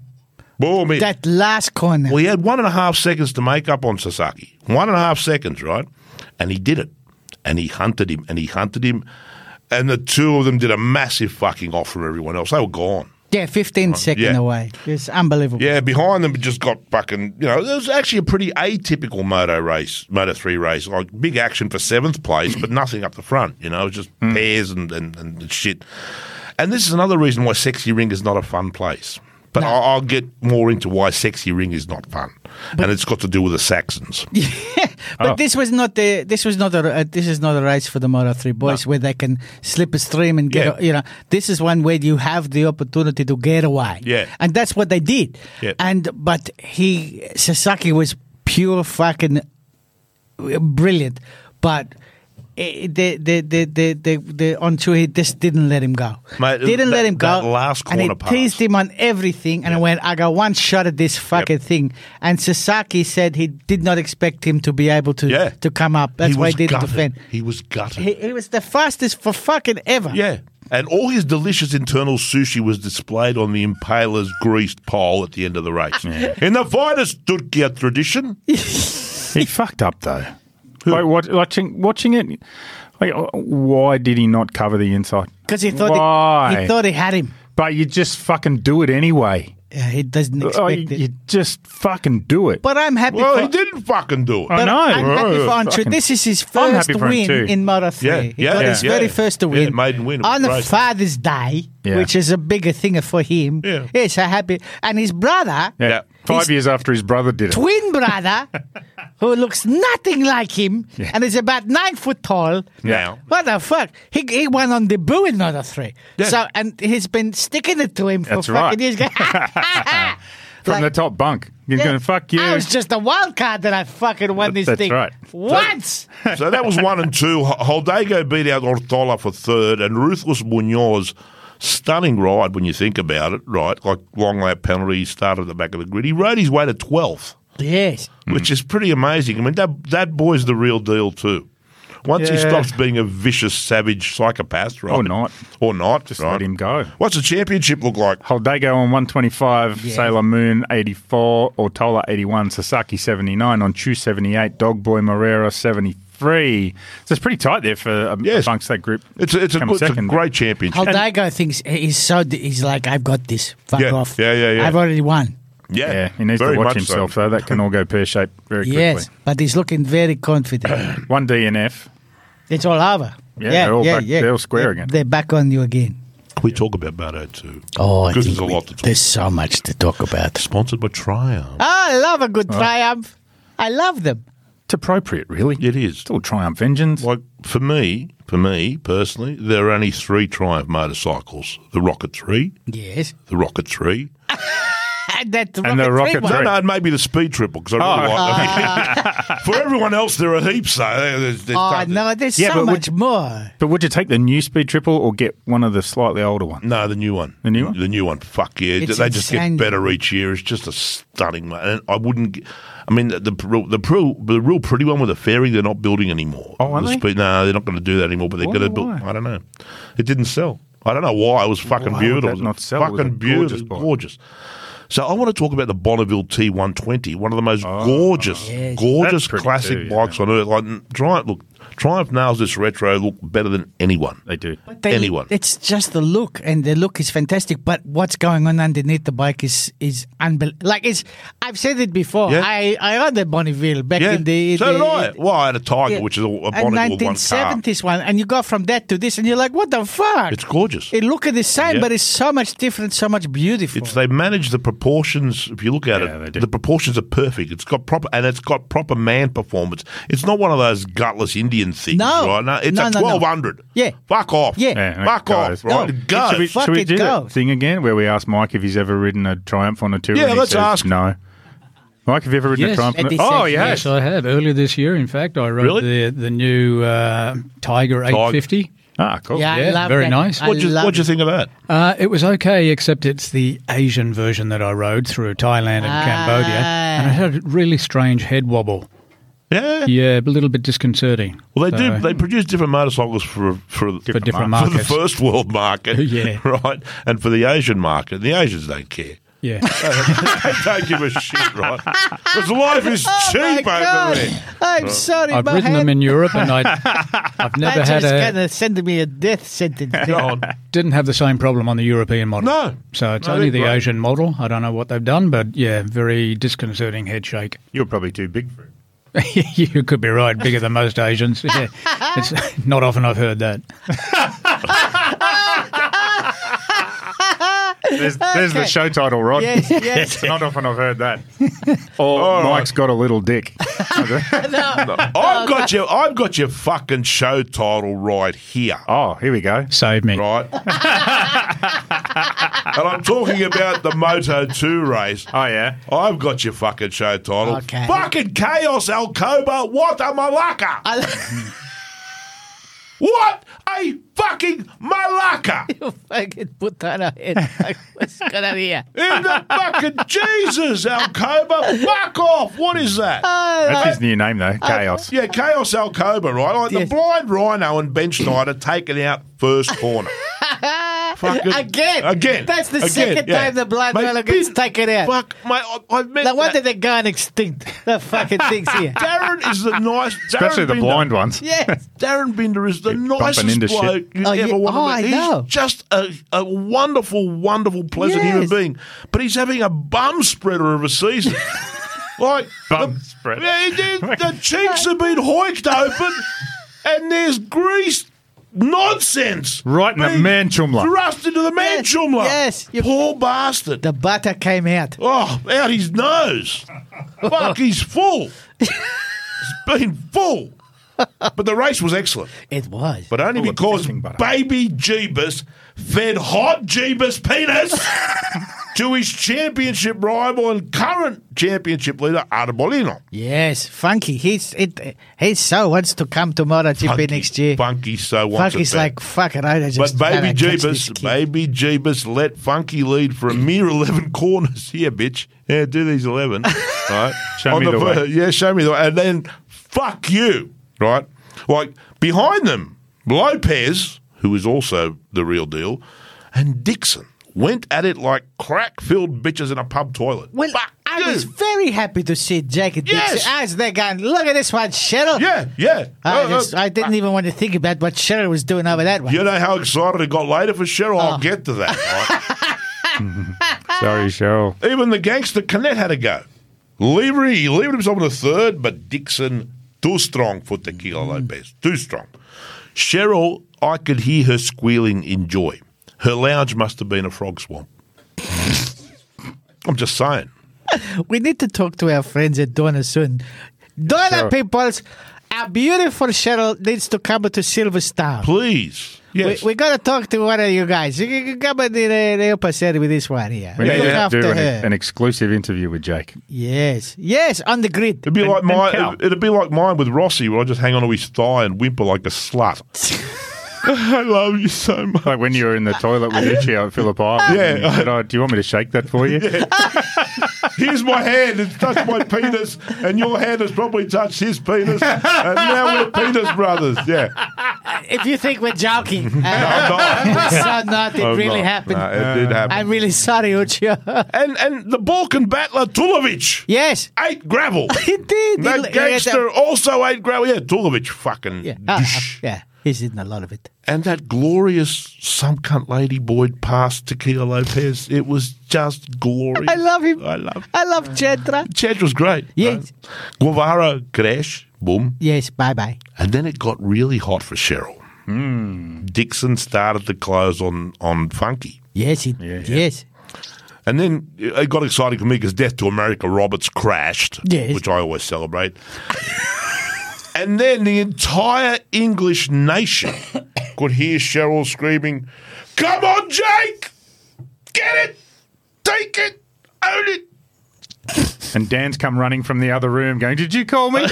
Boom. He,
that last corner.
well, he had one and a half seconds to make up on Sasaki. One and a half seconds, right? And he did it. And he hunted him and he hunted him. And the two of them did a massive fucking off from everyone else. They were gone.
yeah, 15 second
Oh, yeah.
away. It's unbelievable.
Yeah, behind them just got fucking, you know, it was actually a pretty atypical moto race, moto 3 race. Like big action for seventh place, but nothing up the front, you know, it was just pairs and, and, and shit. And this is another reason why Sexy Ring is not a fun place. But I'll, I'll get more into why Sexy Ring is not fun. and it's got to do with the Saxons. Oh.
But this was not the this was not a uh, this is not a race for the Moto Three boys where they can slip a stream and get
Yeah.
a- you know this is one where you have the opportunity to get away
Yeah.
and that's what they did
Yeah.
and but he Sasaki was pure fucking brilliant but. eh, The the the the the, the onto he just didn't let him go.
Mate,
didn't
that-
let him go.
that last
and he
corner pass.
teased him on everything, and I went, I got one shot at this fucking thing. And Sasaki said he did not expect him to be able to
Yeah.
to come up. That's
he
why
was
he didn't
gutted.
defend.
He was gutted.
He, he was the fastest for fucking ever.
yeah. And all his delicious internal sushi was displayed on the impaler's greased pole at the end of the race. In the finest Turkia tradition,
He fucked up though. Like watch, watching watching it, like uh, why did he not cover the inside?
because he thought
why?
he, he thought he had him.
but you just fucking do it anyway.
Yeah, he doesn't expect
Oh, you,
it.
you just fucking do it.
but I'm happy.
well,
for,
he didn't fucking do it.
I
But
know.
I'm happy for
Oh,
Andrew.
fucking-
This is his
I'm
first
happy for him
win
too.
in Moto 3.
Yeah,
he
yeah,
got
yeah,
his
yeah.
very first
Yeah,
win.
maiden win, it was
On a
great.
Father's Day,
Yeah.
which is a bigger thing for him.
Yeah.
Yes, a happy. And his brother,
yeah.
Yeah.
Five
He's-
years after his brother did it.
twin brother who looks nothing like him and is about nine foot tall.
Yeah.
What the fuck? He, he won on debut in another three.
Yeah.
So and he's been sticking it to him for
That's
fucking
right.
years.
*laughs*
*laughs*
From
Like-
the top bunk. You're
Yeah.
going to fuck you.
I was just a wild card that I fucking won this
That's
thing.
right.
Once.
so that was one and two. H- Holdego beat out Ortola for third, and Ruthless Munoz, stunning ride when you think about it, right? Like long lap penalty, he started at the back of the grid. He rode his way to 12th,
yes.
which is pretty amazing. I mean, that, that boy's the real deal, too. Once he
Yeah.
stops being a vicious, savage psychopath, right?
Or not.
Or not.
Just
right?
let him go.
What's the championship look like?
Holdego on 125,
Yeah.
Sailor Moon 84, Ortola 81, Sasaki 79, on Chu 78, Dogboy Morera 73. So it's pretty tight there for um,
Yes.
amongst that group.
It's a, it's a,
Come
good, it's a
second.
great championship.
Haldaigo thinks he's so he's like I've got this. Fuck
Yeah,
off.
yeah, yeah, yeah.
I've already won.
yeah,
Yeah, he needs
very
to watch
much
himself,
So.
though. That can all go pear shaped very quickly.
Yes, but he's looking very
*clears throat*
confident.
One DNF.
it's all over.
Yeah, they're all back- they're all square again.
They're back on you again.
Can we talk about Moto too?
Oh, I
because
think
there's a
we-
lot to talk.
There's so much to talk about.
Sponsored by Triumph.
I love a good triumph. I love them.
It's appropriate, really.
It is.
It's all Triumph engines.
Like for me, for me personally, there are only three Triumph motorcycles: the Rocket Three,
*laughs* Yes.
the Rocket Three.
And that
And the
rocket
rocket
No,
Three.
no, and maybe the Speed Triple because I really like them. for everyone else, there are heaps. So there's, there's
Oh,
tons.
no, there's
Yeah,
so
but would-
much more.
But would you take the new Speed Triple or get one of the slightly older ones?
No, the new one.
The new one?
The new one. Fuck yeah.
It's
they just
insane.
get better each year. It's just a stunning one. And I wouldn't. g- I mean, the the real, the, real, the real pretty one with the fairy, they're not building anymore.
Oh, are
The
they?
speed- no, they're not going to do that anymore, but they're
Wonder
going to do
why.
I don't know. It didn't sell. I don't know why. It was fucking
Why would
beautiful.
that
It was
not sell? It was
Fucking
a gorgeous
beautiful.
bike.
Gorgeous. So I want to talk about the Bonneville T120, one of the most gorgeous,
Yes.
gorgeous
That's Oh, pretty
classic
too, yeah.
bikes on earth. Like mm, Triumph, look, Triumph nails this retro look better than anyone.
They do.
They-
anyone.
It's just the look, and the look is fantastic. But what's going on underneath the bike is is unbelievable. Like it's, I've said it before.
Yeah.
I I owned a Bonneville back
Yeah,
in the.
so
the,
did I. Well, I had a Tiger,
yeah,
which is a, a
a
Bonneville one car.
1970s one, and you go from that to this, and you're like, what the fuck?
It's gorgeous.
it look at the same,
Yeah.
but it's so much different, so much beautiful.
It's they manage the proportions. If you look at
Yeah, they
it,
do.
the proportions are perfect. It's got proper and it's got proper man performance. It's not one of those gutless Indian things,
No.
right? No, it's
No,
a
no, no.
twelve hundred.
Yeah.
fuck off.
Yeah.
Yeah,
fuck
guys.
off. Right,
No.
go.
Should we-
Should we
Fucking
do
go.
that thing again where we ask Mike if he's ever ridden a Triumph on a tour?
Yeah,
and he
let's
says
ask.
No. Mike, have you ever ridden
Yes.
a Triumph? on a-
Eddie says
oh, yes.
*laughs* Yes, I have. Earlier this year, in fact, I rode
Really?
the the new uh, Tiger 850.
Ah,
Oh,
cool.
yeah, I
Yeah,
love
very
that.
nice.
I
What do you,
love
what do you
it.
think of that?
Uh, it was okay, except it's the Asian version that I rode through Thailand and
Ah.
Cambodia, and it had a really strange head wobble.
Yeah.
Yeah, a little bit disconcerting.
Well, they
So-
do. They produce different motorcycles for for,
for different
for the
markets.
first world
*laughs*
market,
Yeah.
*laughs* right, and for the Asian market. The Asians don't care.
yeah.
they don't give a shit, right? Because life is
*laughs* Oh my
cheap over
God.
there.
I'm sorry,
I've
my
ridden
head.
them in Europe, and
*laughs*
I, I've never had
That's
a
kind of sending me a death
*laughs*
sentence. there.
Oh.
didn't have the same problem on the European model.
No.
so it's
No,
only
they're
the
great.
Asian model. I don't know what they've done, but yeah, very disconcerting head shake. *laughs*
You're probably too big for it.
you could be right, bigger than most
*laughs*
Asians. Yeah, it's not often I've heard that.
*laughs*
There's, there's the
Okay.
show title, Rod.
Yes,
*laughs*
yes.
Not often I've
*laughs*
heard that. Or
All right.
Mike's got a little
*laughs*
dick.
Oh,
I've got your I've got your fucking show title right here.
Oh, here we go.
Save me.
Right. and I'm talking about the Moto 2 race.
Oh, yeah.
I've got your fucking show title.
Okay.
Fucking Chaos Alcoba, what a malaka! what a fucking malaka!
you fucking put on a head. Like, what's going on here?
In the fucking Jesus, Alcoba, fuck off! What is that?
That's his new name, though. Chaos.
Yeah, Chaos Alcoba, right? Like
Yes.
the blind rhino and bench knight are taken out first
*laughs*
corner. Fucking-
Again.
Again.
That's the
Again,
second
yeah.
time the blind
Mate,
Melo gets
been-
taken out.
Fuck, mate, I, I've met
No
that-
wonder they're going extinct. The fucking
*laughs*
things here.
Darren is the nice, Darren
*laughs* Especially the
Binder-
blind ones.
Yes.
Darren Binder is the nicest
into shit.
bloke you
Oh,
ever
yeah.
want
Oh,
to
I
meet. He's
know.
just a, a wonderful, wonderful, pleasant human
Yes.
being. But he's having a bum spreader of a
*laughs*
season. like
Bum
the,
spreader.
Yeah, he did-
*laughs*
the cheeks have been hoiked open, and there's grease nonsense
Right in the
being
man chumla.
thrust into the man
Yes,
chumla.
yes. You-
poor bastard.
The butter came out.
Oh, out his
*laughs*
nose. Fuck, he's full. he's been full. But the race was excellent.
It was.
But only
Full of
because
pissing butter.
baby Jeebus fed hot Jeebus
*laughs*
penis to his championship rival and current championship leader, Arbolino.
yes, Funky. He's it. He so wants to come to MotoGP next year.
Funky so wants
Funky's
it bad.
like, fuck it, I
But
just
baby
gotta catch this
Jeebus,
kid."
baby Jeebus let Funky lead for a mere *laughs* 11 corners. Here, bitch. Yeah, do these
*laughs*
11. Right?
Show me the
fir-
way.
Yeah, show me the way. And then, fuck you. Right? Like, behind them, Lopez, who is also the real deal, and Dixon went at it like crack-filled bitches in a pub toilet.
Well,
fuck
I
you.
was very happy to see Jack Dixon
Yes.
as they going, look at this one, Cheryl.
yeah, yeah.
I,
Uh,
just,
uh,
I didn't even want to think about what Cheryl was doing over that one.
you know how excited I got later for Cheryl?
Oh.
I'll get to that.
*laughs*
Right?
Sorry, Cheryl.
Even the gangster Canet had a go. Leary, he levered himself in the third, but Dixon, too strong for Tequila
Mm.
Lopez. Too strong. Cheryl, I could hear her squealing in joy. Her lounge must have been a frog swamp. I'm just saying.
We need to talk to our friends at Donna soon. Donna peoples, our beautiful Cheryl needs to come to Silver Star.
Please. Yes.
We, we gotta talk to one of you guys. You can come and uh, help us out with this one here.
We
Look
need to
after
do an,
her.
an exclusive interview with Jake.
yes, yes, on the grid.
It'd be like
and
my,
Cal.
it'd, it'd be like mine with Rossi, where I just hang onto his thigh and whimper like a
*laughs*
slut. I love you so much.
Like when you were in the toilet with Ichio at Phillip Island.
Yeah.
and you said, "Oh, do you want me to shake that for you?
Here's my hand. It's touched my penis, and your hand has probably touched his penis, and now we're penis brothers. Yeah.
If you think we're
*laughs*
joking, *laughs*
No, I'm not.
so not. It
I'm
really
not.
happened.
Oh, No, it did happen.
I'm really sorry, Ucho.
and and the Balkan battler Tulovic
*laughs* yes,
ate
*laughs*
gravel.
he did. He-
That
he had
gangster also ate gravel. Yeah, Tulovic fucking.
Yeah, uh,
douche.
yeah. He's eating a lot of it.
and that glorious some cunt lady Boyd passed to Kia Lopez. It was just glorious.
I love him.
I love.
I love Chetra.
Chad was great.
Yes.
right? Guevara crash boom,
Yes, bye bye.
and then it got really hot for Cheryl. Dixon started to close on on Funky.
Yes, he, yes.
And then it got exciting for me because Death to America Roberts crashed,
Yes.
which I always celebrate. *laughs* and then the entire English nation could hear Cheryl screaming, Come on, Jake! Get it! Take it! Own it!
And Dan's come running from the other room going, Did you call *laughs* me?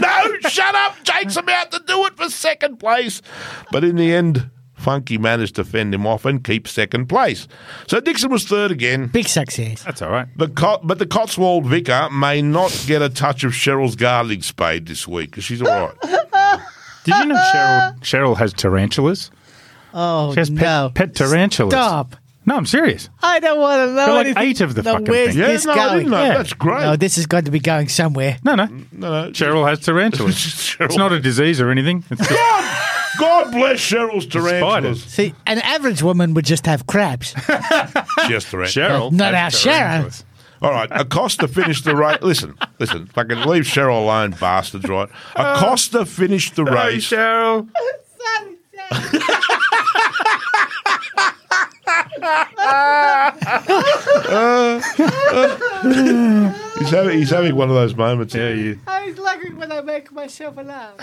No, shut up! Jake's about to do it for second place. But in the end, Funky managed to fend him off and keep second place. So Dixon was third again.
Big success.
That's all right.
The Cot- but the Cotswold vicar may not get a touch of Cheryl's gardening spade this week because she's all right.
Did you know Cheryl Cheryl has tarantulas?
Oh,
She has pet,
no.
pet tarantulas.
Stop.
No, I'm serious.
I don't want to know.
Got like
anything.
eight of the
no,
fucking
where's
thing.
Yeah,
this
no, I
going?
didn't know. That's great.
No, this is going to be going somewhere.
No, no.
No, no.
Cheryl has tarantulas. *laughs*
Cheryl.
It's not a disease or anything. It's just
God, God bless Cheryl's tarantulas.
*laughs*
spiders.
See, an average woman would just have crabs.
Yes, tarantulas.
*laughs*
Cheryl.
Not
has
our Cheryl.
tarantulas.
All right, Acosta finished the race. Listen, listen, fucking leave Cheryl alone, bastards, right? Acosta finished the
Hey,
race.
Cheryl.
He's having, he's having one of those moments.
Yeah, you.
I was laughing Oh, when I make myself laugh.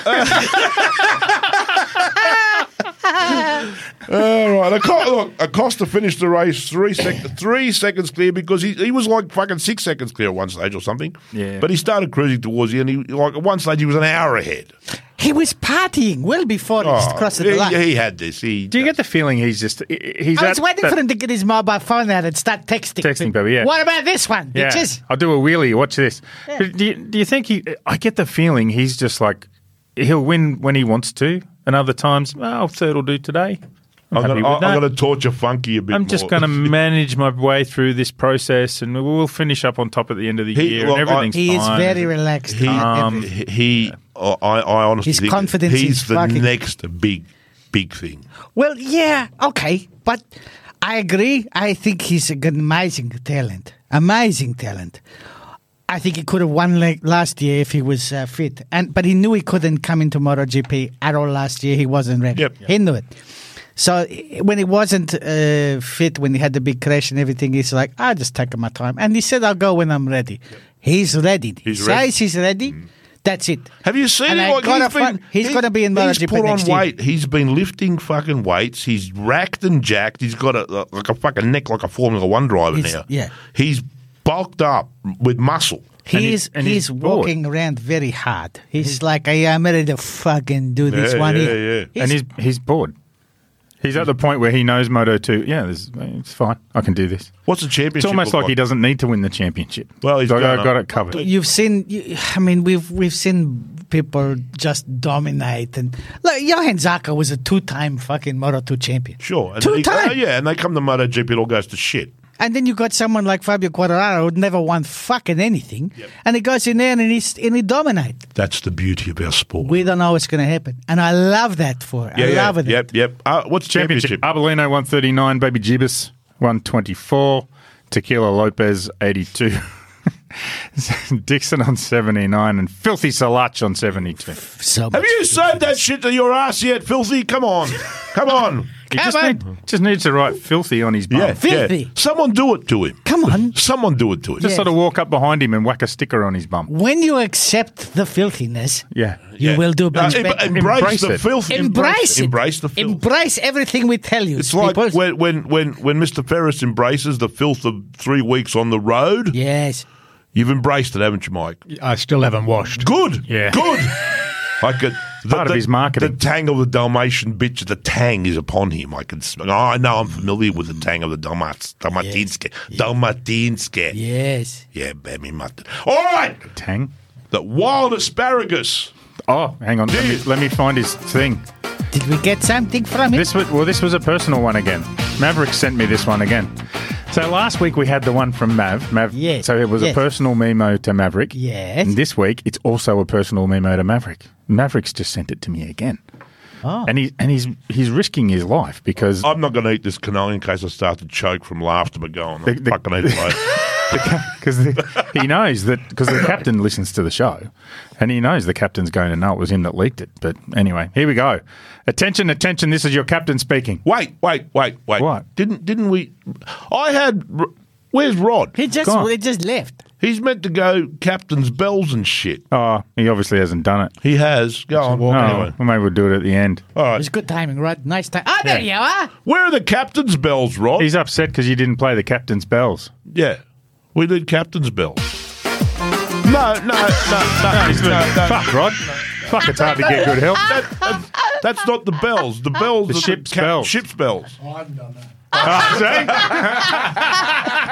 *laughs*
All right, Acosta, look, Acosta finished the race three sec- three seconds clear because he, he was like fucking six seconds clear at one stage or something.
Yeah.
But he started cruising towards the end. He, like at one stage, he was an hour ahead.
He was partying well before
Oh,
he crossed the
he,
line.
he had this. He
Do you get the feeling he's just. he- He's
I
at
was waiting
that-
Oh, for him to get his mobile phone out and start texting.
Texting, baby, yeah.
What about this one?
Yeah.
Bitches?
I'll do a wheelie. Watch this. But Do, you, do you think he. I get the feeling he's just like. He'll win when he wants to, and other times, oh, third will do today. I'm,
I'm
happy
gonna,
with
I'm
that.
gonna torture Funky a bit.
I'm just
more. *laughs*
going to manage my way through this process, and we'll finish up on top at the end of the
He-
year,
well, I-
and everything's
He is
fine.
very relaxed.
He,
about everything.
he, he- I, I honestly
His
think
confidence
he's
is
the
fucking-
next big, big thing.
well, yeah, okay. But I agree. I think he's an amazing talent. Amazing talent. I think he could have won like last year if he was uh, fit, and but he knew he couldn't come into MotoGP at all last year. He wasn't ready.
Yep.
He knew it. So eh, when he wasn't uh, fit, when he had the big crash and everything, he's like, "I'll just take my time." And he said, "I'll go when I'm ready." He's ready. He
He's
says
ready. Mm-hmm.
he's ready. That's it.
Have you seen
And
him?
I
Like,
gotta
he's been,
fi- he's gonna be in
He's
MotoGP
put on
next year.
weight. He's been lifting fucking weights. He's racked and jacked. He's got a like a fucking neck like a Formula One driver
He's-
now.
yeah.
he's bulked up with muscle.
And he-
He's
and
he's
he's bored.
walking around very hard. He's like, I am ready to fucking do this
Yeah,
one
yeah,
year.
yeah.
and he's he's bored. He's at the point where he knows Moto Two. Yeah, this, it's fine. I can do this.
What's the championship?
It's almost
look
like he doesn't need to win the championship.
Well, he's
Like,
gonna-
I got it covered.
You've seen, you, I mean, we've we've seen people just dominate. And like Johan Zarco was a two-time fucking Moto 2 champion.
Sure, and
two
they-
time.
oh, yeah, and they come to MotoGP, it all goes to shit.
And then you got someone like Fabio Quartararo who never won fucking anything, and he goes in there and he's and he dominates.
That's the beauty of our sport.
We don't know what's going to happen, and I love that for. it.
yeah,
I
yeah,
love it.
Yep, yep. Uh, what's championship?
Championship. Abelino one thirty nine. Baby Jibis one twenty four. Tequila Lopez eighty two. *laughs* Dixon on seventy nine and Filthy Salach on seventy two.
So
Have
much.
you saved that shit to your ass yet, filthy? Come on, come on.
He just,
on.
need, just needs to write filthy on his bum.
Yeah, yeah.
*laughs* Filthy.
Someone do it to him.
Come on.
Someone do it to him.
Just sort of walk up behind him and whack a sticker on his bum.
When you accept the filthiness,
Yeah.
you will do
Uh,
much
em-
better.
embrace,
Embrace
the
it.
filth.
embrace it.
Embrace the filth.
Embrace everything we tell you.
it's like
people.
when, when when when Mr. Ferris embraces the filth of three weeks on the road.
yes.
You've embraced it, haven't you, Mike?
I still haven't
*laughs*
washed.
Good.
Yeah.
Good. I could.
part of his marketing.
The tang of the Dalmatian bitch, the tang is upon him. I can. sm- I know I'm familiar with the tang of the Dalmats, Dalmatinske, Dalmatinske. Yeah,
Yes.
yeah baby mutton. All right,
Tang.
the wild asparagus.
Oh, hang on. Let me, let me find his thing.
Did we get something from it?
This was well. This was a personal one again. Maverick sent me this one again. So last week we had the one from Mav. Mav.
Yes,
So it was
yes.
a personal memo to Maverick.
Yes.
And this week it's also a personal memo to Maverick. Maverick's just sent it to me again.
Oh.
And he and he's he's risking his life because
I'm not going to eat this cannoli in case I start to choke from laughter. But go on,
The- the-
I fucking eat
*laughs*
it.
because he knows that because the captain listens to the show, and he knows the captain's going to know it was him that leaked it. But anyway, here we go. Attention, attention! This is your captain speaking.
Wait, wait, wait, wait.
What?
Didn't didn't we? I had. Where's Rod?
He just
Gone.
he just left.
He's meant to go captain's bells and shit.
Oh, he obviously hasn't done it.
He has. Go on.
Oh,
Anyway.
well, maybe we'll do it at the end.
It was good timing, right? Nice time. Ah, there you are.
Where are the captain's bells, Rod?
He's upset because you didn't play the captain's bells.
Yeah. We did captain's bells. No, no, no, no, no, no,
Fuck, Rod. Fuck, it's hard to get good
*laughs*
help.
That, that's, that's not the bells. The bells
The
are
ship's
the cap-
bells.
Ship's bells.
I haven't done that.
Ah,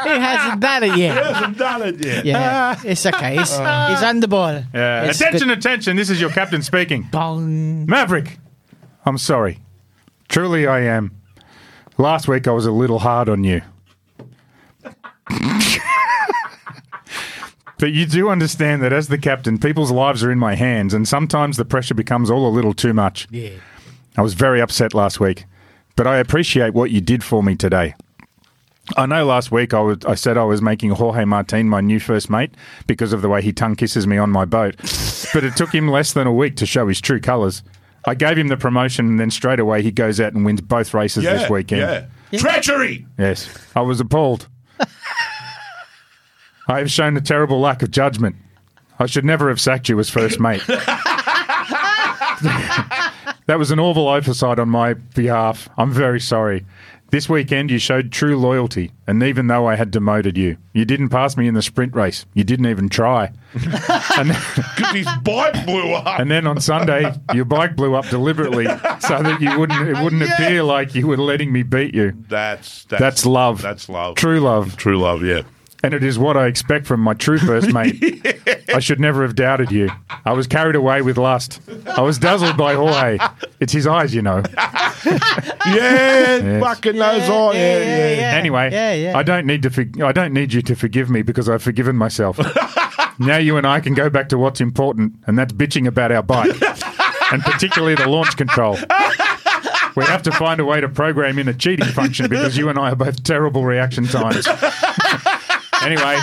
He hasn't done
*laughs*
it yet.
*laughs* Hasn't done it yet.
Yeah, it's okay. He's,
Uh,
he's on the ball.
see? Yeah.
It's
Uh, Attention, attention. This is your captain speaking.
Bong.
Maverick, I'm sorry. Truly, I am. Last week I was a little hard on you. *laughs* but you do understand that as the captain, people's lives are in my hands, and sometimes the pressure becomes all a little too much.
Yeah.
I was very upset last week, but I appreciate what you did for me today. I know last week I, was, I said I was making Jorge Martin my new first mate because of the way he tongue kisses me on my boat, but it took him less than a week to show his true colours. I gave him the promotion, and then straight away he goes out and wins both races
Yeah,
this weekend.
yeah. Treachery!
Yes, I was appalled. I have shown a terrible lack of judgment. I should never have sacked you as first mate. that was an awful oversight on my behalf. I'm very sorry. This weekend, you showed true loyalty, and even though I had demoted you, you didn't pass me in the sprint race. You didn't even try. and,
Because his bike blew
*laughs*
up.
and then on Sunday, your bike blew up deliberately so that you wouldn't. It wouldn't
Yeah.
appear like you were letting me beat you.
That's, that's,
That's love.
That's love.
True love.
True love, yeah.
And it is what I expect from my
*laughs*
true first mate. I should never have doubted you. I was carried away with lust. I was dazzled by Jorge. It's his eyes, you know.
Yeah, fucking those eyes. Yeah, yeah, yeah.
Anyway,
*laughs* yeah, yeah.
I don't need to. For- I don't need you to forgive me because I've forgiven
*laughs*
myself. now you and I can go back to what's important, and that's bitching about our bike, *laughs* and particularly the launch control. We have to find a way to program in a cheating function because you and I are both terrible reaction times. *laughs* anyway,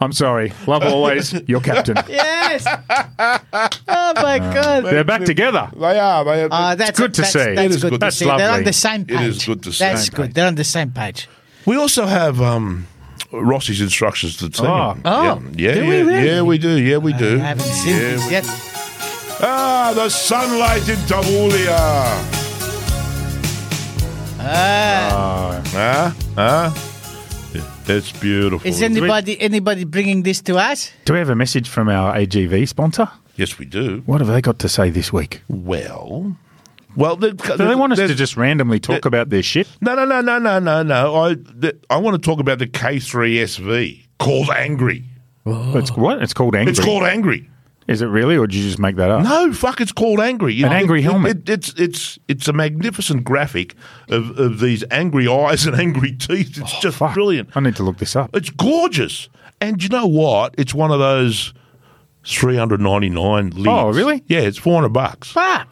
I'm sorry. Love always, your captain.
Yes. Oh my god.
They're back together.
They are. They are.
Oh, that's
good to
that's,
see.
That's
It is
good
Uh, good.
to
That's
see. They're on
lovely.
the same
It
page.
is good to see.
That's
Same
good. They're on the same page.
We also have um, Rossi's instructions to the team.
Oh.
Oh.
yeah, yeah, yeah,
Do we really?
yeah, we do. Yeah, we do.
I haven't seen
Oh, Yeah.
this yet.
Ah, the sunlight in Tabulia.
Ah,
Ah, ah. It's beautiful.
is anybody anybody bringing this to us?
Do we have a message from our AGV sponsor?
yes, we do.
What have they got to say this week?
Well, well, they,
Do they want us to just randomly talk about their shit?
No, no, no, no, no, no, no. I, the, I want to talk about the K3SV called Angry.
Oh.
It's what? It's called angry.
It's called Angry.
Is it really, or did you just make that up?
No, fuck! It's called Angry. You
An angry
it-
helmet.
it- it's it's it's a magnificent graphic of, of these angry eyes and *laughs* angry teeth. It's just
Oh, Fuck.
brilliant.
I need to look this up.
It's gorgeous. And you know what? It's one of those three hundred ninety nine.
Oh, really?
Yeah, it's four hundred bucks.
Fuck.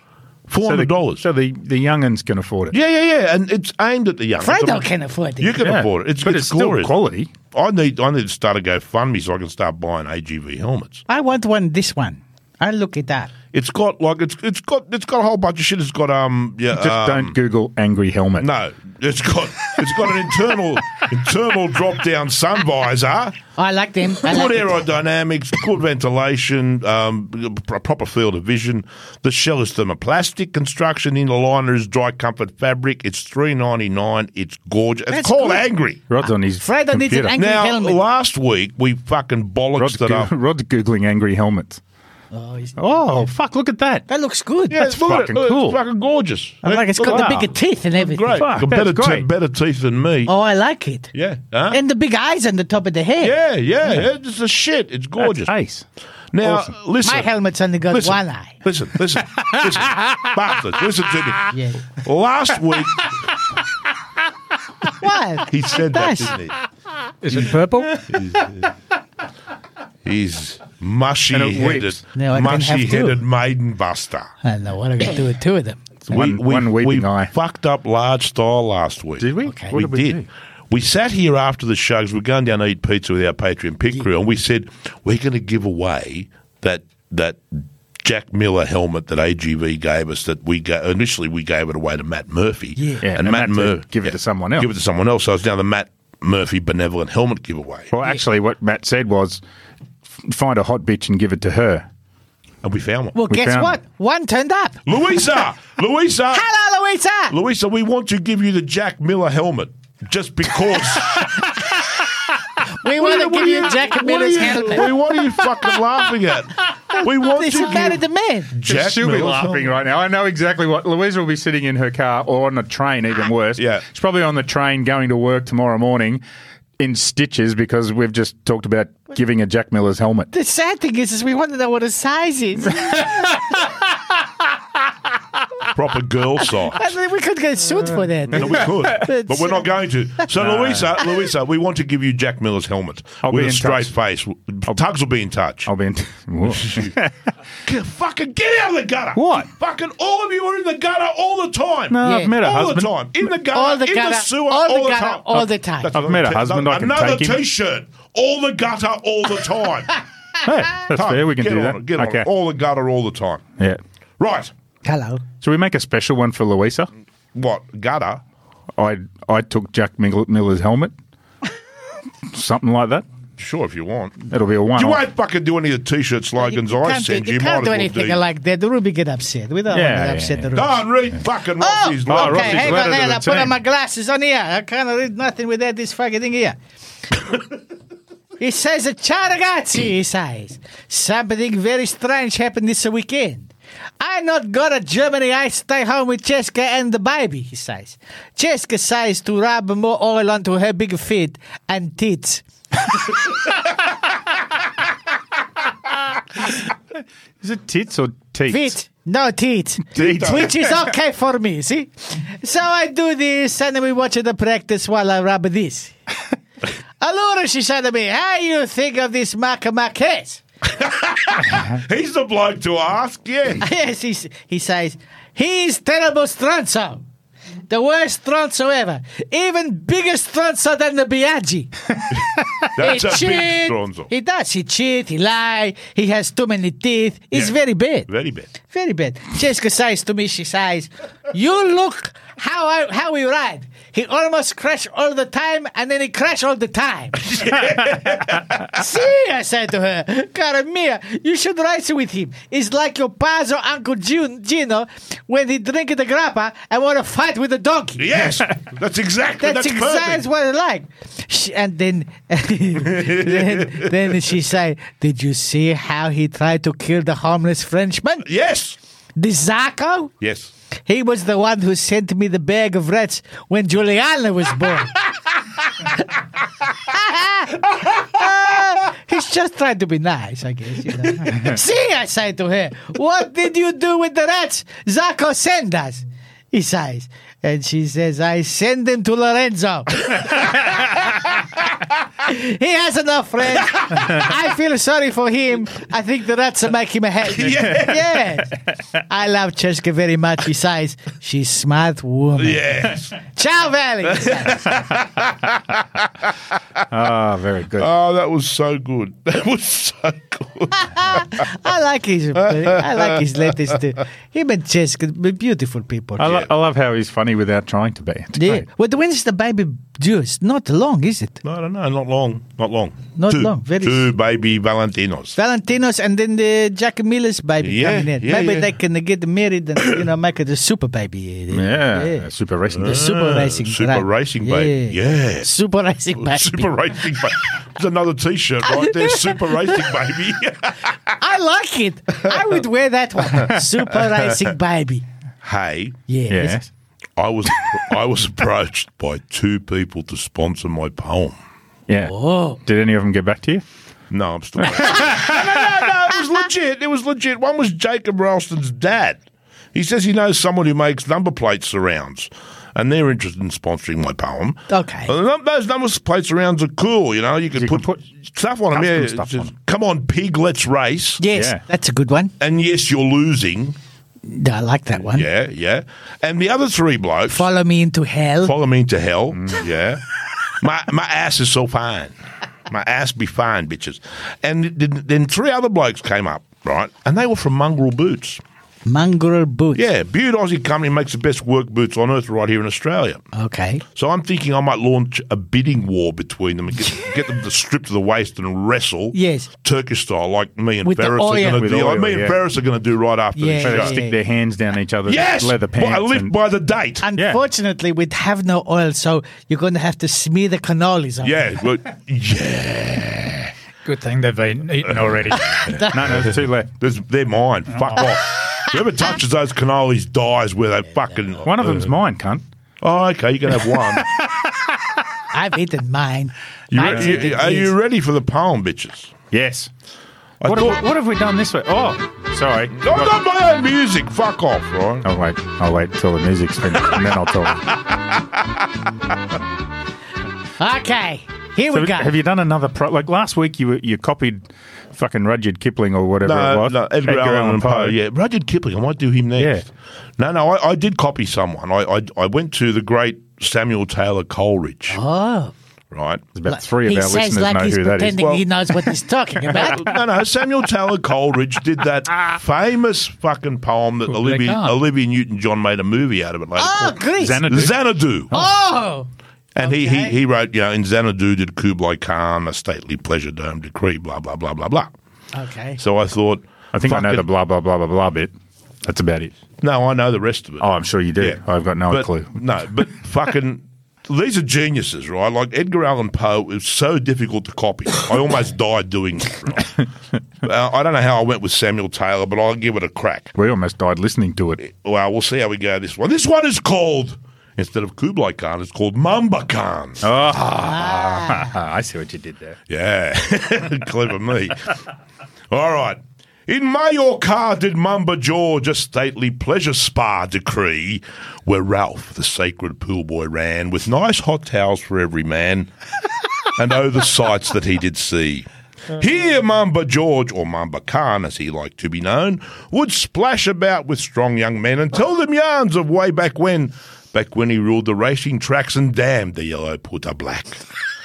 Four
So the-
hundred dollars.
So the the younguns can afford it.
yeah, yeah, yeah. And it's aimed at the young.
Fredo can afford it.
You can
Yeah.
afford it. It's,
but
it's,
it's
glorious.
still quality.
I need I need to start a GoFundMe so I can start buying AGV helmets.
I want one. This one. I look it up.
It's got like it's it's got it's got a whole bunch of shit. It's got um yeah
Just
um,
don't Google angry helmet.
No, it's got it's got an
*laughs*
internal internal drop down sun visor.
Oh, I like them. I
Good
like it.
aerodynamics, good ventilation, um, a proper field of vision. The shell is thermoplastic construction. Inner liner is dry comfort fabric. It's three ninety nine. It's gorgeous. It's
That's
called
good.
Angry.
Rod's on his
Fredo needs an
computer.
angry
Now,
helmet.
last week we fucking bollocks
*laughs* Rod's,
that
Goo-
up.
Rod's googling angry helmets.
Oh, he's,
Oh, fuck, look at that.
that looks good.
Yeah,
That's
look at it.
fucking
Look,
cool.
It's fucking gorgeous.
I like it's got
Wow.
the bigger teeth and everything.
Great.
Fuck,
Got
that's
better, te-
great.
better teeth than me.
Oh, I like it.
Yeah. Huh?
And the big eyes on the top of the head.
yeah, yeah, yeah. It's a shit. It's gorgeous.
That's ace.
now, listen.
My helmet's only got
listen,
one eye.
Listen, listen, listen.
*laughs*
Bastards, listen to me.
Yeah.
Last week,
Why?
he said that,
does.
didn't he?
Is it purple?
He's
And it
mushy-headed,
whips.
No, I don't have to.
mushy-headed maiden buster.
I don't know what I'm going to do with two of them.
One- one weeping
we
eye.
fucked up large style last week.
Did we?
Okay.
What
we,
did we
did.
do?
We sat here after the show 'cause we're going down to eat pizza with our Patreon pit crew, and we said we're going to give away that that Jack Miller helmet that AGV gave us. That we ga- initially we gave it away to Matt Murphy,
Yeah.
Yeah, and Matt
Mur-
said, "Give it to someone else."
Give it to someone else. So it's now the Matt Murphy benevolent helmet giveaway,
Well, actually, what Matt said was f- find a hot bitch and give it to her.
and we found one.
Well,
We
guess
found
what?
them.
One turned up.
Louisa, Louisa,
Hello, Louisa.
Louisa, we want to give you the Jack Miller helmet just because.
We want to give you Jack
what are
Miller's
you-
helmet.
Wait, what are you fucking laughing at? We want
This
to
is better
give
than men.
Jack
She'll be
Miller's
laughing
helmet.
right now. I know exactly what Louisa will be sitting in her car or on a train, even worse.
Ah. Yeah.
She's probably on the train going to work tomorrow morning in stitches because we've just talked about giving a Jack Miller's helmet.
The sad thing is, is we want to know what his size is. *laughs* and
Proper girl
*laughs*
size.
then we could get sued for that.
No, we
*laughs*
could, but we're not going to. So, Louisa, Louisa, we want to give you Jack Miller's helmet
I'll
with
be
a
in
straight
touch.
face. Tugs will be in touch.
I'll be in. *laughs*
*laughs*
Whoa.
Get- fucking get out of the gutter.
What?
Fucking all of you are in the gutter all the time.
No, I've
Yeah.
met her
all the
husband.
time. In the gutter,
All the
in
gutter,
the sewer,
all the gutter,
time.
all the time.
That's
I've
another
met a
t-
husband, I can
Another
take him.
t-shirt. All the gutter, all the time.
*laughs* Hey, that's
Tug,
fair. We can
get
do
on
that.
it, get on
okay.
it. All the gutter, all the time.
Yeah.
Right.
Hello.
Should we make a special one for Louisa?
What gutter?
I I took Jack Mil- Miller's helmet. *laughs* Something like that.
Sure, if you want.
It'll be a one.
You won't fucking do any of the t-shirt slogans I
can't do-
send you.
you
might
can't
as
do
well
anything
do.
like that. The Ruby get upset. We don't
Yeah,
want
yeah,
to upset
yeah.
the Ruby.
Don't read fucking
Oh,
Rossi's
okay.
letter.
Rossi's
Hang
letter
on,
to
hang on.
the
I put
team.
on my glasses on here. I can't read nothing without this fucking thing here. he says, "Ciao ragazzi," he says. Something very strange happened this weekend. I not go to Germany. I stay home with Jessica and the baby. He says. Jessica says to rub more oil onto her big feet and tits.
Is it tits or teats?
Feet, no teeth.
Teeth.
Which is okay for me, see? So I do this and then we watch the practice while I rub
*laughs*
this. Allora, she said to me, How you think of this Marca Marquez?
He's the bloke to ask. Yeah.
*laughs* yes, he, s- he says, He's terrible stronzo. The worst stronzo ever. Even bigger stronzo than the Biaggi.
*laughs* That's
he
a big
cheat.
stronzo.
He does. He cheat. He lie. He has too many teeth. It's
Yeah.
very bad.
Very bad.
Very bad. Jessica says to me, she says, "You look how I how we ride. He almost crash all the time, and then he crash all the time." See, I said to her, "Cara mia, you should ride with him. It's like your pa's or Uncle Jun- Gino when he drink the grappa and want to fight with the donkey."
Yes. That's exactly. *laughs*
That's
That's,
exactly
perfect.
what I like. She, and then, *laughs* then, then she say, "Did you see how he tried to kill the harmless Frenchman,
Yes.
the Zacco?"
Yes.
He was the one who sent me the bag of rats when Juliana was born. He's just trying to be nice, I guess. You know. *laughs* See, I say to her, what did you do with the rats Zacco sent us? He says. And she says, I send them to Lorenzo. *laughs* he has enough friends. I feel sorry for him. I think the rats will make him a happy. Yes. I love Cheska very much. Besides, she's smart woman.
*laughs* Yes.
Ciao, Valley.
Ah, very good.
Oh, that was so good. *laughs* That was so good.
I like his.
*laughs*
I like his latest. Uh, him and Cheska, be beautiful people.
I, lo- I love how he's funny without trying to be. It's
yeah.
great.
Well, when is the baby due? It's not long, is it?
No, I don't no, not long. Not long.
Not
two,
long, very
two baby Valentinos.
Valentinos and then the Jack Miller's baby
Yeah,
coming in.
yeah,
Maybe
yeah.
they can get married and you know make it a super baby.
Yeah, super racing.
The super
Ah,
racing,
Super
right.
Racing Baby. Yeah.
super racing baby.
Super Racing Baby. There's another t shirt right there. Super Racing Baby. *laughs*
*laughs* I like it. I would wear that one. super racing baby.
hey,
Yes.
Yes.
I was I was approached by two people to sponsor my poem.
Yeah.
Oh,
Did any of them get back to you?
No, I'm still. no, no, no, it was legit. It was legit. One was Jacob Ralston's dad. He says he knows someone who makes number plate surrounds, and they're interested in sponsoring my poem.
Okay.
And th- those number plate surrounds are cool. You know, you can,
You can
put, stuff on them.
custom
Yeah,
stuff
It says,
on 'em.
come on, pig, let's race.
yes,
Yeah.
that's a good one.
And yes, you're losing.
I like that one.
Yeah, yeah. And the other three blokes
Follow me into hell.
follow me into hell. Mm. Yeah. My my ass is so fine. My ass be fine, bitches. And then, then three other blokes came up, right? And they were from Mongrel Boots.
Mongrel boots.
Yeah, Butte Aussie Company makes the best work boots on earth right here in Australia.
Okay.
So I'm thinking I might launch a bidding war between them and get, get them to strip to the waist and wrestle.
Yes.
Turkish style, like me and
With the
Ferris are
oil.
going to
With
do. like
oil,
me and
yeah.
Ferris are going to do right after
Yeah,
the show.
They
yeah,
stick their hands down each other's
Yes!
leather
Well,
pants.
I live
and-
by the date.
Unfortunately, we'd have no oil, so you're going to have to smear the cannolis on.
yeah, well, yeah.
Good thing they've been eaten
*laughs*
already.
no, no, there's two left.
There's, they're mine. Fuck off. Whoever touches those cannolis dies where they fucking.
One of them's mine, cunt.
Oh, okay. You can have one.
I've eaten mine.
You
Mine's
re-
eaten
you- are
his.
you ready for the poem, bitches?
Yes.
I
What,
thought-
have, what have we done this way? Oh, sorry.
No, I've got my own music. Fuck off, right?
I'll wait. I'll wait till the music's finished and then I'll
*laughs*
tell them.
Okay, here
So
we go.
have you done another pro? Like last week, you were, you copied fucking Rudyard Kipling or whatever it
No,
was.
no, Edgar, Allan, Poe. Yeah, Rudyard Kipling. I might do him next. No, no, I, I did copy someone. I, I I went to the great Samuel Taylor Coleridge.
oh,
Right.
About three of
he
our
says
listeners
like
know
he's
who that is.
pretending
Well-
he knows what he's
*laughs*
talking about.
no, no. Samuel Taylor Coleridge did
*laughs*
that famous fucking poem that Olivia
can't.
Olivia Newton John made a movie out of it later.
oh,
called
Greece.
Xanadu.
Xanadu.
oh,
And he, he,
Okay.
he wrote, you know, in Xanadu did Kublai Khan a stately pleasure dome decree, blah, blah, blah, blah, blah.
okay.
So I thought.
I think I know the
fucking-
blah blah blah blah blah bit. That's about it.
No, I know the rest of it.
Oh, I'm sure you do. I've got no
But-
clue.
No,
*laughs*
but fucking. These are geniuses, right? Like Edgar Allan Poe is so difficult to copy. I almost *coughs* died doing it. Right? uh, I don't know how I went with Samuel Taylor, but I'll give it a crack.
We almost died listening to it.
Well, we'll see how we go this one. This one is called, instead of Kublai Khan, it's called Mamba Khan.
Ah, I see what you did there.
Yeah, *laughs* clever me. All right. In Mallorca did Mumba George a stately pleasure spa decree, where Ralph, the sacred pool boy, ran with nice hot towels for every man, and *laughs* oh, the sights that he did see. Here, Mamba George, or Mamba Khan as he liked to be known, would splash about with strong young men and tell them yarns of way back when, back when he ruled the racing tracks and damned the yellow putter black.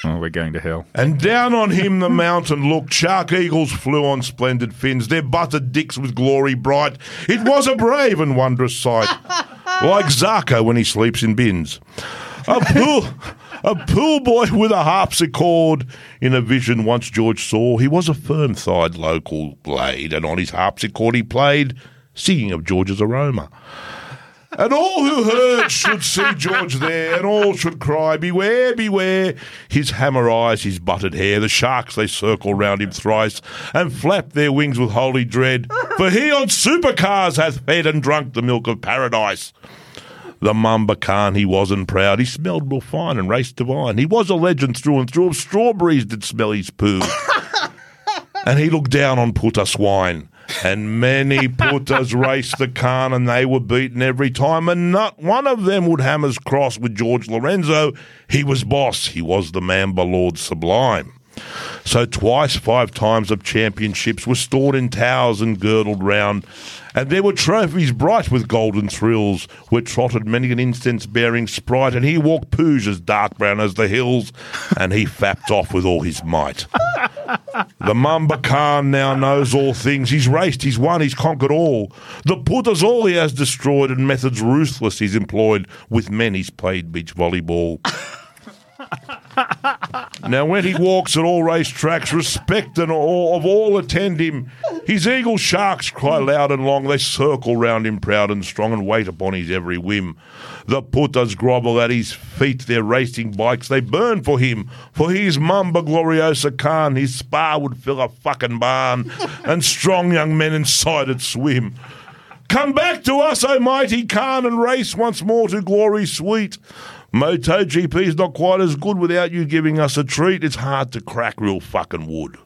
Oh, we're going to hell.
And down on him the mountain looked. Shark eagles flew on splendid fins, their buttered dicks with glory bright. It was a brave and wondrous sight, like Zarko when he sleeps in bins. A pool, a pool boy with a harpsichord. In a vision once George saw, he was a firm-thighed local blade, and on his harpsichord he played, singing of George's aroma. And all who heard should see George there, and all should cry, Beware, beware! His hammer eyes, his buttered hair, the sharks they circle round him thrice, and flap their wings with holy dread, for he on supercars hath fed and drunk the milk of paradise. The Mamba Khan he was and proud, he smelled real fine and raced divine. He was a legend through and through, of strawberries did smell his poo. and he looked down on Putta swine. And many Puttas raced the Khan and they were beaten every time, and not one of them would hammers cross with George Lorenzo. He was boss, he was the Mamba Lord Sublime. So twice, five times of championships were stored in towers and girdled round, and there were trophies bright with golden thrills, where trotted many an incense-bearing sprite, and he walked Pooge as dark brown as the hills, and he fapped off with all his might. The Mamba Khan now knows all things. He's raced, he's won, he's conquered all. The putters all he has destroyed, and methods ruthless he's employed. With men he's played beach volleyball. Now, when he walks at all racetracks, respect and awe of all attend him. His eagle sharks cry loud and long. They circle round him proud and strong and wait upon his every whim. The putters grovel at his feet, their racing bikes they burn for him. For he is Mamba Gloriosa Khan. His spar would fill a fucking barn, and strong young men inside it swim. Come back to us, O mighty Khan, and race once more to glory sweet. MotoGP is not quite as good without you giving us a treat. It's hard to crack real fucking wood.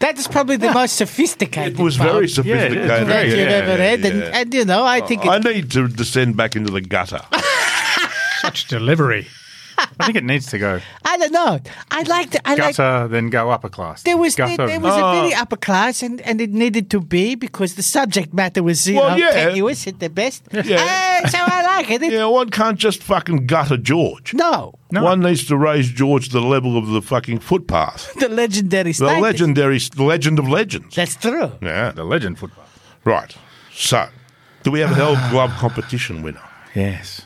That is probably the most sophisticated.
It was
part
very
it's
sophisticated.
that you've
yeah, Oh,
ever read, and,
yeah.
and you know, I think
I
it,
need to descend back into the
*laughs*
gutter.
Such delivery.
I think it needs to go
I don't know. I liked. I like.
gutter, then go upper class.
There was there,
gutter.
there was a very upper class, and, and it needed to be because the subject matter was you
Well,
know,
yeah.
tenuous at the best.
Yeah.
Uh, so I like it. It-
Yeah, one can't just fucking gutter George.
No,
One needs to raise George to the level of the fucking footpath.
the legendary.
The legendary, the legend of legends.
That's true.
Yeah.
the legend football.
Right. So, do we have a held
*sighs*
glove competition winner?
Yes,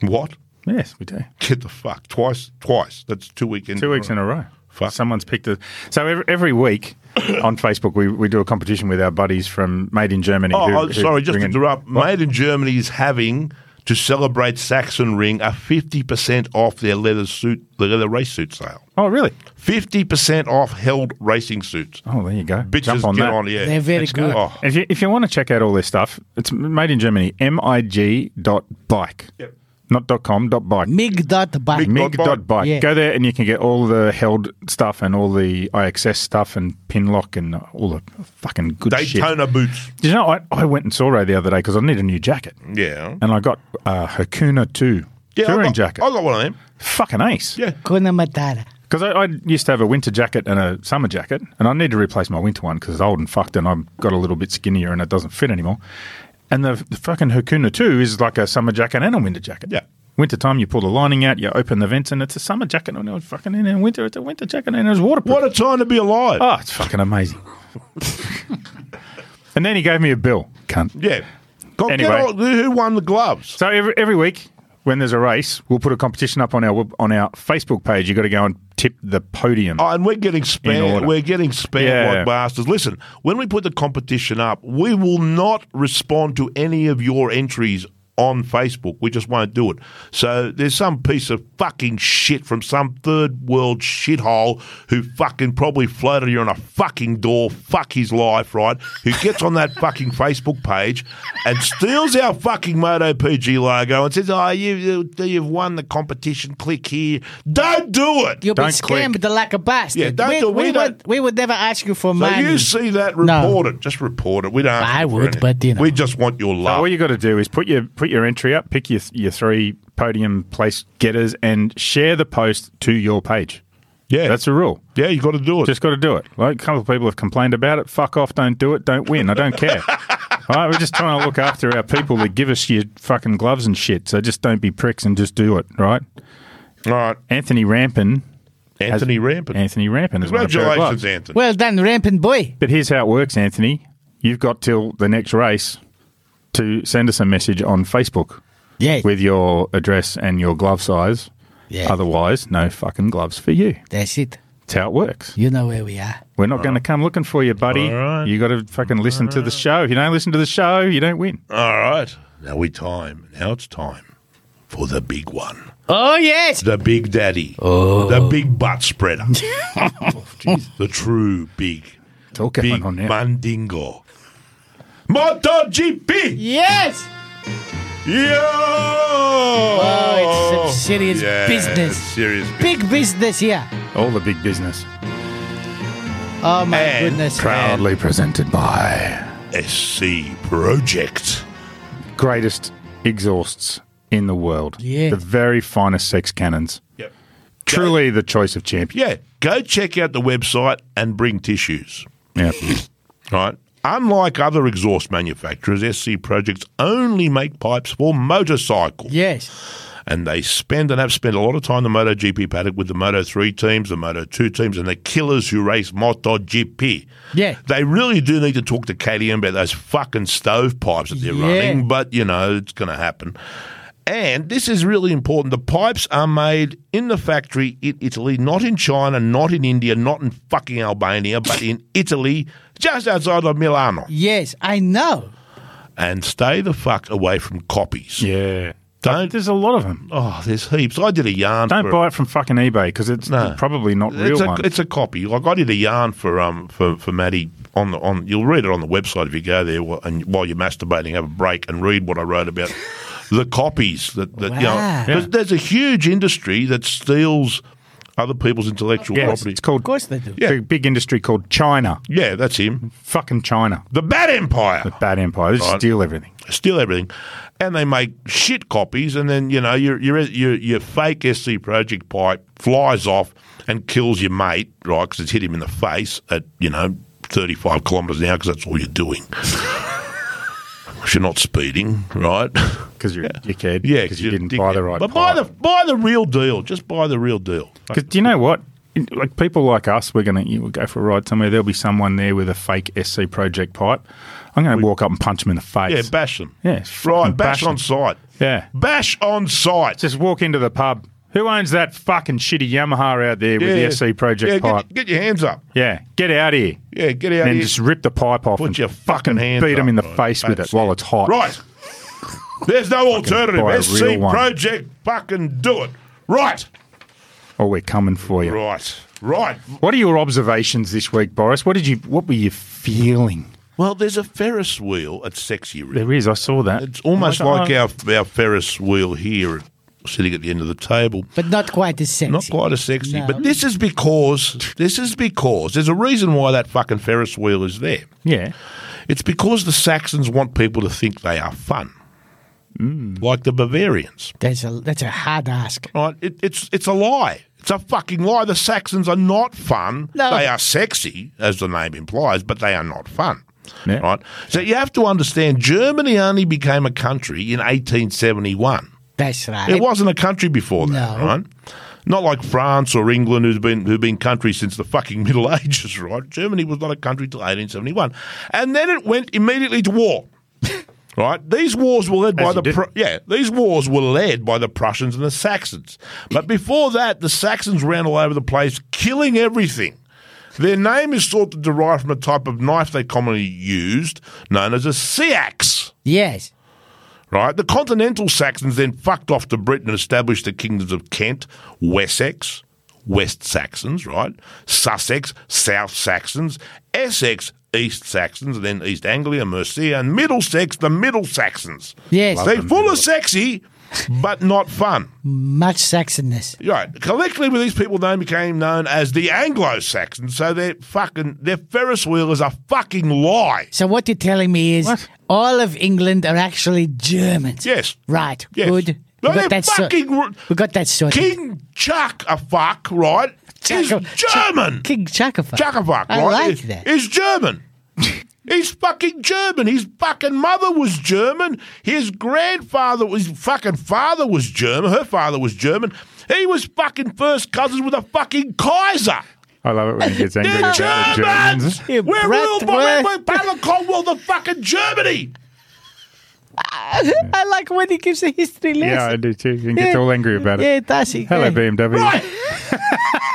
What?
yes, we do.
Get the fuck twice, twice. That's two weekends.
Two weeks in a row.
Fuck.
Someone's picked a. So every, every week *coughs* on Facebook, we, we do a competition with our buddies from Made in Germany.
Oh,
who-
oh,
who
sorry, just
bring
to
in-
interrupt. Made in Germany is having to celebrate Saxon Ring a fifty percent off their leather suit, the leather race suit sale.
Oh, really?
Fifty percent off held racing suits.
Oh, there you go.
Bitches,
Jump on
get
that.
on, yeah.
They're very good.
Oh,
If you, if you want to check out all this stuff, it's made in Germany. M I G dot bike,
Yep.
not dot com dot bike.
Mig dot bike.
Mig-
Mig dot bike.
Yeah.
Go there and you can get all the held stuff and all the IXS stuff and pin lock and all the fucking good shit.
Daytona boots.
Do you know, I, I went and saw Ray the other day because I need a new jacket.
Yeah.
And I got uh, Hakuna 2
Yeah, I
touring
got,
jacket.
I got one of them.
Fucking ace.
Yeah.
Kuna Matara.
Because I, I used to have a winter jacket and a summer jacket, and I need to replace my winter one because it's old and fucked, and I've got a little bit skinnier and it doesn't fit anymore. And the, the fucking Hakuna 2 is like a summer jacket and a winter jacket.
Yeah.
Winter time, you pull the lining out, you open the vents, and it's a summer jacket. And it's fucking in, in winter, it's a winter jacket, and it's waterproof.
What a time to be alive.
oh, it's fucking amazing. *laughs* and then he gave me a bill. Cunt.
Yeah. Go- get
Anyway.
on- who won the gloves?
So every, every week when there's a race, we'll put a competition up on our web- on our Facebook page. You got to go and tip the podium.
Oh, and we're getting
In
spared.
order.
We're getting spared
Yeah.
like bastards. Listen, when we put the competition up, we will not respond to any of your entries on Facebook. We just won't do it. So there's some piece of fucking shit from some third world shithole who fucking probably floated here on a fucking door, fuck his life, right? Who gets on that fucking Facebook page and steals our fucking Moto PG logo and says, "Oh, you, you you've won the competition. Click here." Don't do it.
You'll be
Don't click.
scammed like a bastard.
Yeah, don't
we,
do- we
we
don't-
would, we would never ask you for
So
money.
you see that,
No.
report it. Just report it. We don't. ask
I
you for
would,
anything.
but, you know.
we just want your love.
all you got to do is put your put your entry up, pick your your three podium place getters, and share the post to your page.
yeah,
That's a rule.
yeah. You got to do it.
Just got to do it. Like a couple of people have complained about it. Fuck off! Don't do it. Don't win. I
*laughs*
don't care. All right, we're just trying to look after our people that give us your fucking gloves and shit. So just don't be pricks and just do it. Right?
All right,
Anthony Rampin.
Anthony Rampant.
Anthony Rampin. has won a pair of gloves.
Congratulations, Anthony.
well done, rampant boy.
But here's how it works, Anthony. You've got till the next race to send us a message on Facebook
Yeah,
with your address and your glove size.
Yeah.
Otherwise, no fucking gloves for you.
that's it.
That's how it works.
You know where we are.
We're not going to come looking for you, buddy.
All right.
You got to fucking listen to the show. If you don't listen to the show, you don't win.
All right, now we time. Now it's time for the big one, Oh.
Oh yes,
the big daddy, the big butt *laughs* spreader, Oh, the true big
It's all going
big
on now.
mandingo. MotoGP,
yes.
yeah!
Oh, it's some serious
Yeah,
business.
Serious
Big business here.
All the big business.
Oh my
And
goodness.
Proudly presented by
SC Project.
greatest exhausts in the world.
Yeah.
The very finest sex cannons.
Yep.
Truly the choice of champion.
Yeah, go check out the website and bring tissues.
yeah.
Right. Unlike other exhaust manufacturers, SC Projects only make pipes for motorcycles.
Yes.
And they spend and have spent a lot of time in the MotoGP paddock with the Moto3 teams, the Moto2 teams, and the killers who race MotoGP.
Yeah.
They really do need to talk to KTM about those fucking stovepipes that they're
Yeah.
running, but you know, it's going to happen. And this is really important. The pipes are made in the factory in Italy, not in China, not in India, not in fucking Albania, but
*coughs*
in Italy, just outside of Milano.
Yes, I know.
And stay the fuck away from copies.
Yeah.
Don't-
There's a lot of them.
Oh, there's heaps. I did a yarn.
Don't
for-
buy it from fucking eBay because it's
No.
probably not real
it's a,
one.
It's a copy. Like I did a yarn for um for for Maddie on the on. You'll read it on the website if you go there. wh- And while you're masturbating, have a break and read what I wrote
*laughs*
about the copies that that you know.
Wow.
'cause There's a huge industry that steals other people's intellectual
Yes,
property.
it's called
Of course they do.
Yeah.
big, big industry called China.
Yeah, that's him.
Fucking China.
The Bat Empire.
The bad empire. They just
Right.
steal everything.
steal everything, and they make shit copies, and then you know your your your, your fake SC Project pipe flies off and kills your mate, right? Because it's hit him in the face at you know thirty five kilometres an hour, because that's all you're doing. *laughs* 'Cause you're not speeding, right? *laughs*
Because you're a dickhead.
yeah,
Because you
you're a
didn't buy the
dickhead.
right
But buy the
pipe.
buy the real deal. Just buy the real deal.
'Cause do you know what? In- Like people like us, we're gonna you will go for a ride somewhere. There'll be someone there with a fake SC Project pipe. I'm gonna walk up and punch him in the face.
Yeah, bash them.
Yeah, it's
right.
fucking
Bash,
bash
on
them.
site.
Yeah.
bash on site.
Just walk into the pub. Who owns that fucking shitty Yamaha out there with
Yeah.
the SC Project
Yeah, get-
pipe?
Get, your hands up.
yeah, get out here.
Yeah, get out
and then
here.
just rip the pipe off
Put
and
your fucking hands
beat
up,
them in the
right,
face with it
bastards.
while it's hot.
Right. There's no
buy a
alternative. SC
real one.
Project, fucking do it. Right.
Or Oh, we're coming for you.
Right. Right.
What are your observations this week, Boris? What did you? What were you feeling?
Well, there's a Ferris wheel at Sexy Red.
There is. I saw that.
It's almost
Oh my God.
like our, our Ferris wheel here sitting at the end of the table.
But not quite as sexy.
Not quite as sexy,
No.
but this is because this is because there's a reason why that fucking Ferris wheel is there.
Yeah.
It's because the Saxons want people to think they are fun, like the Bavarians.
That's a that's a hard ask.
Right? It, it's it's a lie. It's a fucking lie. The Saxons are not fun.
No.
They are sexy, as the name implies, but they are not fun.
Yeah.
Right? So you have to understand Germany only became a country in 1871.
That's right.
It wasn't a country before that,
No.
right? Not like France or England, who's been who've been countries since the fucking *laughs* Middle Ages, right? Germany was not a country till 1871, and then it went immediately to war. *laughs* Right, these wars were led by
As
the
it did.
Pru- yeah, these wars were led by the Prussians and the Saxons. But before that, the Saxons ran all over the place, killing everything. Their name is thought to derive from a type of knife they commonly used, known as a sea axe
Yes.
right? The continental Saxons then fucked off to Britain and established the kingdoms of Kent, Wessex, West Saxons, right? Sussex, South Saxons, Essex, East Saxons, and then East Anglia, Mercia, and Middlesex, the Middle Saxons.
Yes. Love
They're
the
full of sexy, but not fun.
Much sexiness.
Right. Collectively, with these people, they became known as the Anglo-Saxons. So their fucking their Ferris wheel is a fucking lie.
So what you're telling me is
What?
all of England are actually Germans.
Yes.
Right.
Yes.
Good.
No,
we got
they're
that sort-
fucking. ru-
we got that sorted.
King Chuck a fuck, right? Is
Chaka-
German.
Ch- King Chakafa.
Chuck a fuck, right?
I like
is,
that.
is German. He's fucking German. His fucking mother was German. His grandfather, his fucking father was German. Her father was German. He was fucking first cousins with a fucking Kaiser.
I love it when he gets angry
They're
about the
Germans.
Germans.
You
We're
brat
ruled by,
word.
by, by the Commonwealth of fucking Germany.
*laughs* I like when he gives a history lesson.
Yeah, I do too. He gets
Yeah.
all angry about it.
Yeah, does he?
Hello,
yeah.
BMW.
*laughs*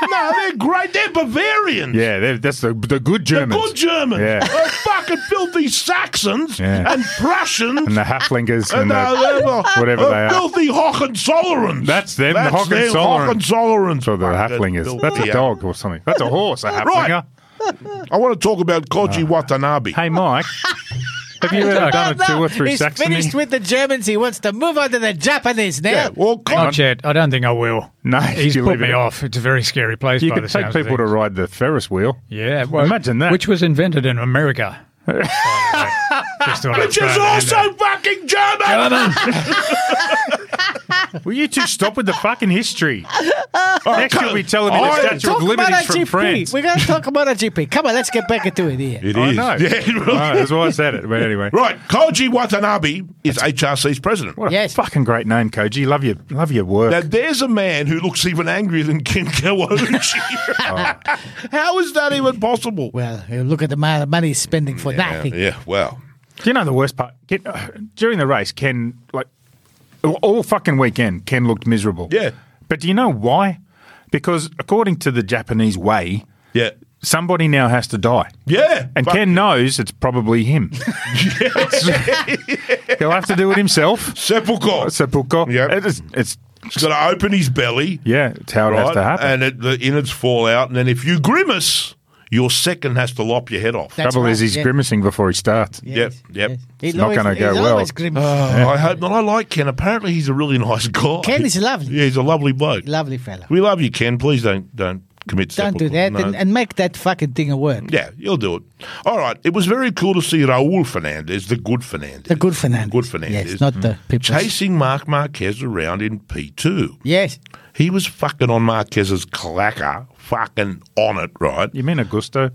Right. no, they're great. They're Bavarians.
Yeah, they're- that's the, the good Germans.
The good Germans.
Yeah.
The fucking filthy Saxons
Yeah.
and Prussians.
and the Halflingers and,
*laughs* and, uh,
the,
they're the-
*laughs* whatever
the
they are.
Filthy Hohenzollerns.
That's them, the
That's them,
Hohenzollerns.
Hohenzollerns.
or the
Fucking
Halflingers.
filthy
That's a
ass.
dog or something. That's a horse, a
Right.
Halflinger.
I want to talk about Koji
Uh,
Watanabe.
Hey, Mike. Have you ever done a
No,
tour through
he's
Saxony?
finished with the Germans. He wants to move on to the Japanese now.
yeah, well, Ko-
Not yet. I don't think I will.
No,
he's
you
put
leave
me
it.
off. It's a very scary place.
You
by
could
the
take
sounds of
people to
things.
ride the Ferris wheel.
yeah. well,
Imagine that.
which was invented in America. Just thought I'd
which
throw
is
that in uh, there.
also fucking German.
Will you two stop with the fucking history?
*laughs*
Next, you'll be telling me
I-
the Statue
Talk
of
about
Liberty's
our
from
GP.
France.
We're going to talk about our GP. Come on, let's get back into it
*laughs*
here.
It
Oh, I
is.
know.
Yeah, *laughs* it really-
I know, that's why I said *laughs* it. But anyway.
Right, Koji Watanabe is HRC's president.
What a
Yes.
fucking great name, Koji. Love your, love your work.
Now, there's a man who looks even angrier than Kim Kawauchi.
*laughs*
How is that even possible?
Well, you look at the amount of money he's spending for nothing.
yeah, well.
uh, Do you know the worst part? Ken, during the race, Ken like all fucking weekend, Ken looked miserable.
Yeah.
But do you know why? Because according to the Japanese way,
Yeah.
somebody now has to die.
Yeah.
And
Fuck.
Ken knows it's probably *laughs* him. *laughs* He'll have to do it himself. Oh,
Sepulchre.
Sepulchro.
Yep.
It's, it's,
It's going to open his belly.
yeah, it's how it has to happen.
And it, the innards fall out. And then if you grimace, your second has to lop your head off.
That's
Trouble
right,
is, he's
yeah.
grimacing before he starts.
Yes,
yep.
yes.
It's
He's
not
always-
gonna go
he's
well.
*sighs*
always grim.
Oh, I hope not. I like Ken. Apparently, he's a really nice guy.
Ken is lovely.
Yeah, he's a lovely bloke.
Lovely fella.
we love you, Ken. Please don't don't commit
Don't do
sepulchre.
that
No.
and, and make that fucking thing a word.
yeah, you'll do it. All right. It was very cool to see Raul Fernandez, the good Fernandez.
The good Fernandez.
Good Mm. Fernandez.
Yes, not the people.
Chasing Mark Marquez around in P2.
Yes.
He was fucking on Marquez's clacker, fucking on it, right?
You mean Augusto?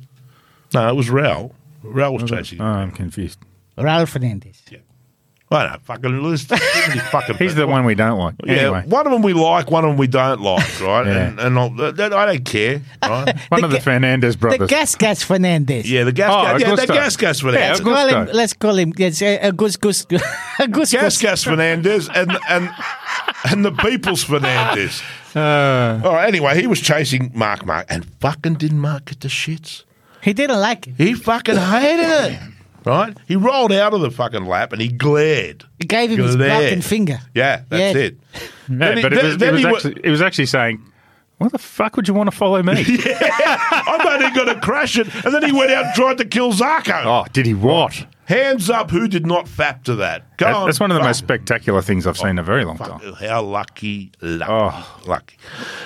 No, it was Raul. Raul was chasing.
Oh, I'm confused.
Ralph Fernandez.
I know, fucking list. fucking
*laughs* He's the one we don't like.
Yeah,
Anyway,
one of them we like, one of them we don't like, *laughs* right?
Yeah.
And, and I'll, that- that- I don't care, right?
one
the
of the
ga-
Fernandez
The
brothers.
gas gas Fernandez.
Yeah, the gas,
Oh,
gas, yeah, the
Augusto.
gas, gas
Yeah,
Fernandez,
Augusto.
Call him, let's call him. Yes, a, a goose goose. *laughs* A goose
gas,
goose.
gas Fernandez, and and and the people's Fernandez.
Uh,
All right. Anyway, he was chasing Mark, Mark, and fucking didn't Mark get the shits.
He didn't like it.
He fucking hated it. Right? He rolled out of the fucking lap and he glared.
He gave him his
Glared.
broken finger.
Yeah, that's
Yeah.
it.
yeah,
Then he-
but it
then-
was,
then
it, was
he wa-
actually, it was actually saying, why the fuck would you want to
*laughs*
follow me?
I'm only going to crash it. And then he went out and tried to kill Zarko.
Oh, did he what?
Hands up, who did not fap to that? Go
That-
on.
that's one of the
Fuck.
most spectacular things I've seen in a very long time.
Fuck, How lucky, lucky,
Oh.
lucky.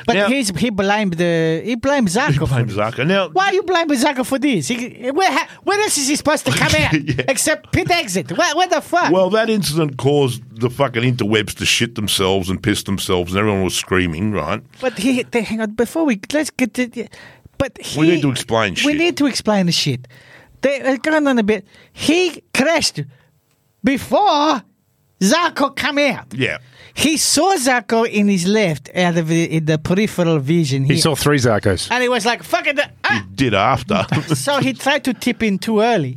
But
now,
he's, he blamed the he blamed Zarko.
blame Zarko. Now,
Why you blame Zarko for this? He, where, ha- where else is
*laughs*
he supposed to come out
Yeah.
except pit exit? Where, where the fuck?
well, that incident caused the fucking interwebs to shit themselves and piss themselves, and everyone was screaming, right?
But he, they- hang on, before we let's get to. the- But he,
We need to explain
We
shit.
need to explain the shit. They are gone on a bit. He crashed before Zarko come out.
Yeah.
He saw Zarko in his left out of the, in the peripheral vision.
He
here.
saw three Zarkos.
and he was like, "Fuck it!" Ah!
Did after. *laughs*
so he tried to tip in too early.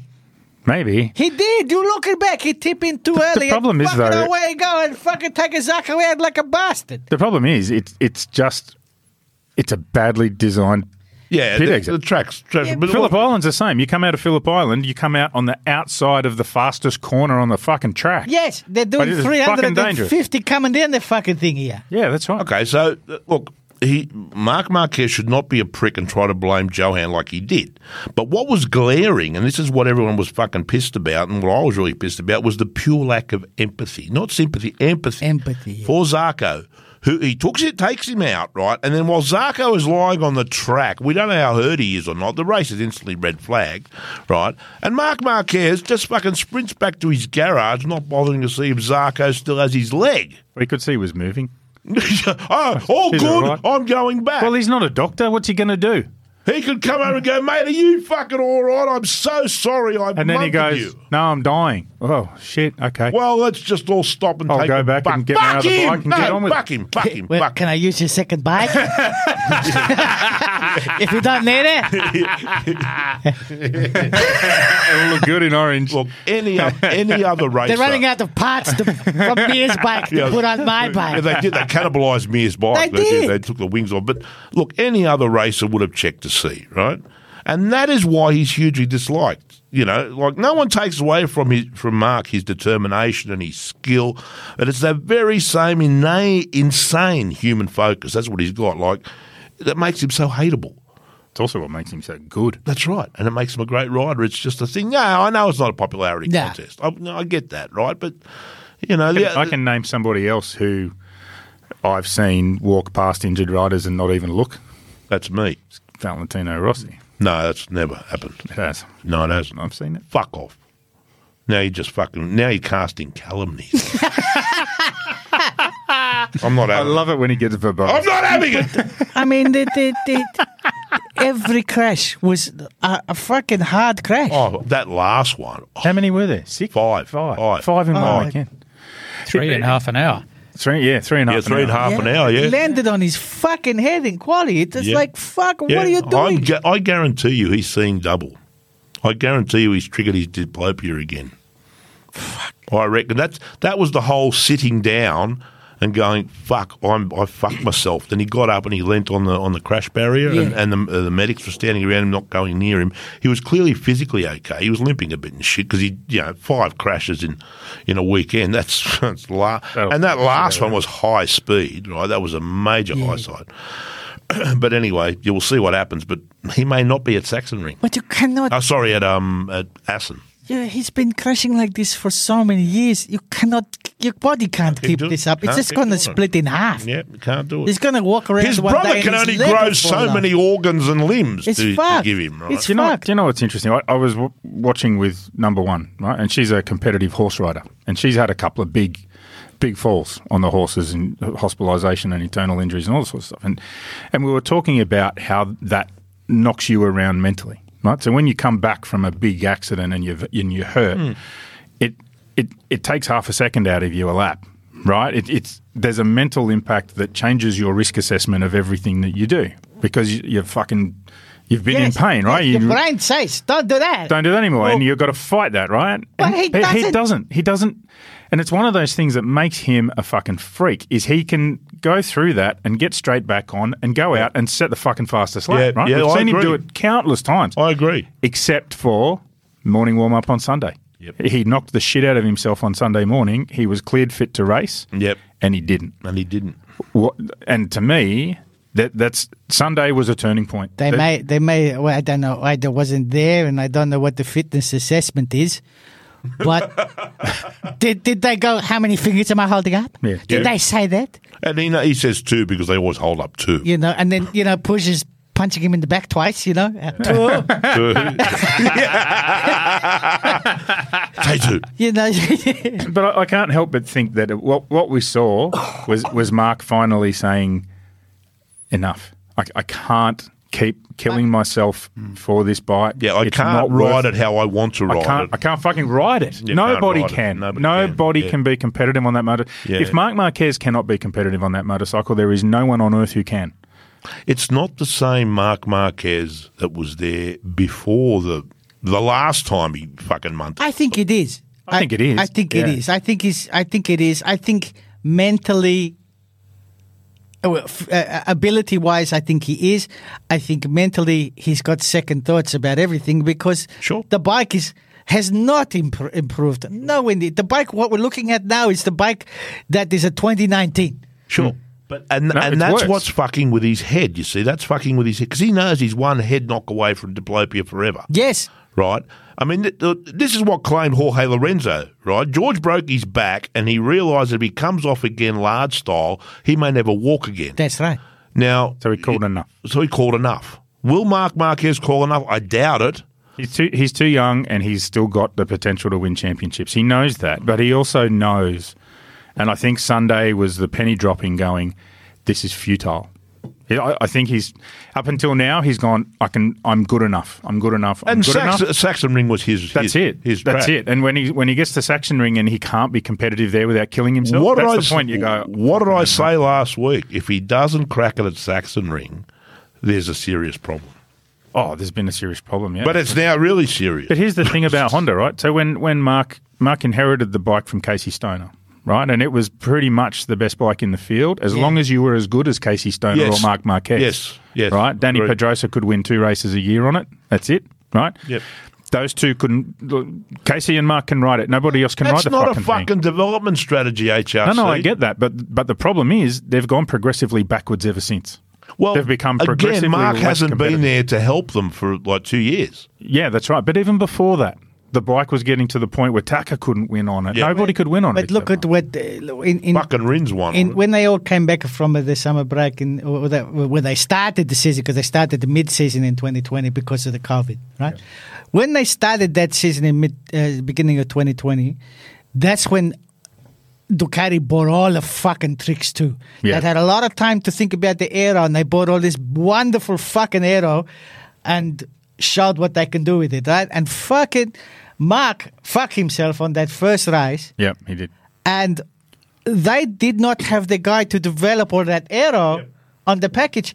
Maybe.
He did. You look it back. He tipped in too
the
early. and
problem is,
fucking
though-
away he go and fucking take a Zarko out like a bastard.
The problem is, it's it's just, it's a badly designed
yeah,
Pit
the,
exit.
the tracks. tracks
Yeah,
but
Phillip Island's the same. You come out of Phillip Island, you come out on the outside of the fastest corner on the fucking track.
Yes, they're
But
doing
it is
three
fucking
hundred and
dangerous.
fifty coming in the fucking thing here.
Yeah, that's right.
Okay, so uh, look, he Mark Marquez should not be a prick and try to blame Johan like he did. But what was glaring, and this is what everyone was fucking pissed about, and what I was really pissed about, was the pure lack of empathy, not sympathy, empathy,
Empathy, yeah.
for Zarko. Who he talks it takes him out right, and then while Zarko is lying on the track, we don't know how hurt he is or not. The race is instantly red flagged, right? And Mark Marquez just fucking sprints back to his garage, not bothering to see if Zarko still has his leg. *laughs*
We could see he was moving.
oh, all
He's
good.
all right.
I'm going back.
Well, he's not a doctor. What's he going to do?
he could come over and go, mate, are you fucking all right? I'm so sorry. I've
And then he
monkeyed
goes,
you.
No, I'm dying. Oh, shit. Okay.
Well, let's just all stop and
I'll
take
go
a
back
buck.
and get me
Fuck
out of the
him.
bike and
no,
get on with
fuck him. Fuck him.
Well,
Fuck
can
him.
I use your
*laughs*
second bike? if you don't need it,
It'll look good in orange.
Look, any, o-
*laughs*
any other racer.
they're running out of parts to, from Beer's bike to
Yeah.
put on my
Yeah,
bike.
they did. They cannibalised Mears bike.
They did.
They took the wings off. But look, any other racer would have checked to see, right? And that is why he's hugely disliked. You know, like no one takes away from his from Mark his determination and his skill, but it's that very same inane, insane human focus. That's what he's got. Like that makes him so hateable.
It's also what makes him so good.
That's right, and it makes him a great rider. It's just a thing. Yeah, I know it's not a popularity
Yeah.
contest. I, no, I get that, right? But you know,
I can,
the,
I can name somebody else who I've seen walk past injured riders and not even look.
that's me.
It's Valentino Rossi.
No, that's never happened.
It has.
No, it hasn't.
I've seen it.
fuck off. Now you're just fucking. Now you're casting
*laughs*
calumnies. I'm not
I
having.
love it when he gets verbose.
Um, I'm not having it.
I mean, they, they, they, every crash was a, a fucking hard crash.
Oh, that last
*laughs*
one. Oh,
How many were there? Six?
Five.
Five.
Five.
Five in one
Five.
weekend.
Three and a half an hour.
Three, yeah, three and a
yeah,
half.
three and a half an hour.
He
Yeah.
landed on his fucking head in quality. It's just
Yeah.
like, fuck,
Yeah.
what are you
I'm
doing?
gu- I guarantee you, he's seeing double. I guarantee you, he's triggered his diplopia again. I reckon that's that was the whole sitting down and going fuck. I'm I fucked myself. Then he got up and he leant on the on the crash barrier,
Yeah.
and, and the, uh, the medics were standing around him, not going near him. He was clearly physically okay. He was limping a bit and shit because he you know five crashes in in a weekend. That's, *laughs* that's la-
That'll-
and that last
yeah.
one was high speed. Right, that was a major high side. *clears throat* but anyway, you will see what happens. But he may not be at Saxon Ring.
But you cannot.
Oh, sorry, at um at Assen.
Yeah, he's been crashing like this for so many years. You cannot. Your body can't keep
do-
this up. It's
can't
just
keep
gonna
doing it.
split in half.
Yeah, you can't do it.
He's gonna walk around.
His
one
brother
day
can
and
only
his leg
grow
will fall
so
out.
many organs and limbs to,
It's
to
fucked.
give him, right?
It's
Do you know?
fucked.
Do you know what's interesting? I, I was w- watching with number one, right, and she's a competitive horse rider, and she's had a couple of big, big falls on the horses and hospitalisation and internal injuries and all that sort of stuff. And and we were talking about how that knocks you around mentally, right? So when you come back from a big accident and you and you hurt, it it it takes half a second out of you a lap, right? It, it's there's a mental impact that changes your risk assessment of everything that you do because you, you're fucking. You've been
Yes,
in pain, right?
yes,
You-
Your brain says, "Don't do that."
don't do that anymore. and
Well-
you've got to fight that, right?
But
And
he
He
doesn't.
doesn't. He doesn't. And it's one of those things that makes him a fucking freak. Is he can go through that and get straight back on and go out and set the fucking fastest lap.
Yeah,
right?
yeah,
We've
I
seen him
agree.
do it countless times,
I agree.
except for morning warm up on Sunday.
Yep.
He knocked the shit out of himself on Sunday morning. He was cleared fit to race.
Yep.
And he didn't.
And he didn't.
What, and to me, that that's Sunday was a turning point.
They may, they may. Well, I don't know. I d- wasn't there, and I don't know what the fitness assessment is.
*laughs*
But did did they go? How many fingers am I holding up?
Yeah.
Did
Yeah.
they say that?
And he, he says two because they always hold up two.
You know, and then you know, pushes punching him in the back twice. You know, Uh,
*laughs*
two.
Two.
*laughs*
*laughs* Say two.
you know, *laughs*
But I, I can't help but think that it- what what we saw was was Mark finally saying, "Enough! I, I can't keep killing myself for this bike.
Yeah, I
It's
can't
not
ride
worth-
it how I want to
I
ride
can't.
it.
I can't fucking ride it.
You can't
Nobody
ride it.
can.
Nobody
Nobody,
can.
can.
Yeah.
be competitive on that motor.
Yeah.
If Mark Marquez cannot be competitive on that motorcycle, there is no one on earth who can.
It's not the same Mark Marquez that was there before the the last time he fucking munted.
I think it is.
I think it is.
I think it
Yeah.
is. I think is. I think it is. I think mentally, uh, well, f- uh, ability wise, I think he is. I think mentally, he's got second thoughts about everything because
Sure.
the bike is. Has not impr- improved. No, indeed. The bike, what we're looking at now is the bike that is a 2019.
Sure.
Hmm.
But and,
No,
and
it's
that's
worse.
what's fucking with his head, you see. That's fucking with his head because he knows he's one head knock away from diplopia forever.
Yes.
right? I mean, th- th- this is what claimed Jorge Lorenzo, right? George broke his back and he realised that if he comes off again large style, he may never walk again.
That's right.
now,
So he called enough.
so he called enough. Will Mark Marquez call enough? I doubt it.
He's too he's too young and he's still got the potential to win championships. He knows that, but he also knows and I think Sunday was the penny dropping going, This is futile. He- I, I think he's up until now he's gone, I can I'm good enough. I'm good enough. I'm
And
good enough.
Saxon, Saxon Ring was his.
That's
his,
it.
His
that's
track.
it. And when he when he gets to Saxon Ring and he can't be competitive there without killing himself,
what
that's
did I
the
s-
point you go.
What did I say last week? If he doesn't crack it at Saxon Ring, there's a serious problem.
Oh, there's been a serious problem, yeah.
But it's now really serious.
But here's the thing about Honda, right? So when when Mark Mark inherited the bike from Casey Stoner, right, and it was pretty much the best bike in the field, as long as you were as good as Casey Stoner
Yes.
or Mark Marquez.
Yes, yes,
Right, Danny
agreed.
Pedrosa could win two races a year on it. That's it, right?
Yep.
Those two couldn't. Casey and Mark can ride it. Nobody else can
That's
ride the
not
fucking
a fucking
thing.
development strategy, HRC.
No, no, I get that, but but the problem is they've gone progressively backwards ever since.
Well,
they've become progressively
again. Mark
less
hasn't been
competitive.
there to help them for like two years.
Yeah, that's right. But even before that, the bike was getting to the point where Taka couldn't win on it.
Yeah.
Nobody could win on it.
But look
except
at what. Uh, in, in,
Fucking Rins won.
And when they all came back from the summer break and or that- when they started the season, because they started the mid-season in 2020 because of the COVID, right? When they started that season in mid uh, beginning of 2020, that's when Ducati bought all the fucking tricks too.
Yeah.
That had a lot of time to think about the arrow, and they bought all this wonderful fucking arrow, and showed what they can do with it, right? And fucking Mark fuck himself on that first race
Yeah, he did.
and they did not have the guy to develop all that arrow on the package,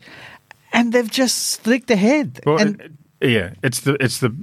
and they've just streaked ahead.
Well,
and
it- yeah, it's the it's the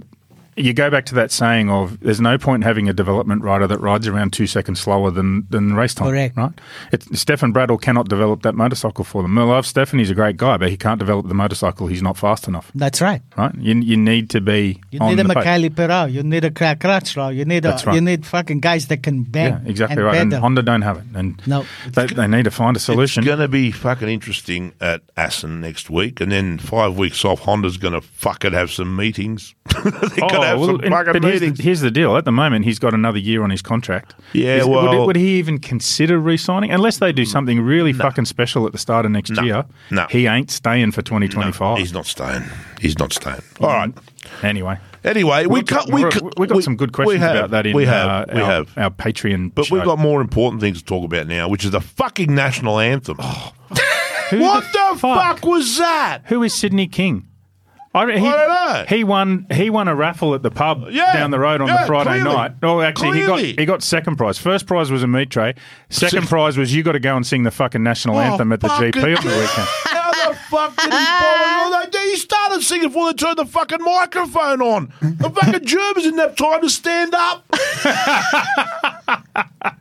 you go back to that saying of there's no point having a development rider that rides around two seconds slower than, than race time.
Correct.
Right? It's, Stefan Bradle cannot develop that motorcycle for them. I love Stefan, he's a great guy, but he can't develop the motorcycle. He's not fast enough.
That's right.
Right? You, you need to be
You
on
need a
the pace.
Mikhail Perao. You need a Kra- Kratzlaw. You need a,
That's right.
you need fucking guys that can bend.
Yeah, exactly
and
right. And
pedal.
Honda don't have it. And
No.
they, they need to find a solution.
It's going to be fucking interesting at Assen next week, and then five weeks off. Honda's going to fucking have some meetings. *laughs* They're going to have
Oh, well,
some
and-
fucking
but here's
meetings.
the, here's the deal. At the moment, he's got another year on his contract.
Yeah,
Is- would
well- Mm.
he- would, he even consider re-signing unless they do something really fucking special at the start of next year?
No.
he ain't staying for twenty twenty
He's
five.
not staying. He's not staying. All right.
Anyway,
Anyway, we
We've got-
cut. We
we're-
cut-
we've got
we-
some good
we
questions
have,
about that. In
we have.
uh,
we
our,
have.
our Patreon,
But
show.
we've got more important things to talk about now, which is the fucking national anthem.
Who
what the,
Oh. fuck?
fuck was that?
Who is Sydney King? I, re- he,
I don't know.
He won. He won a raffle at the pub
Yeah,
down the road on
yeah,
the Friday
clearly.
night. Oh, actually, he
Clearly.
got he got second prize. First prize was a meat tray. Second
Sec-
prize was you got to go and sing the fucking national anthem at the
Oh, fucking-
GP on the weekend.
How the fuck did he follow all that? He started singing before they turned the fucking microphone on. The fucking Germans didn't have time to stand up. *laughs*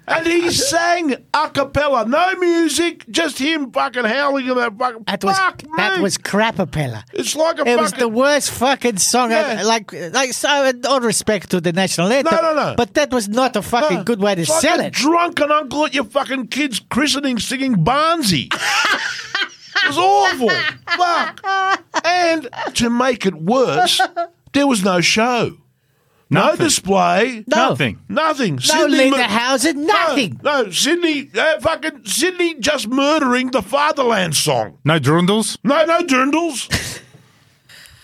and he sang a cappella, no music, just him fucking howling in that fucking.
That was
fuck
that
me.
was crapapella.
It's like a
It
fucking.
was the worst fucking song.
Yeah.
Ever. Like, like, so, all respect to the national anthem.
no, no.
But that was not a fucking good way to
It's like
sell
a
it.
Drunken uncle at your fucking kid's christening singing Barnsey. it was awful. Fuck. And to make it worse, there was no show. No display.
No.
Nothing.
Nothing.
no
Sydney mur-
Lederhausen, nothing.
No, no, Sydney, uh, fucking Sydney just murdering the Fatherland song.
No drundles.
No, no
*laughs*
dirndls.
No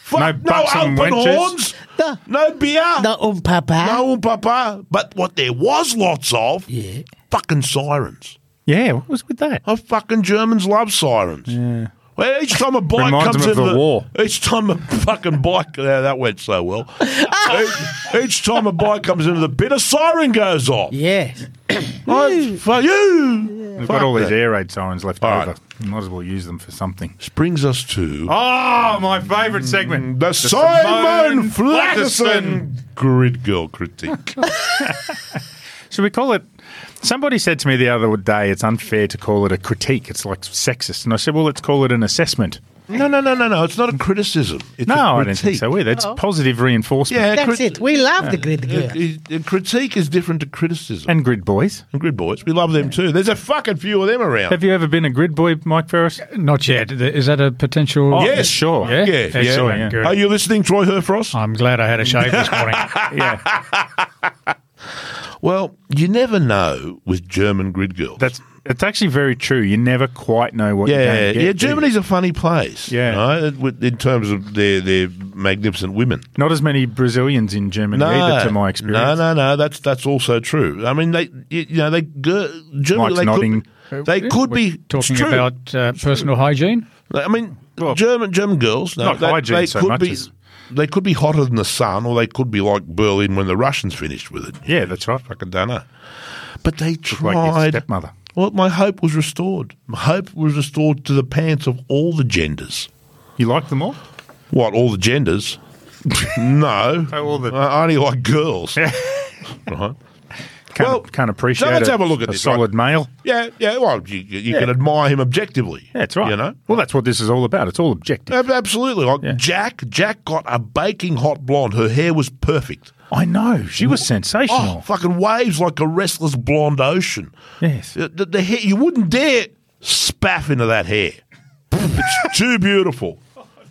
Fuck, no,
bucks and
open
wenches.
horns.
No.
No beer.
No, um, papa.
No, um, papa. But what there was lots of, yeah. fucking sirens.
Yeah, what was with that?
Oh, fucking Germans love sirens. Yeah. Well, each
*laughs*
time a bike
Reminds
comes
them of
in
the war.
each time a fucking bike, yeah, that went so
*laughs*
well. each, each time a bike comes into the pit, a siren goes off.
Yeah.
Oh, for you.
We've
Fuck
got all these
that.
air raid sirens left
All
over.
right.
You might as well use them for something.
This brings us to Ah,
Oh, my favourite segment.
the Simon Flatterson grid girl critique.
Should we call it? Somebody said to me the other day, it's unfair to call it a critique. It's like sexist. And I said, well, let's call it an assessment.
*laughs* no, no, no, no, no. It's not a criticism. It's
No,
a
I don't
critique.
think so either. It's positive reinforcement.
Yeah,
That's
crit-
it. We love the great girl.
uh, uh, critique is different to criticism.
And grid boys.
And grid boys, we love them too. There's a fucking few of them around.
Have you ever been a grid boy, Mike Ferris?
Not yet. Is that a potential?
Oh,
Yes.
Sure.
Yeah.
Yeah, yeah.
Excellent.
Yeah.
Good.
Are you listening, Troy Herfrost?
I'm glad I had a shave this morning.
yeah.
Well, you never know with German grid girls.
That's it's actually very true. You never quite know what you're
yeah,
going to get.
yeah.
do you?
Germany's a funny place.
Yeah.
you know, it- with- in terms of their their magnificent women.
Not as many Brazilians in Germany
No,
either, to my experience.
no, no, no. That's that's also true. I mean, they you you know they gir- Germany
Mike's
they
nodding.
could they could
We're
be it's
talking
true.
about uh, personal hygiene.
I mean,
Well,
German German girls. No,
not
they,
hygiene
they
so
could
much
be.
as-
They could be hotter than the sun, or they could be like Berlin when the Russians finished with it.
Yeah, that's right.
Fucking don't know. But they
Like your
tried.
stepmother.
Well, my hope was restored. My hope was restored to the pants of all the genders.
You like them all?
What, all the
*laughs*
genders? no.
Oh, all the-
I only like girls.
*laughs*
right.
Can't,
Uh-huh. Well,
can't appreciate
so let's
a-
have a look at
a
this,
solid male.
Yeah, yeah. Well, you, you you can
Yeah.
admire him objectively.
Yeah, that's right.
You know?
Well, that's what this is all about. It's all objective.
Ab- Absolutely. Like
Yeah.
Jack, Jack got a baking hot blonde. Her hair was perfect.
I know. She was
Oh,
sensational.
fucking waves like a restless blonde ocean.
Yes.
The, the- the hair, you wouldn't dare spaff into that hair. it's *laughs* too beautiful.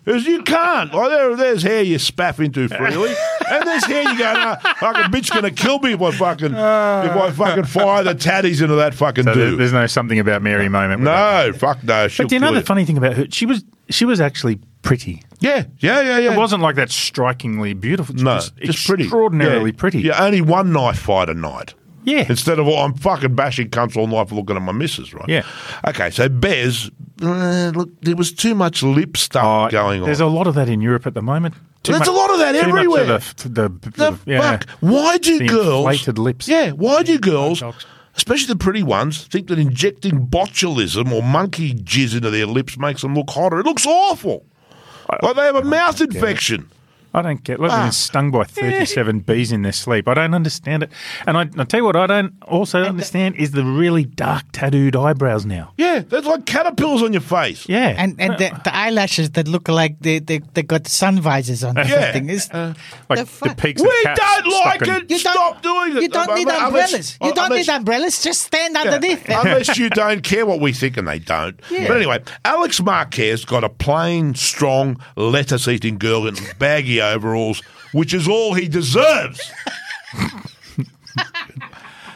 'Cause You can't. Like there, there's hair you spaff into freely, and there's hair you go, nah, fucking bitch gonna kill me if I fucking if I fucking fire the tatties into that fucking
So there-
dude.
there's no something about Mary moment. with that.
no, fuck no. She'll
But do you know
kill
the
you.
funny thing about her? She was she was actually pretty.
Yeah, yeah, yeah, yeah.
It wasn't like that strikingly beautiful. She
no,
was
just pretty,
extraordinarily
yeah.
pretty.
Yeah, only one knife fight a night.
Yeah.
Instead of "Oh, I'm fucking bashing cunts all night for looking at my missus, right?
Yeah.
Okay, so Bez, uh, look, there was too much lip stuff
Oh,
going on.
There's a lot of that in Europe at the moment. Too
There's a
much-
lot of that
too much
everywhere.
of the, the,
the
yeah.
fuck? Why do
The
girls
inflated lips.
Yeah, why do girls,
Botox.
especially the pretty ones, think that injecting botulism or monkey jizz into their lips makes them look hotter? It looks awful. Like they have a mouth infection.
I don't get. Look, they've been stung by thirty-seven bees in their sleep. I don't understand it. And I, I tell you what, I don't also understand is the really dark tattooed eyebrows now.
Yeah, that's like caterpillars on your face.
Yeah,
And and the, the eyelashes that look like they, they, they got sun visors on or
Yeah.
something. It's,
like
the
the,
fu-
peaks.
We
of cats
don't like
stuck in-
it. Stop doing it.
You don't
Um,
need
um, unless-
umbrellas. You don't
unless-
need umbrellas. Just stand underneath
Yeah.
them.
Unless you don't care what we think, and they don't.
Yeah.
But anyway, Alex Marquez's got a plain, strong, lettuce eating girl in baggy *laughs* overalls, which is all he deserves. *laughs*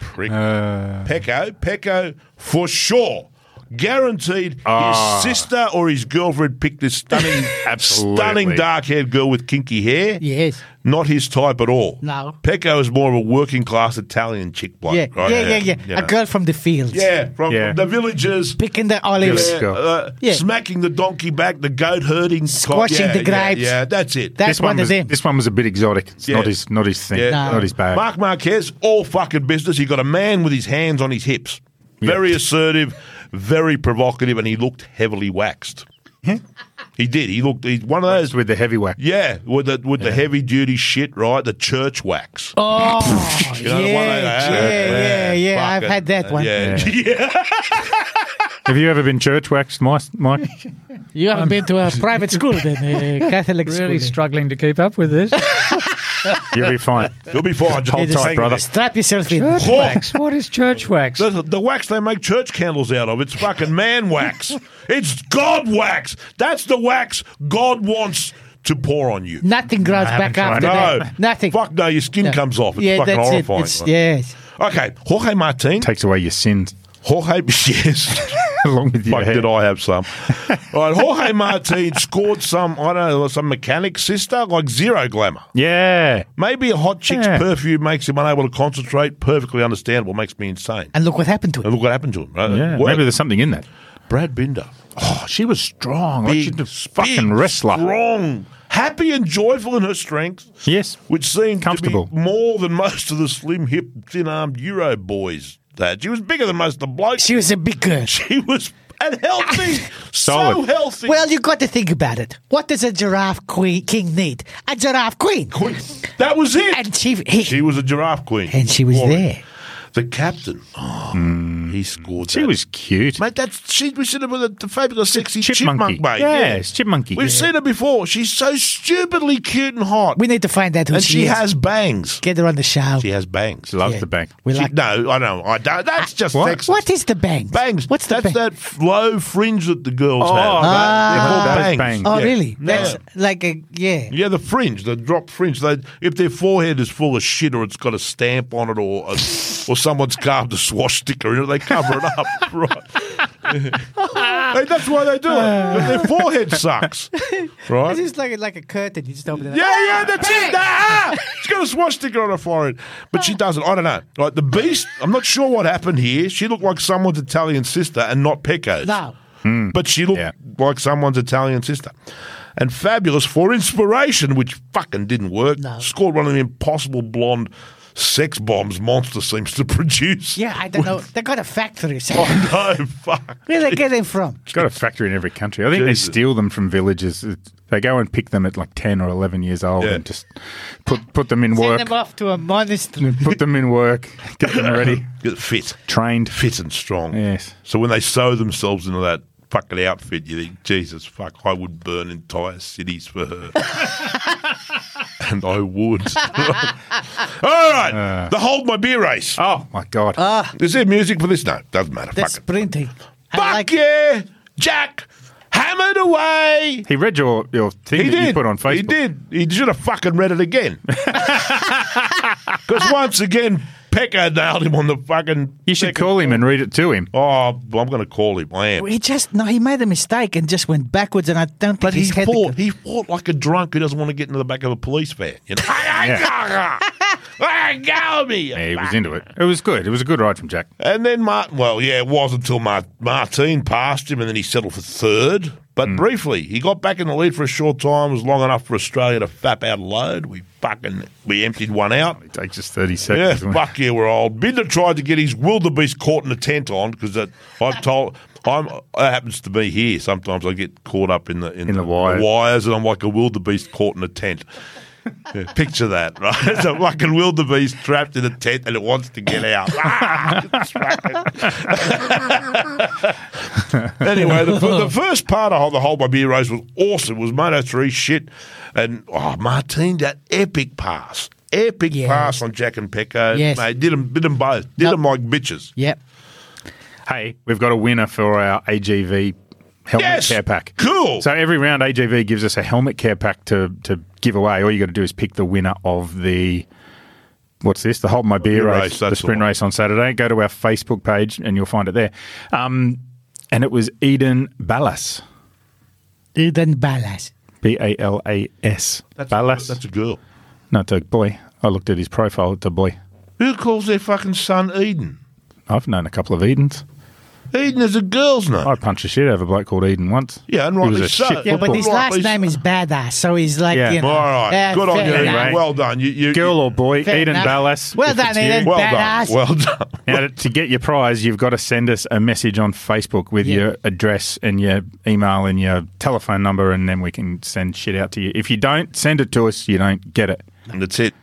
Prick.
Uh.
Pecco, Pecco, for sure. Guaranteed
Ah.
his sister or his girlfriend picked this
*laughs*
stunning,
Absolutely.
stunning dark haired girl with kinky hair.
Yes.
Not his type at all.
No.
Pecco is more of a working class Italian chick bloke.
Yeah.
right?
yeah, yeah, yeah,
You know.
A girl from the fields.
oh, Yeah, from
Yeah.
the villagers.
Picking the olives.
Yeah.
uh, uh,
Yeah.
Smacking the donkey back, the goat herding, cop-
Squashing
yeah,
the
yeah,
grapes.
Yeah, that's it.
That's
This one
one of
was
them.
this one was a bit exotic. It's
Yeah.
not his not his thing.
Yeah.
No.
Not his bag.
Mark Marquez, all fucking business. He got a man with his hands on his hips. Very assertive, very provocative, and he looked heavily waxed.
Hmm?
he did. He looked. He's one of those.
with the heavy whack.
Yeah, with the with the heavy duty shit, right? The church wax.
*laughs* Oh,
You know, the one they
yeah,
have.
yeah, yeah, yeah. I've
fucking-
had that
*laughs*
one.
Yeah,
Have you ever been church waxed, Mike? Mike?
You haven't been *laughs* to a private school then, uh, Catholic
Really
school.
struggling to keep up with this.
You'll be fine. *laughs*
you'll be fine. Just
Hold
hang
tight,
in
*laughs*
brother.
there.
Strap yourself in.
Church wax. What is church wax?
Oh, The, the wax they make church candles out of, it's fucking man
*laughs*
wax. It's God wax. That's the wax God wants to pour on you.
Nothing grows
I
back
haven't
after
tried.
No.
that. Nothing.
Fuck no, your skin comes off. It's
yeah,
fucking
that's
horrifying.
it. It's, yes.
Okay, Jorge Martin.
Takes away your sins *laughs*
Jorge, *laughs* yes.
along with your
Fuck,
head.
did I have
*laughs*
some? All right, Jorge Martin scored some, I don't know, some mechanic sister, like zero glamour.
Yeah.
Maybe a hot chick's
Yeah.
perfume makes him unable to concentrate. Perfectly understandable, makes me insane.
And look what happened to
And
it.
look Uh, what happened to him, right?
Yeah.
Work.
Maybe there's something in that.
Brad Binder.
Oh, she was strong. Like she's
big,
a
big,
fucking wrestler.
strong, happy and joyful in her strength,
Yes.
which seemed
Comfortable.
to be more than most of the slim, hip, thin-armed Euro boys. That she was bigger than most of the blokes.
She was a big girl.
She was and healthy, so
*laughs* Solid.
healthy.
Well, you got to think about it. What does a giraffe queen, king need? A giraffe queen.
that was it.
And she, he,
she was a giraffe queen,
and she was
Warrior.
there.
The captain, oh, he scored.
She
that.
was cute.
mate. That's she. We seen her with a, the fabulous, sexy chipmunk,
Chipmunky.
mate.
Yes, chipmunky.
We've seen her before. She's so stupidly cute and hot,
We need to find out who
and
she,
she
is.
has bangs.
Get her on the show.
She has bangs.
Loves
Yeah.
the bank.
We
She-
like.
no, I know. I don't. That's just
What?
sexist.
What is the bangs?
Bangs.
What's the
That's
bang?
that f- low fringe that the girls
Oh,
have.
that-
They're called
Ah. those
bangs.
bangs.
Oh,
Yeah.
really?
No.
That's like a yeah.
yeah, the fringe, the drop fringe. They, if their forehead is full of shit or it's got a stamp on it or a, or someone's carved a swastika in it, they cover it up. *laughs* Right. Hey, that's why they do it. their forehead sucks. Right?
*laughs* It's just like a, like a curtain. You just open it.
Yeah, yeah, that's it. Ah, ah. she's got a swastika on her forehead, but she doesn't. I don't know. Like the beast, I'm not sure what happened here. She looked like someone's Italian sister and not Pecco's.
No.
But she looked
Hmm. Yeah.
like someone's Italian sister. And fabulous for inspiration, which fucking didn't work.
No.
Scored one of the impossible blonde sex bombs Monster seems to *laughs* produce.
Yeah, I don't know. They got a factory. *laughs* So
*laughs* Oh, no, fuck.
where they get
*laughs*
them from?
It's got a factory in every country. I think
Jesus.
they steal them from villages. It's- They go and pick them at like ten or eleven years old
Yeah.
and just put put them in work.
Send them off to a monastery.
put them in work. Get them ready.
Get fit.
Trained.
Fit and strong.
Yes.
So when they sew themselves into that fucking outfit, you think, Jesus, fuck, I would burn entire cities for her. *laughs* and I would. *laughs* All right.
Uh.
the Hold My Beer race.
Oh my god.
Is there music for this? No, doesn't matter.
That's
fuck it.
sprinting. I
Fuck
like-
yeah! Jack hammered away!
he read your, your thing
He
that
did.
you put on Facebook.
He did. He should have fucking read it
*laughs*
again. Because once again, Pekka nailed him on the fucking.
You should call him and read it to him.
Oh, I'm going to call him. I am.
He just no. He made a mistake and just went backwards, and I don't think
But he
his head.
fought. He fought like a drunk who doesn't want to get into the back of a police van. You
*laughs*
know, *laughs* Hey, go me.
Yeah, he was into it. It was good. It was a good ride from Jack.
And then Martin. Well, yeah, it was until Mar- Martin passed him, and then he settled for third. But briefly, he got back in the lead for a short time. It was long enough for Australia to fap out a load. We fucking we emptied one out.
It takes us thirty
Yeah,
seconds.
fuck yeah, we're old. Binder tried to get his wildebeest caught in a tent on because that I've told. I'm, that happens to me here. Sometimes I get caught up in the in,
In the wires.
and I'm like a wildebeest caught in a tent. Picture that, *laughs* right? It's a fucking wildebeest trapped in a tent and it wants to get out. *laughs* Ah, it's fucking- *laughs* anyway, the, fir- the first part of the whole by Beer Rose was awesome. It was Moto 3 shit. And oh, Martin, that epic pass. Epic
Yes.
pass on Jack and Pecco.
Yes.
Mate, did them, did 'em both. Did
Yep.
them like bitches.
Yep.
Hey, we've got a winner for our AGV helmet
Yes!
care pack.
Cool.
So every round, AGV gives us a helmet care pack to to give away. All you got to do is pick the winner of the. What's this? The Hold My Beer
Beer
race,
race,
the
that's
sprint
the one.
race on Saturday. Go to our Facebook page and you'll find it there. Um, and it was Eden Ballas,
Eden Ballas.
B A L A S. Ballas.
That's a girl.
no, it's a boy. I looked at his profile. It's a boy.
Who calls their fucking son Eden?
I've known a couple of Edens.
Eden is a girl's name.
I punched the shit out of a bloke called Eden once.
Yeah, and
Oh. He was
rightly
a
so.
shit
Yeah,
Yeah, but
footballer.
his
Right,
last
please.
name is Badass, so he's like,
Yeah.
you know.
All right.
yeah,
Good on
fair
you,
enough.
Eden. Well done. You, you,
Girl or boy,
Fair
Eden
enough.
Ballas.
Well
if
done,
it's you.
Eden.
well
Badass.
done. Well done.
Now, to- to get your prize, you've got to send us a message on Facebook with
Yeah.
your address and your email and your telephone number, and then we can send shit out to you. If you don't send it to us, you don't get it.
And that's it.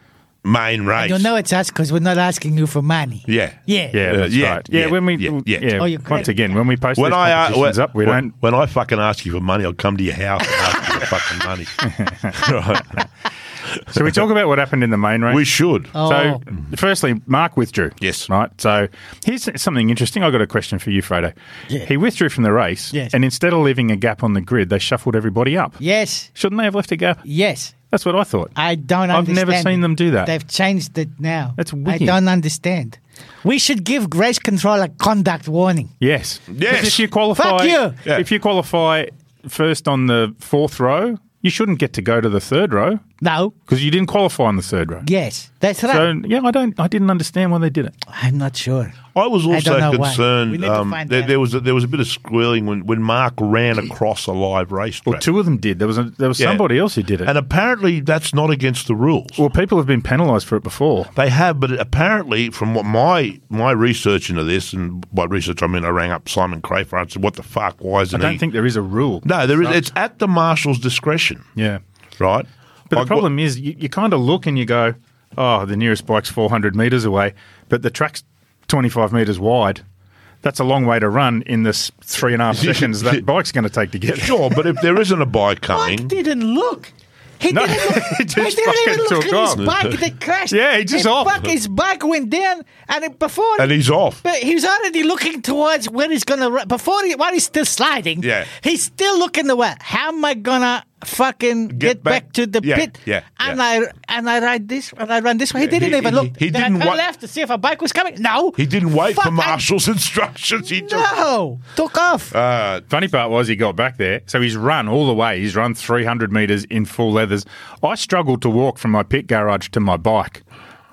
Main race.
You know it's us because we're not asking you for money.
Yeah.
Yeah.
Yeah,
Uh,
that's
yeah,
right. Yeah,
yeah,
when we
yeah,
yeah,
yeah.
Oh, you're
once
correct.
again when we post
When
these
I uh,
competitions
when,
up, we
when,
don't.
when I fucking ask you for money, I'll come to your house and ask you for fucking
*laughs*
money. Right.
So we talk about what happened in the main race.
We should.
Oh.
So, firstly, Mark withdrew.
Yes.
Right. So, here's something interesting. I got a question for you, Fredo.
Yeah.
He withdrew from the race,
Yes.
and instead of leaving a gap on the grid, they shuffled everybody up.
Yes.
Shouldn't they have left a gap?
Yes.
That's what I thought.
I don't
I've
understand.
never seen them do that.
They've changed it now.
That's
I
weird.
don't understand. We should give race control a conduct warning.
Yes.
Yes.
'Cause If you qualify,
Fuck you.
Yeah.
if you qualify first on the fourth row, you shouldn't get to go to the third row
No.
because you didn't qualify on the third row.
Yes. That's right.
So yeah, I don't. I didn't understand why they did it.
I'm not sure.
I was
I
also
don't know why. We
concerned.
need to
um,
find
there,
that
there
out.
was a, there was a bit of squealing when, when Mark ran across a live racetrack.
Well, two of them did. There was a, there was
Yeah.
somebody else who did it.
and apparently that's not against the rules.
well, people have been penalised for it before.
They have, but apparently, from what my my research into this, and by research I mean I rang up Simon Crafer and said, "What the fuck? Why
I
isn't
don't
he?"
think there is a rule.
no, there is. It's at the marshal's discretion,
Yeah.
right?
But
Like,
the
*laughs*
problem is, you, you kind of look and you go, "Oh, the nearest bike's 400 meters away," but the track's 25 meters wide. That's a long way to run in this three and
*laughs*
a half seconds that bike's going to take to get
what-
there.
sure, but if there isn't a bike coming,
Mike didn't look. He
No,
didn't look.
*laughs* he just
didn't
fucking
even look
took
at
off.
his bike that crashed.
Yeah, he just
his
off.
Bike, his bike went down, and it, before
and he's off.
But he was already looking towards where he's gonna ru- before he while he's still sliding.
Yeah.
he's still looking the way. How am I gonna fucking get, back,
back-
to the
yeah,
pit?
yeah,
and
yeah.
I and I ride this and I run this way. He didn't
he-
even
he-
look.
he
Did I
didn't
turn
wa-
left to see if a bike was coming. No,
He didn't wait for
Fuck, I-
marshal's *laughs* instructions. He just
No, took off.
uh,
Funny part was he got back there, so he's run all the way. He's run 300 metres in full leathers. I struggled to walk from my pit garage to my bike,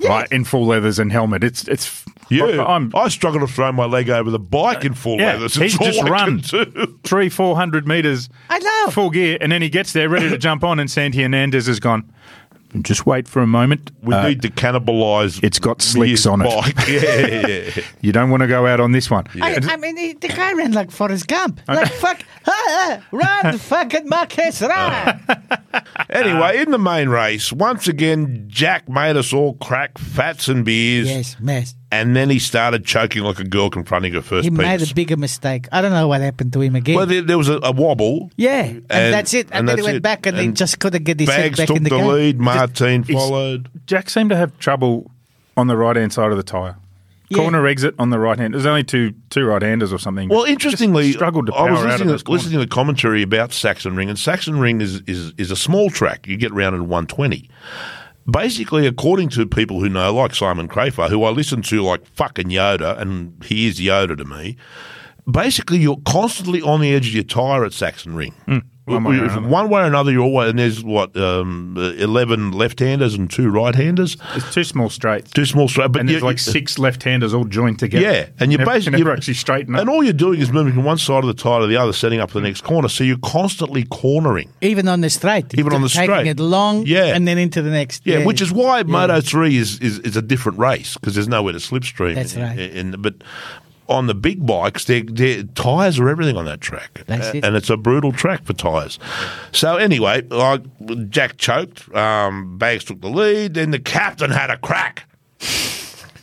right, in full leathers and helmet. It's it's
yeah.
I'm
I struggle to throw my leg over the bike in full
yeah.
leather. That's
he's
all
just
I
run
Can
*laughs*
do.
three 400 metres,
I know.
full gear, and then he gets there ready to jump on, and Santi Hernandez has gone. Just wait for a moment.
We
Uh,
need to cannibalise.
it's got slicks
his
on it. *laughs*
Bike. Yeah, yeah, yeah.
you don't want to go out on this one.
I, I mean, he, the guy ran like Forrest Gump.
Uh,
Like, fuck, *laughs* ah, ah,
*laughs*
run, fucking Marquez,
Uh,
run.
Uh,
Anyway, in the main race, once again, Jack made us all crack fats and beers,
yes, mess.
and then he started choking like a girl confronting her first
He made
penis.
a bigger mistake. I don't know what happened to him again.
well, there, there was a, a wobble.
Yeah, and, that's it. And, then he
that's
went
it.
back, and, he
And
just couldn't get his head
Bags
back
took
in the,
the,
game.
lead. Martin
it's-
followed.
Jack seemed to have trouble on the right hand side of the tyre.
Yeah.
Corner exit on the right hand. There's only two two right handers or something.
Well,
Just
interestingly,
struggled to power
I was
out of
listening,
those
to,
corners.
listening to commentary about Saxon Ring, and Saxon Ring is, is, is a small track. You get round in 120. Basically, according to people who know, like Simon Crafer, who I listen to like fucking Yoda, and he is Yoda to me, basically you're constantly on the edge of your tyre at Saxon Ring.
Hmm. One way or
If
another.
one way or another, you're always, and there's what, um, 11 left handers and two right handers?
It's two small straights.
Two small straight. But
and
you-
there's like
you-
six left handers all joined together.
Yeah, and you're
never,
basically
never actually straighten up.
And all you're doing is moving from one side of the tire to the other, setting up for the next corner. So you're constantly cornering.
Even on the straight.
Even on the
taking
straight.
it long,
Yeah.
and then into the next.
Yeah, which is why Moto Three is, is is a different race because there's nowhere to slipstream.
That's
And-
right.
and- but on the big bikes, their, their tyres are everything on that track.
That's
A-
it.
And it's a brutal track for tyres. So anyway, like Jack choked, um, Bags took the lead, then the captain had a crack.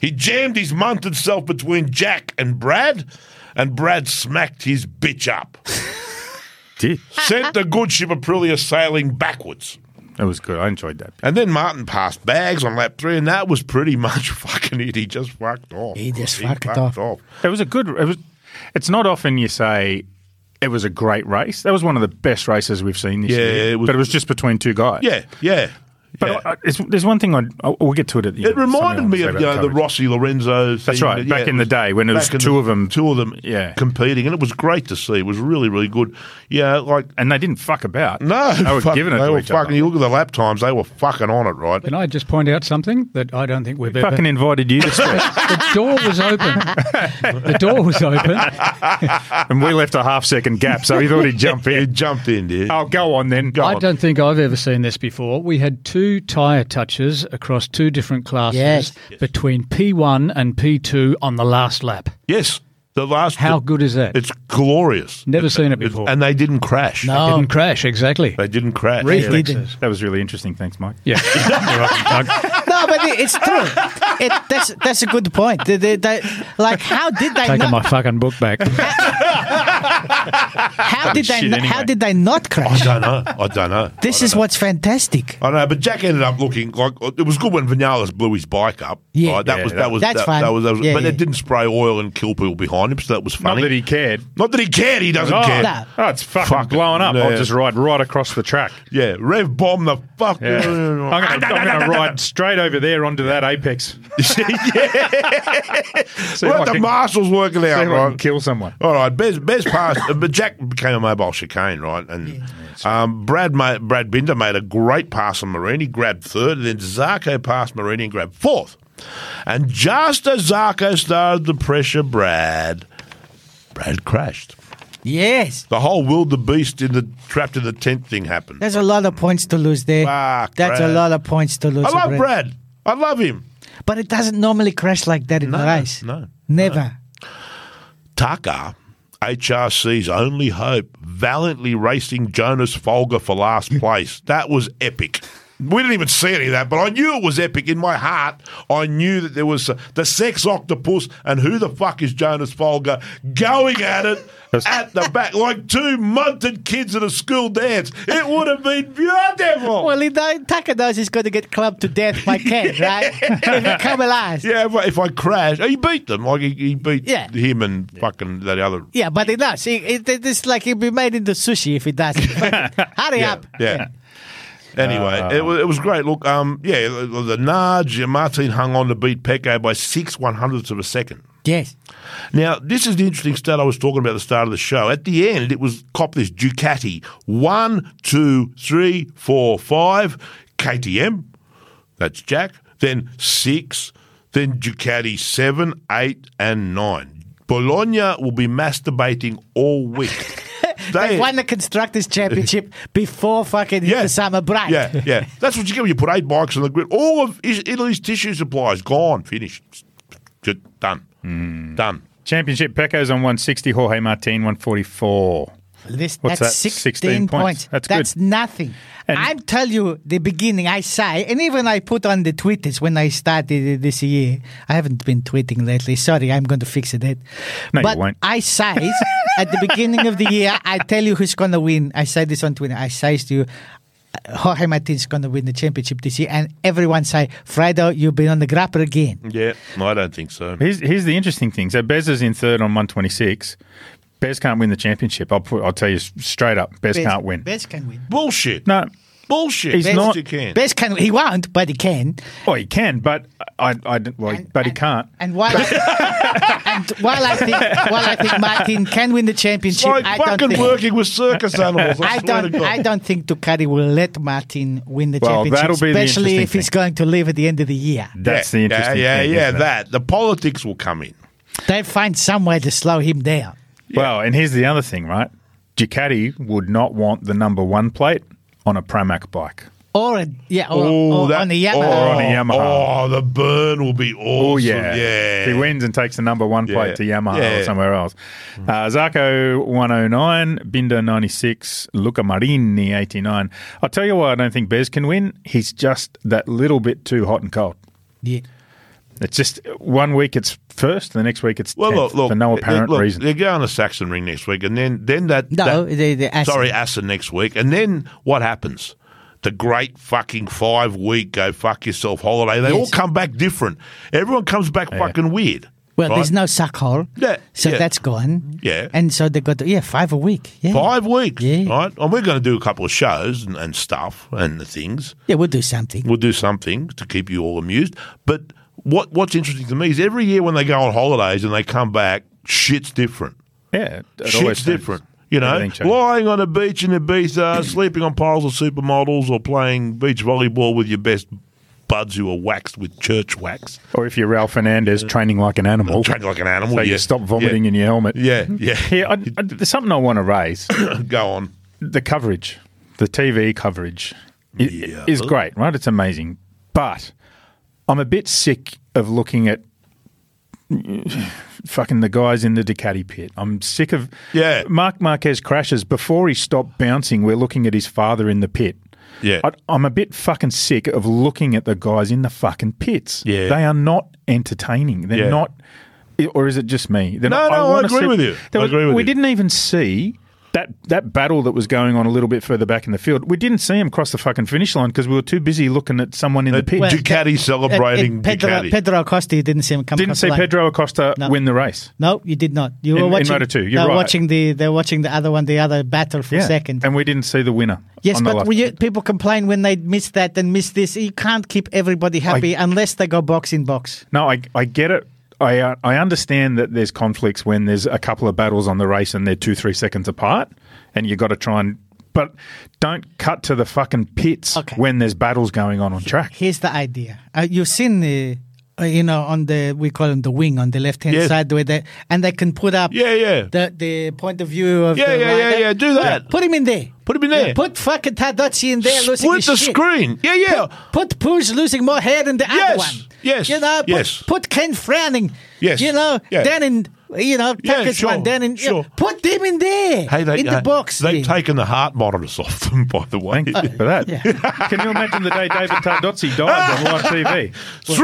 He jammed his munted self between Jack and Brad, and Brad smacked his bitch
*laughs*
up.
Did.
Sent the good ship Aprilia sailing backwards.
It was good. I enjoyed that.
And then Martin passed bags on lap three, and that was pretty much *laughs* fucking it. He just fucked off.
He just fucked off.
It was a good. It was. It's not often you say it was a great race. That was one of the best races we've seen this
Yeah,
year.
it was-
but it was just between two guys.
Yeah, yeah.
But
yeah.
I, I, it's, there's one thing I, I we'll get to it at the
it
end. Something I
reminded
wanna
me
say
of
about
you know, the
coverage.
Rossi Lorenzo. Thing,
That's right,
Yeah,
back
it
in the
was-
day when it was
back in
two of 'em-
two of them,
yeah.
competing, and it was great to see. It was really, really good. Yeah, like
and they didn't fuck about.
no,
they were
fuck,
giving it
they
to
were
each
fucking.
other.
You look at the lap times; they were fucking on it, right?
Can I just point out something that I don't think we've ever.
fucking invited
*laughs*
you to speak,
the door was open. The door was open.
and we left a half second gap, so he thought he'd jump
He *laughs*
in.
jumped in, dude.
Oh, go on then. Go
I
on.
don't think I've ever seen this before. We had two tyre touches across two different classes
Yes.
between P1 and P2 on the last lap.
Yes, the last.
How good is that?
It's glorious.
Never seen it
It's-
before.
and they didn't crash.
No.
Didn't crash, exactly.
they didn't crash.
Really?
Reflexes.
That was really interesting. Thanks, Mike.
*laughs*
Yeah. You're right, Doug.
No, but it, it's true. It, that's that's a good point. They, they, they, like, how did they *laughs*
Taking my
not?
fucking book back.
How did they?
Shit,
not- How
anyway.
did they not
I
crash?
don't know. I don't know.
*laughs* This is what's fantastic.
I know, but Jack ended up looking like it was good when Vinales blew his bike up.
Yeah.
right? that
Yeah,
was that,
that-
was
That's
that,
fine.
that was, that was
Yeah,
but
yeah.
it didn't spray oil and kill people behind him, so that was funny.
Not that he cared.
Not that he cared, he doesn't
oh,
care.
No.
oh, it's fucking
Fuck it.
blowing up. I'll
Yeah.
just ride right across the track.
Yeah, rev bomb the fuck.
Yeah. I'm going
*laughs*
to ride straight over there onto that apex. *laughs* See if I
Let the
can-
marshals working
see
out,
if I can
right?
kill someone.
All right, Bez, Bez passed, uh, but Jack became a mobile chicane, right? And um, Brad made, Brad Binder made a great pass on Marini, grabbed third, and then Zarko passed Marini and grabbed fourth. And just as Zarko started to pressure Brad, Brad crashed.
Yes,
The whole wildebeest in the trapped in the tent thing happened.
there's a lot of points to lose there.
Fuck,
That's a
Brad.
lot of points to lose.
I love
already.
Brad. I love him.
but it doesn't normally crash like that in
No,
the race.
no, no.
never.
Tucker, HRC's only hope, valiantly racing Jonas Folger for last place. That was epic. We didn't even see any of that, but I knew it was epic in my heart. I knew that there was uh, the sex octopus and who the fuck is Jonas Folger going at it at the back like two munted kids at a school dance. It would have been beautiful.
Well, he know, Tucker knows he's going to get clubbed to death by Ken,
*laughs*
right? if he come alive. Yeah.
Yeah, if I, if I crash, he beat them. Like he, he beat
Yeah.
him and fucking that other.
but he knows. He, it, it- it's like he'll be made into sushi if he doesn't. Hurry up. *laughs*
Yeah. Anyway, it, was, it was great. Look, um, yeah, the, the Nudge, Martin hung on to beat Pecco by six one hundredths of a second.
Yes.
Now, this is the interesting stat I was talking about at the start of the show. At the end, it was cop this Ducati one, two, three, four, five, KTM. That's Jack. Then six. Then Ducati seven, eight, and nine. Bologna will be masturbating all week.
They won the Constructors' Championship before fucking
Yeah.
the summer break.
Yeah, yeah. That's what you get when you put eight bikes on the grid. All of Is- Italy's tissue supply is gone, finished, Just done,
Hmm.
done.
Championship Pecco's on 160, Jorge Martin 144.
This,
What's
that's
that?
16,
16 points.
points.
That's good.
that's nothing.
And-
I tell you the beginning, I say, and even I put on the tweets when I started this year. I haven't been tweeting lately. Sorry, I'm going to fix it. Ed.
No, you
but
won't.
I
*laughs*
say at the beginning of the year, I tell you who's going to win. I say this on Twitter. I say to you, Jorge Martin's going to win the championship this year. And everyone say, Fredo, you've been on the grapper again.
Yeah, no, I don't think so.
Here's, here's the interesting thing. So Bez is in third on 126. Bez can't win the championship. I'll put, I'll tell you s- straight up. Bez, can't win.
Bez can win.
Bullshit.
No.
bullshit.
He's
Yes,
not-
You can.
Bez can. He won't, but he can.
Well, he can, but I, I well,
And-
but he
and-
can't.
And while I, *laughs* and while I think while I think Martin can win the
It's
championship,
like
I don't
fucking
think
working with
*laughs*
circus animals. I,
I
swear to
don't.
God.
I don't think Ducati will let Martin win the
Well,
championship,
that'll be the
especially
interesting
if he's
thing.
going to leave at the end of the year.
That's
yeah,
the interesting
Yeah, yeah,
thing.
yeah.
isn't it?
That the politics will come in.
They find some way to slow him down.
Well, and here's the other thing, right? Ducati would not want the number one plate on a Pramac bike.
Or, a, yeah, or,
Oh,
or
that,
on a Yamaha.
Oh,
on a Yamaha.
Oh, the burn will be awesome.
Oh
yeah.
yeah, He wins and takes the number one
Yeah.
plate to Yamaha
Yeah.
or somewhere else. Uh, Zarko one hundred nine, Binder ninety six, Luca Marini eighty nine. I'll tell you why I don't think Bez can win. He's just that little bit too hot and cold.
Yeah.
It's just one week it's first, the next week it's
Well,
10th,
look, look.
for no apparent
look,
reason.
They're going to Saxon Ring next week, and then then that.
No,
that-
the, the acid.
sorry, Assen next week, and then what happens? The great fucking five week go fuck yourself holiday. They
Yes.
all come back different. Everyone comes back fucking weird.
Well,
right?
there's no suck hole.
Yeah,
So
yeah.
that's gone.
Yeah.
And so they got, yeah, five a week. Yeah.
Five weeks,
Yeah.
right? And we're going to do a couple of shows and, and stuff and the things.
Yeah, we'll do something.
We'll do something to keep you all amused. But what what's interesting to me is every year when they go on holidays and they come back, shit's different.
yeah, it always
Shit's
changes.
different. You know,
Everything changes.
lying on a beach in Ibiza, *clears throat* sleeping on piles of supermodels, or playing beach volleyball with your best buds who are waxed with church wax,
Or if you're Ralph Fernandez training like an animal,
trained like an animal.
Oh. so
Oh, yeah.
you stop vomiting in your helmet.
Yeah,
Hmm.
yeah. yeah.
Yeah, I, I, there's something I want to raise.
Go on.
the coverage, the TV coverage i-
Yeah.
is great, right? It's amazing. But I'm a bit sick of looking at *sighs* fucking the guys in the Ducati pit. I'm sick of
Yeah.
Mark Marquez crashes before he stopped bouncing. We're looking at his father in the pit.
Yeah.
I, I'm a bit fucking sick of looking at the guys in the fucking pits.
Yeah.
They are not entertaining. They're
Yeah.
not. i- Or is it just me? They're
No,
not-
no, I
wanna
agree
see-
with you.
There
I
was-
agree with
we
you.
didn't even see that that battle that was going on a little bit further back in the field. We didn't see him cross the fucking finish line because we were too busy looking at someone in the pit.
Well,
Ducati
Uh,
celebrating
uh, Pedro,
Ducati.
Pedro Acosta, you didn't see him come
didn't
across the
see
line.
Pedro Acosta
No.
win the race.
No, you did not. You
In-
were
in
watching.
Moto 2, you're
they were
right.
watching the they're watching the other one, the other battle for second.
and we didn't see the winner.
Yes,
on the
but
last-
will you, people complain when they miss that and miss this. You can't keep everybody happy unless they go box in box.
No, I, I get it. I, uh, I understand that there's conflicts when there's a couple of battles on the race and they're two, three seconds apart, and you got to try and. But don't cut to the fucking pits
Okay.
when there's battles going on on track.
Here's the idea. Uh, you've seen the. Uh, you know, on the we call them the wing on the left hand
Yes.
side, where they and they can put up
Yeah, yeah.
the the point of view of
Yeah,
the
yeah, yeah,
rider.
yeah. Do that.
Put him in there.
Put him in there.
Put fucking Tadotsi in there. losing
Split
his
the
shit.
screen. Yeah, yeah.
Put Pooj losing more hair than the other
Yes,
one.
yes,
You know, put,
yes.
put Ken frowning.
Yes,
You know,
yeah.
Dan and, you know,
Yeah,
Tucker's
sure,
one, Dan and, you know,
sure.
put them in there. in the
uh,
box.
They've
there.
taken the heart monitors off them, by the way. *laughs*
Uh,
Thank you for that. *laughs* Can you imagine the day David Tardozzi died on live TV?
*laughs*
327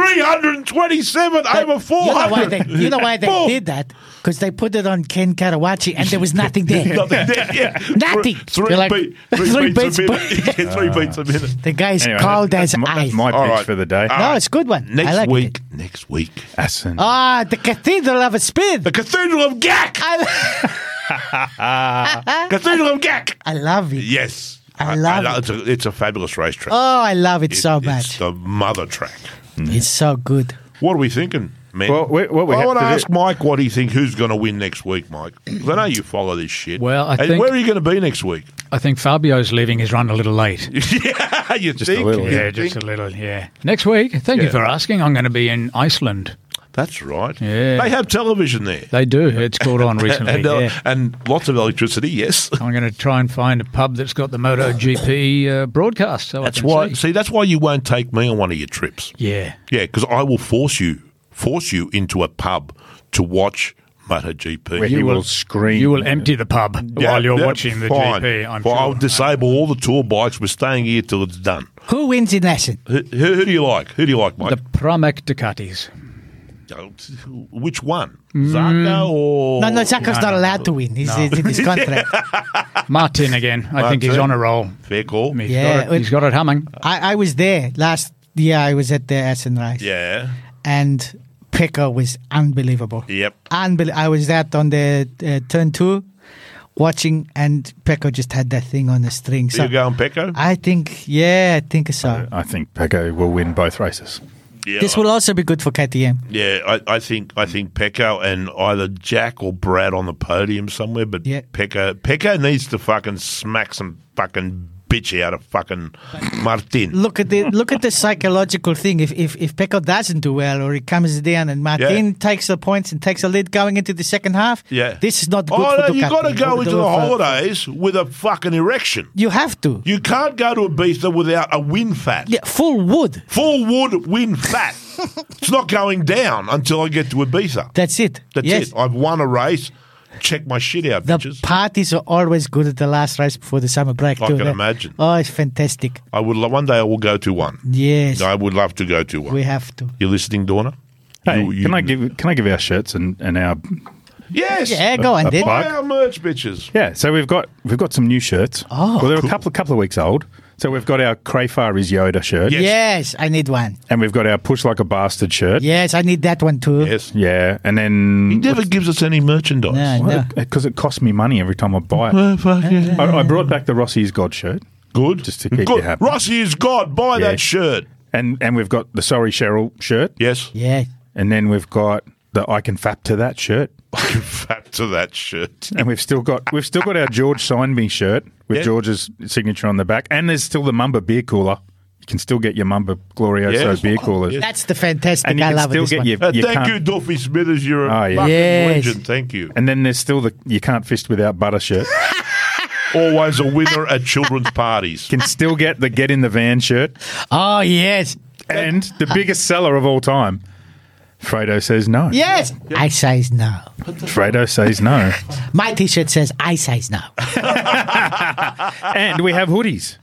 over
you know
400.
why they, you know
*laughs*
why they
Four.
did that? Because they put it on Ken Karawachi and there was nothing
*laughs*
there.
Nothing there, yeah.
Nothing.
Three,
You're like,
beat- three,
*laughs* three
beats,
beats
a minute. Yeah, *laughs*
Ah.
three beats a minute.
the guy's
Anyway,
cold
that-
as
that's my,
ice.
that's my
All
pitch
right. Ah.
for the day.
All
no, it's a good one. I
Next
liked
week,
it.
next week.
Assen.
Ah, the Cathedral of a Spin.
The Cathedral of Gak!
I, *laughs*
Cathedral of Gak!
I love it.
Yes.
Uh, I love
know
it.
It's a, it's a fabulous racetrack.
Oh, I love it,
It-
so
it's
much.
the mother track.
It's so good.
What are we thinking, man?
Well, we- what we
I
have
want to
to do-
ask Mike what he think who's going to win next week, Mike. 'Cause I know you follow this shit.
Well, I
and
think-
where are you going to be next week? *laughs*
I think Fabio's leaving his run a little late.
yeah, you just
little, yeah.
Yeah, just a little. Yeah. Next week. Thank you
Yeah.
for asking. I'm going to be in Iceland.
That's right.
Yeah.
They have television there.
They do. It's
*laughs*
caught on recently.
And, uh,
yeah.
and lots of electricity, yes. *laughs*
I'm going to try and find a pub that's got the MotoGP uh, broadcast. So I
That's
can
why.
See.
See, that's why you won't take me on one of your trips.
Yeah.
Yeah, because I will force you, force you into a pub to watch MotoGP. GP.
Where he will scream.
You will empty the pub while you're watching the
fine.
GP. I'm
Well,
sure.
I'll disable all the tour bikes. We're staying here till it's done.
Who wins in Essen?
Who, who, who do you like? Who do you like, Mike?
the Pramac Ducatis.
Oh, Which one? Zarko or
No, no, Zaka's not allowed to win. He's,
*laughs*
he's in his contract.
Martin again. I think he's
Martin.
on a roll.
Fair call.
He's
Yeah,
got
it-
it, he's got it humming.
I, I was there last year. I was at the Essen Rice.
Yeah.
And Picker was unbelievable.
Yep.
Unbel- I was out on the uh, turn two watching, and Picker just had that thing on the string. So
you going, Pecco?
I think, yeah, I think so.
I think Pecco will win both races.
Yeah.
this will also be good for KTM.
Yeah, I, I think
Mm.
I think Pecco and either Jack or Brad on the podium somewhere, but
Yeah.
Pecco Pecco needs to fucking smack some fucking bitch out of fucking Martin.
Look
*laughs*
at the look at the psychological thing. If if if Pecco doesn't do well or he comes down and Martin
Yeah.
takes the points and takes the lead going into the second half,
Yeah.
this is not good
Oh,
for
no,
Ducati.
you got to go
or
into
for-
the holidays with a fucking erection.
You have to.
You can't go to Ibiza without a wind fat.
yeah, full wood.
Full wood wind
*laughs*
fat. it's not going down until I get to Ibiza.
That's it.
That's
yes.
it. I've won a race. Check my shit out,
The
bitches.
parties are always good at the last race before the summer break.
I
too.
can
They-
imagine.
Oh, it's fantastic.
I would lo- one day I will go to one.
Yes,
I would love to go to one.
we have to.
you listening, Donna?
Hey,
You- you-
can I give can I give our shirts and, and our
Yes.
Yeah, go on,
a
then.
bike.
Buy our merch, bitches.
yeah? So we've got we've got some new shirts.
Oh,
well, they're a couple couple of weeks old. So we've got our Crayfar is Yoda shirt,
Yeah.
Yes, I need one.
and we've got our Push Like a Bastard shirt.
Yes, I need that one too.
Yes.
Yeah, and
He
then
never gives us any merchandise.
No, no.
because it costs me money every time I buy it.
Oh, fuck yeah.
I, I brought back the Rossi's God shirt,
Good.
Just to keep
Good.
you happy.
Rossi is God. Buy
Yeah.
that shirt.
and and we've got the Sorry Cheryl shirt,
Yes. *laughs*
Yeah.
and then we've got the I can fap to that shirt,
Fat to that shirt.
and we've still got we've still got our George Sign Me shirt with
Yeah.
George's signature on the back, and there's still the Mumba beer cooler. You can still get your Mumba Glorioso
Yes. *laughs*
beer coolers,
That's the fantastic.
and you
I
can
love
still
this
get
one.
your,
Uh,
your
thank
can't-
you, Duffy Smithers. You're a
Oh, yeah.
fucking
Yes.
legend. Thank you.
And then there's still the you can't fist without butter shirt.
Always a winner
*laughs*
at children's parties.
Can still get the get in the van shirt.
Oh yes,
And the biggest seller of all time, Fredo says no.
yes. I size now.
Fredo says no.
My T-shirt says I size now.
and we have hoodies.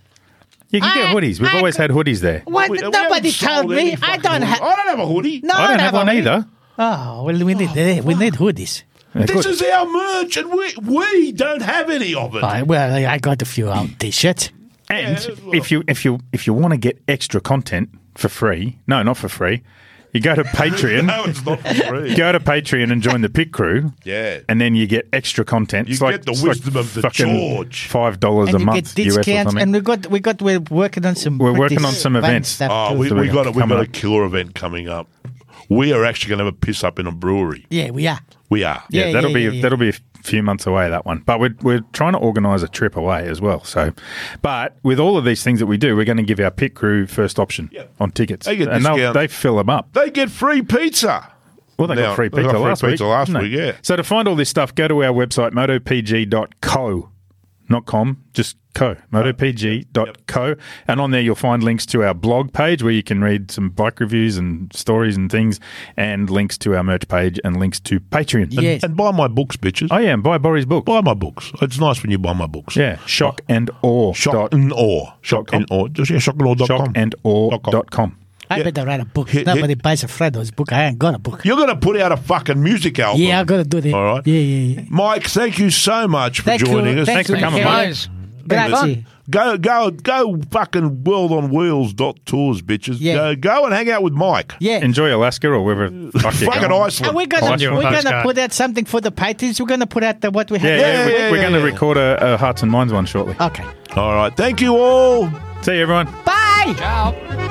You can get
I-
hoodies. We've
I-
always had hoodies there.
What?
We- we
Nobody
haven't sold
told me.
any
I
fucking
don't
hoodie.
have.
I don't have a hoodie.
No,
I don't have one
a-
either.
Oh well, we need we need hoodies.
This is our merch, and we we don't have any of it.
All right, well, I- I got a few
*clears throat*
out T-shirts.
And
Yeah, well-
if you if you if you want to get extra content for free, no, not for free, you
*laughs*
go to Patreon.
No, it's not for
*laughs*
free.
Go to Patreon and join the pit crew.
Yeah.
and then you get extra content.
You
It's
get
like,
the
it's
wisdom
like
of the
fucking
George.
Five dollars
And
a
you
month
get
US or
discounts,
something.
and we got we got we're working on some.
We're working
pretty
on some
fun
events.
stuff
Oh,
too.
we,
So
we
we
got a, we
come
got a
up.
killer event coming up. We are actually going to have a piss up in a brewery.
yeah, we are.
We are.
yeah,
Yeah,
that'll
yeah,
be
yeah, yeah.
that'll be a few months away that one. But we're we're trying to organise a trip away as well. So, but with all of these things that we do, we're going to give our pit crew first option
Yeah.
on tickets,
They get
and they'll,
discounts.
they fill them up.
They get free pizza.
Well, they
Now,
got free
they
pizza,
got free
last,
pizza
week,
last
didn't they?
week, yeah.
So to find all this stuff, go to our website, motopg.co. Not com, just co. Motopg.co. And on there, you'll find links to our blog page where you can read some bike reviews and stories and things, and links to our merch page and links to Patreon.
Yeah. Yes.
And buy my books, bitches.
Oh, yeah, and buy Boris' book.
buy my books. It's nice when you buy my books.
Yeah, shock and awe.
Shock
dot-
and awe. Shock
com.
and awe. Just yeah, shock and awe. dot
shock
com.
and awe. dot com.
I
Yeah.
better write a book.
Hit-
Nobody
hit-
buys a Fredo's book. I ain't got a book.
You're going to put out a fucking music album.
Yeah, I'm gonna do that.
All right.
Yeah, yeah, yeah.
Mike, thank you so much for
Thank you.
joining us.
Thank
Thanks for
you.
coming,
Yeah.
mate.
Guys,
Grazie.
Go, go, go! Fucking world on wheels. Dot tours, bitches.
Yeah.
Go, go and hang out with Mike.
Yeah.
Enjoy Alaska or wherever. the fuck you're
Fucking
going.
Iceland.
And we're gonna
Awesome.
we're
Thanks,
gonna
guys.
put out something for the patrons. We're gonna put out the what we
Yeah,
have.
yeah,
Yeah,
we-
yeah,
we're
yeah,
going to
yeah.
record a, a Hearts and Minds one shortly.
Okay.
All right. Thank you all.
See you, everyone.
Bye.
ciao.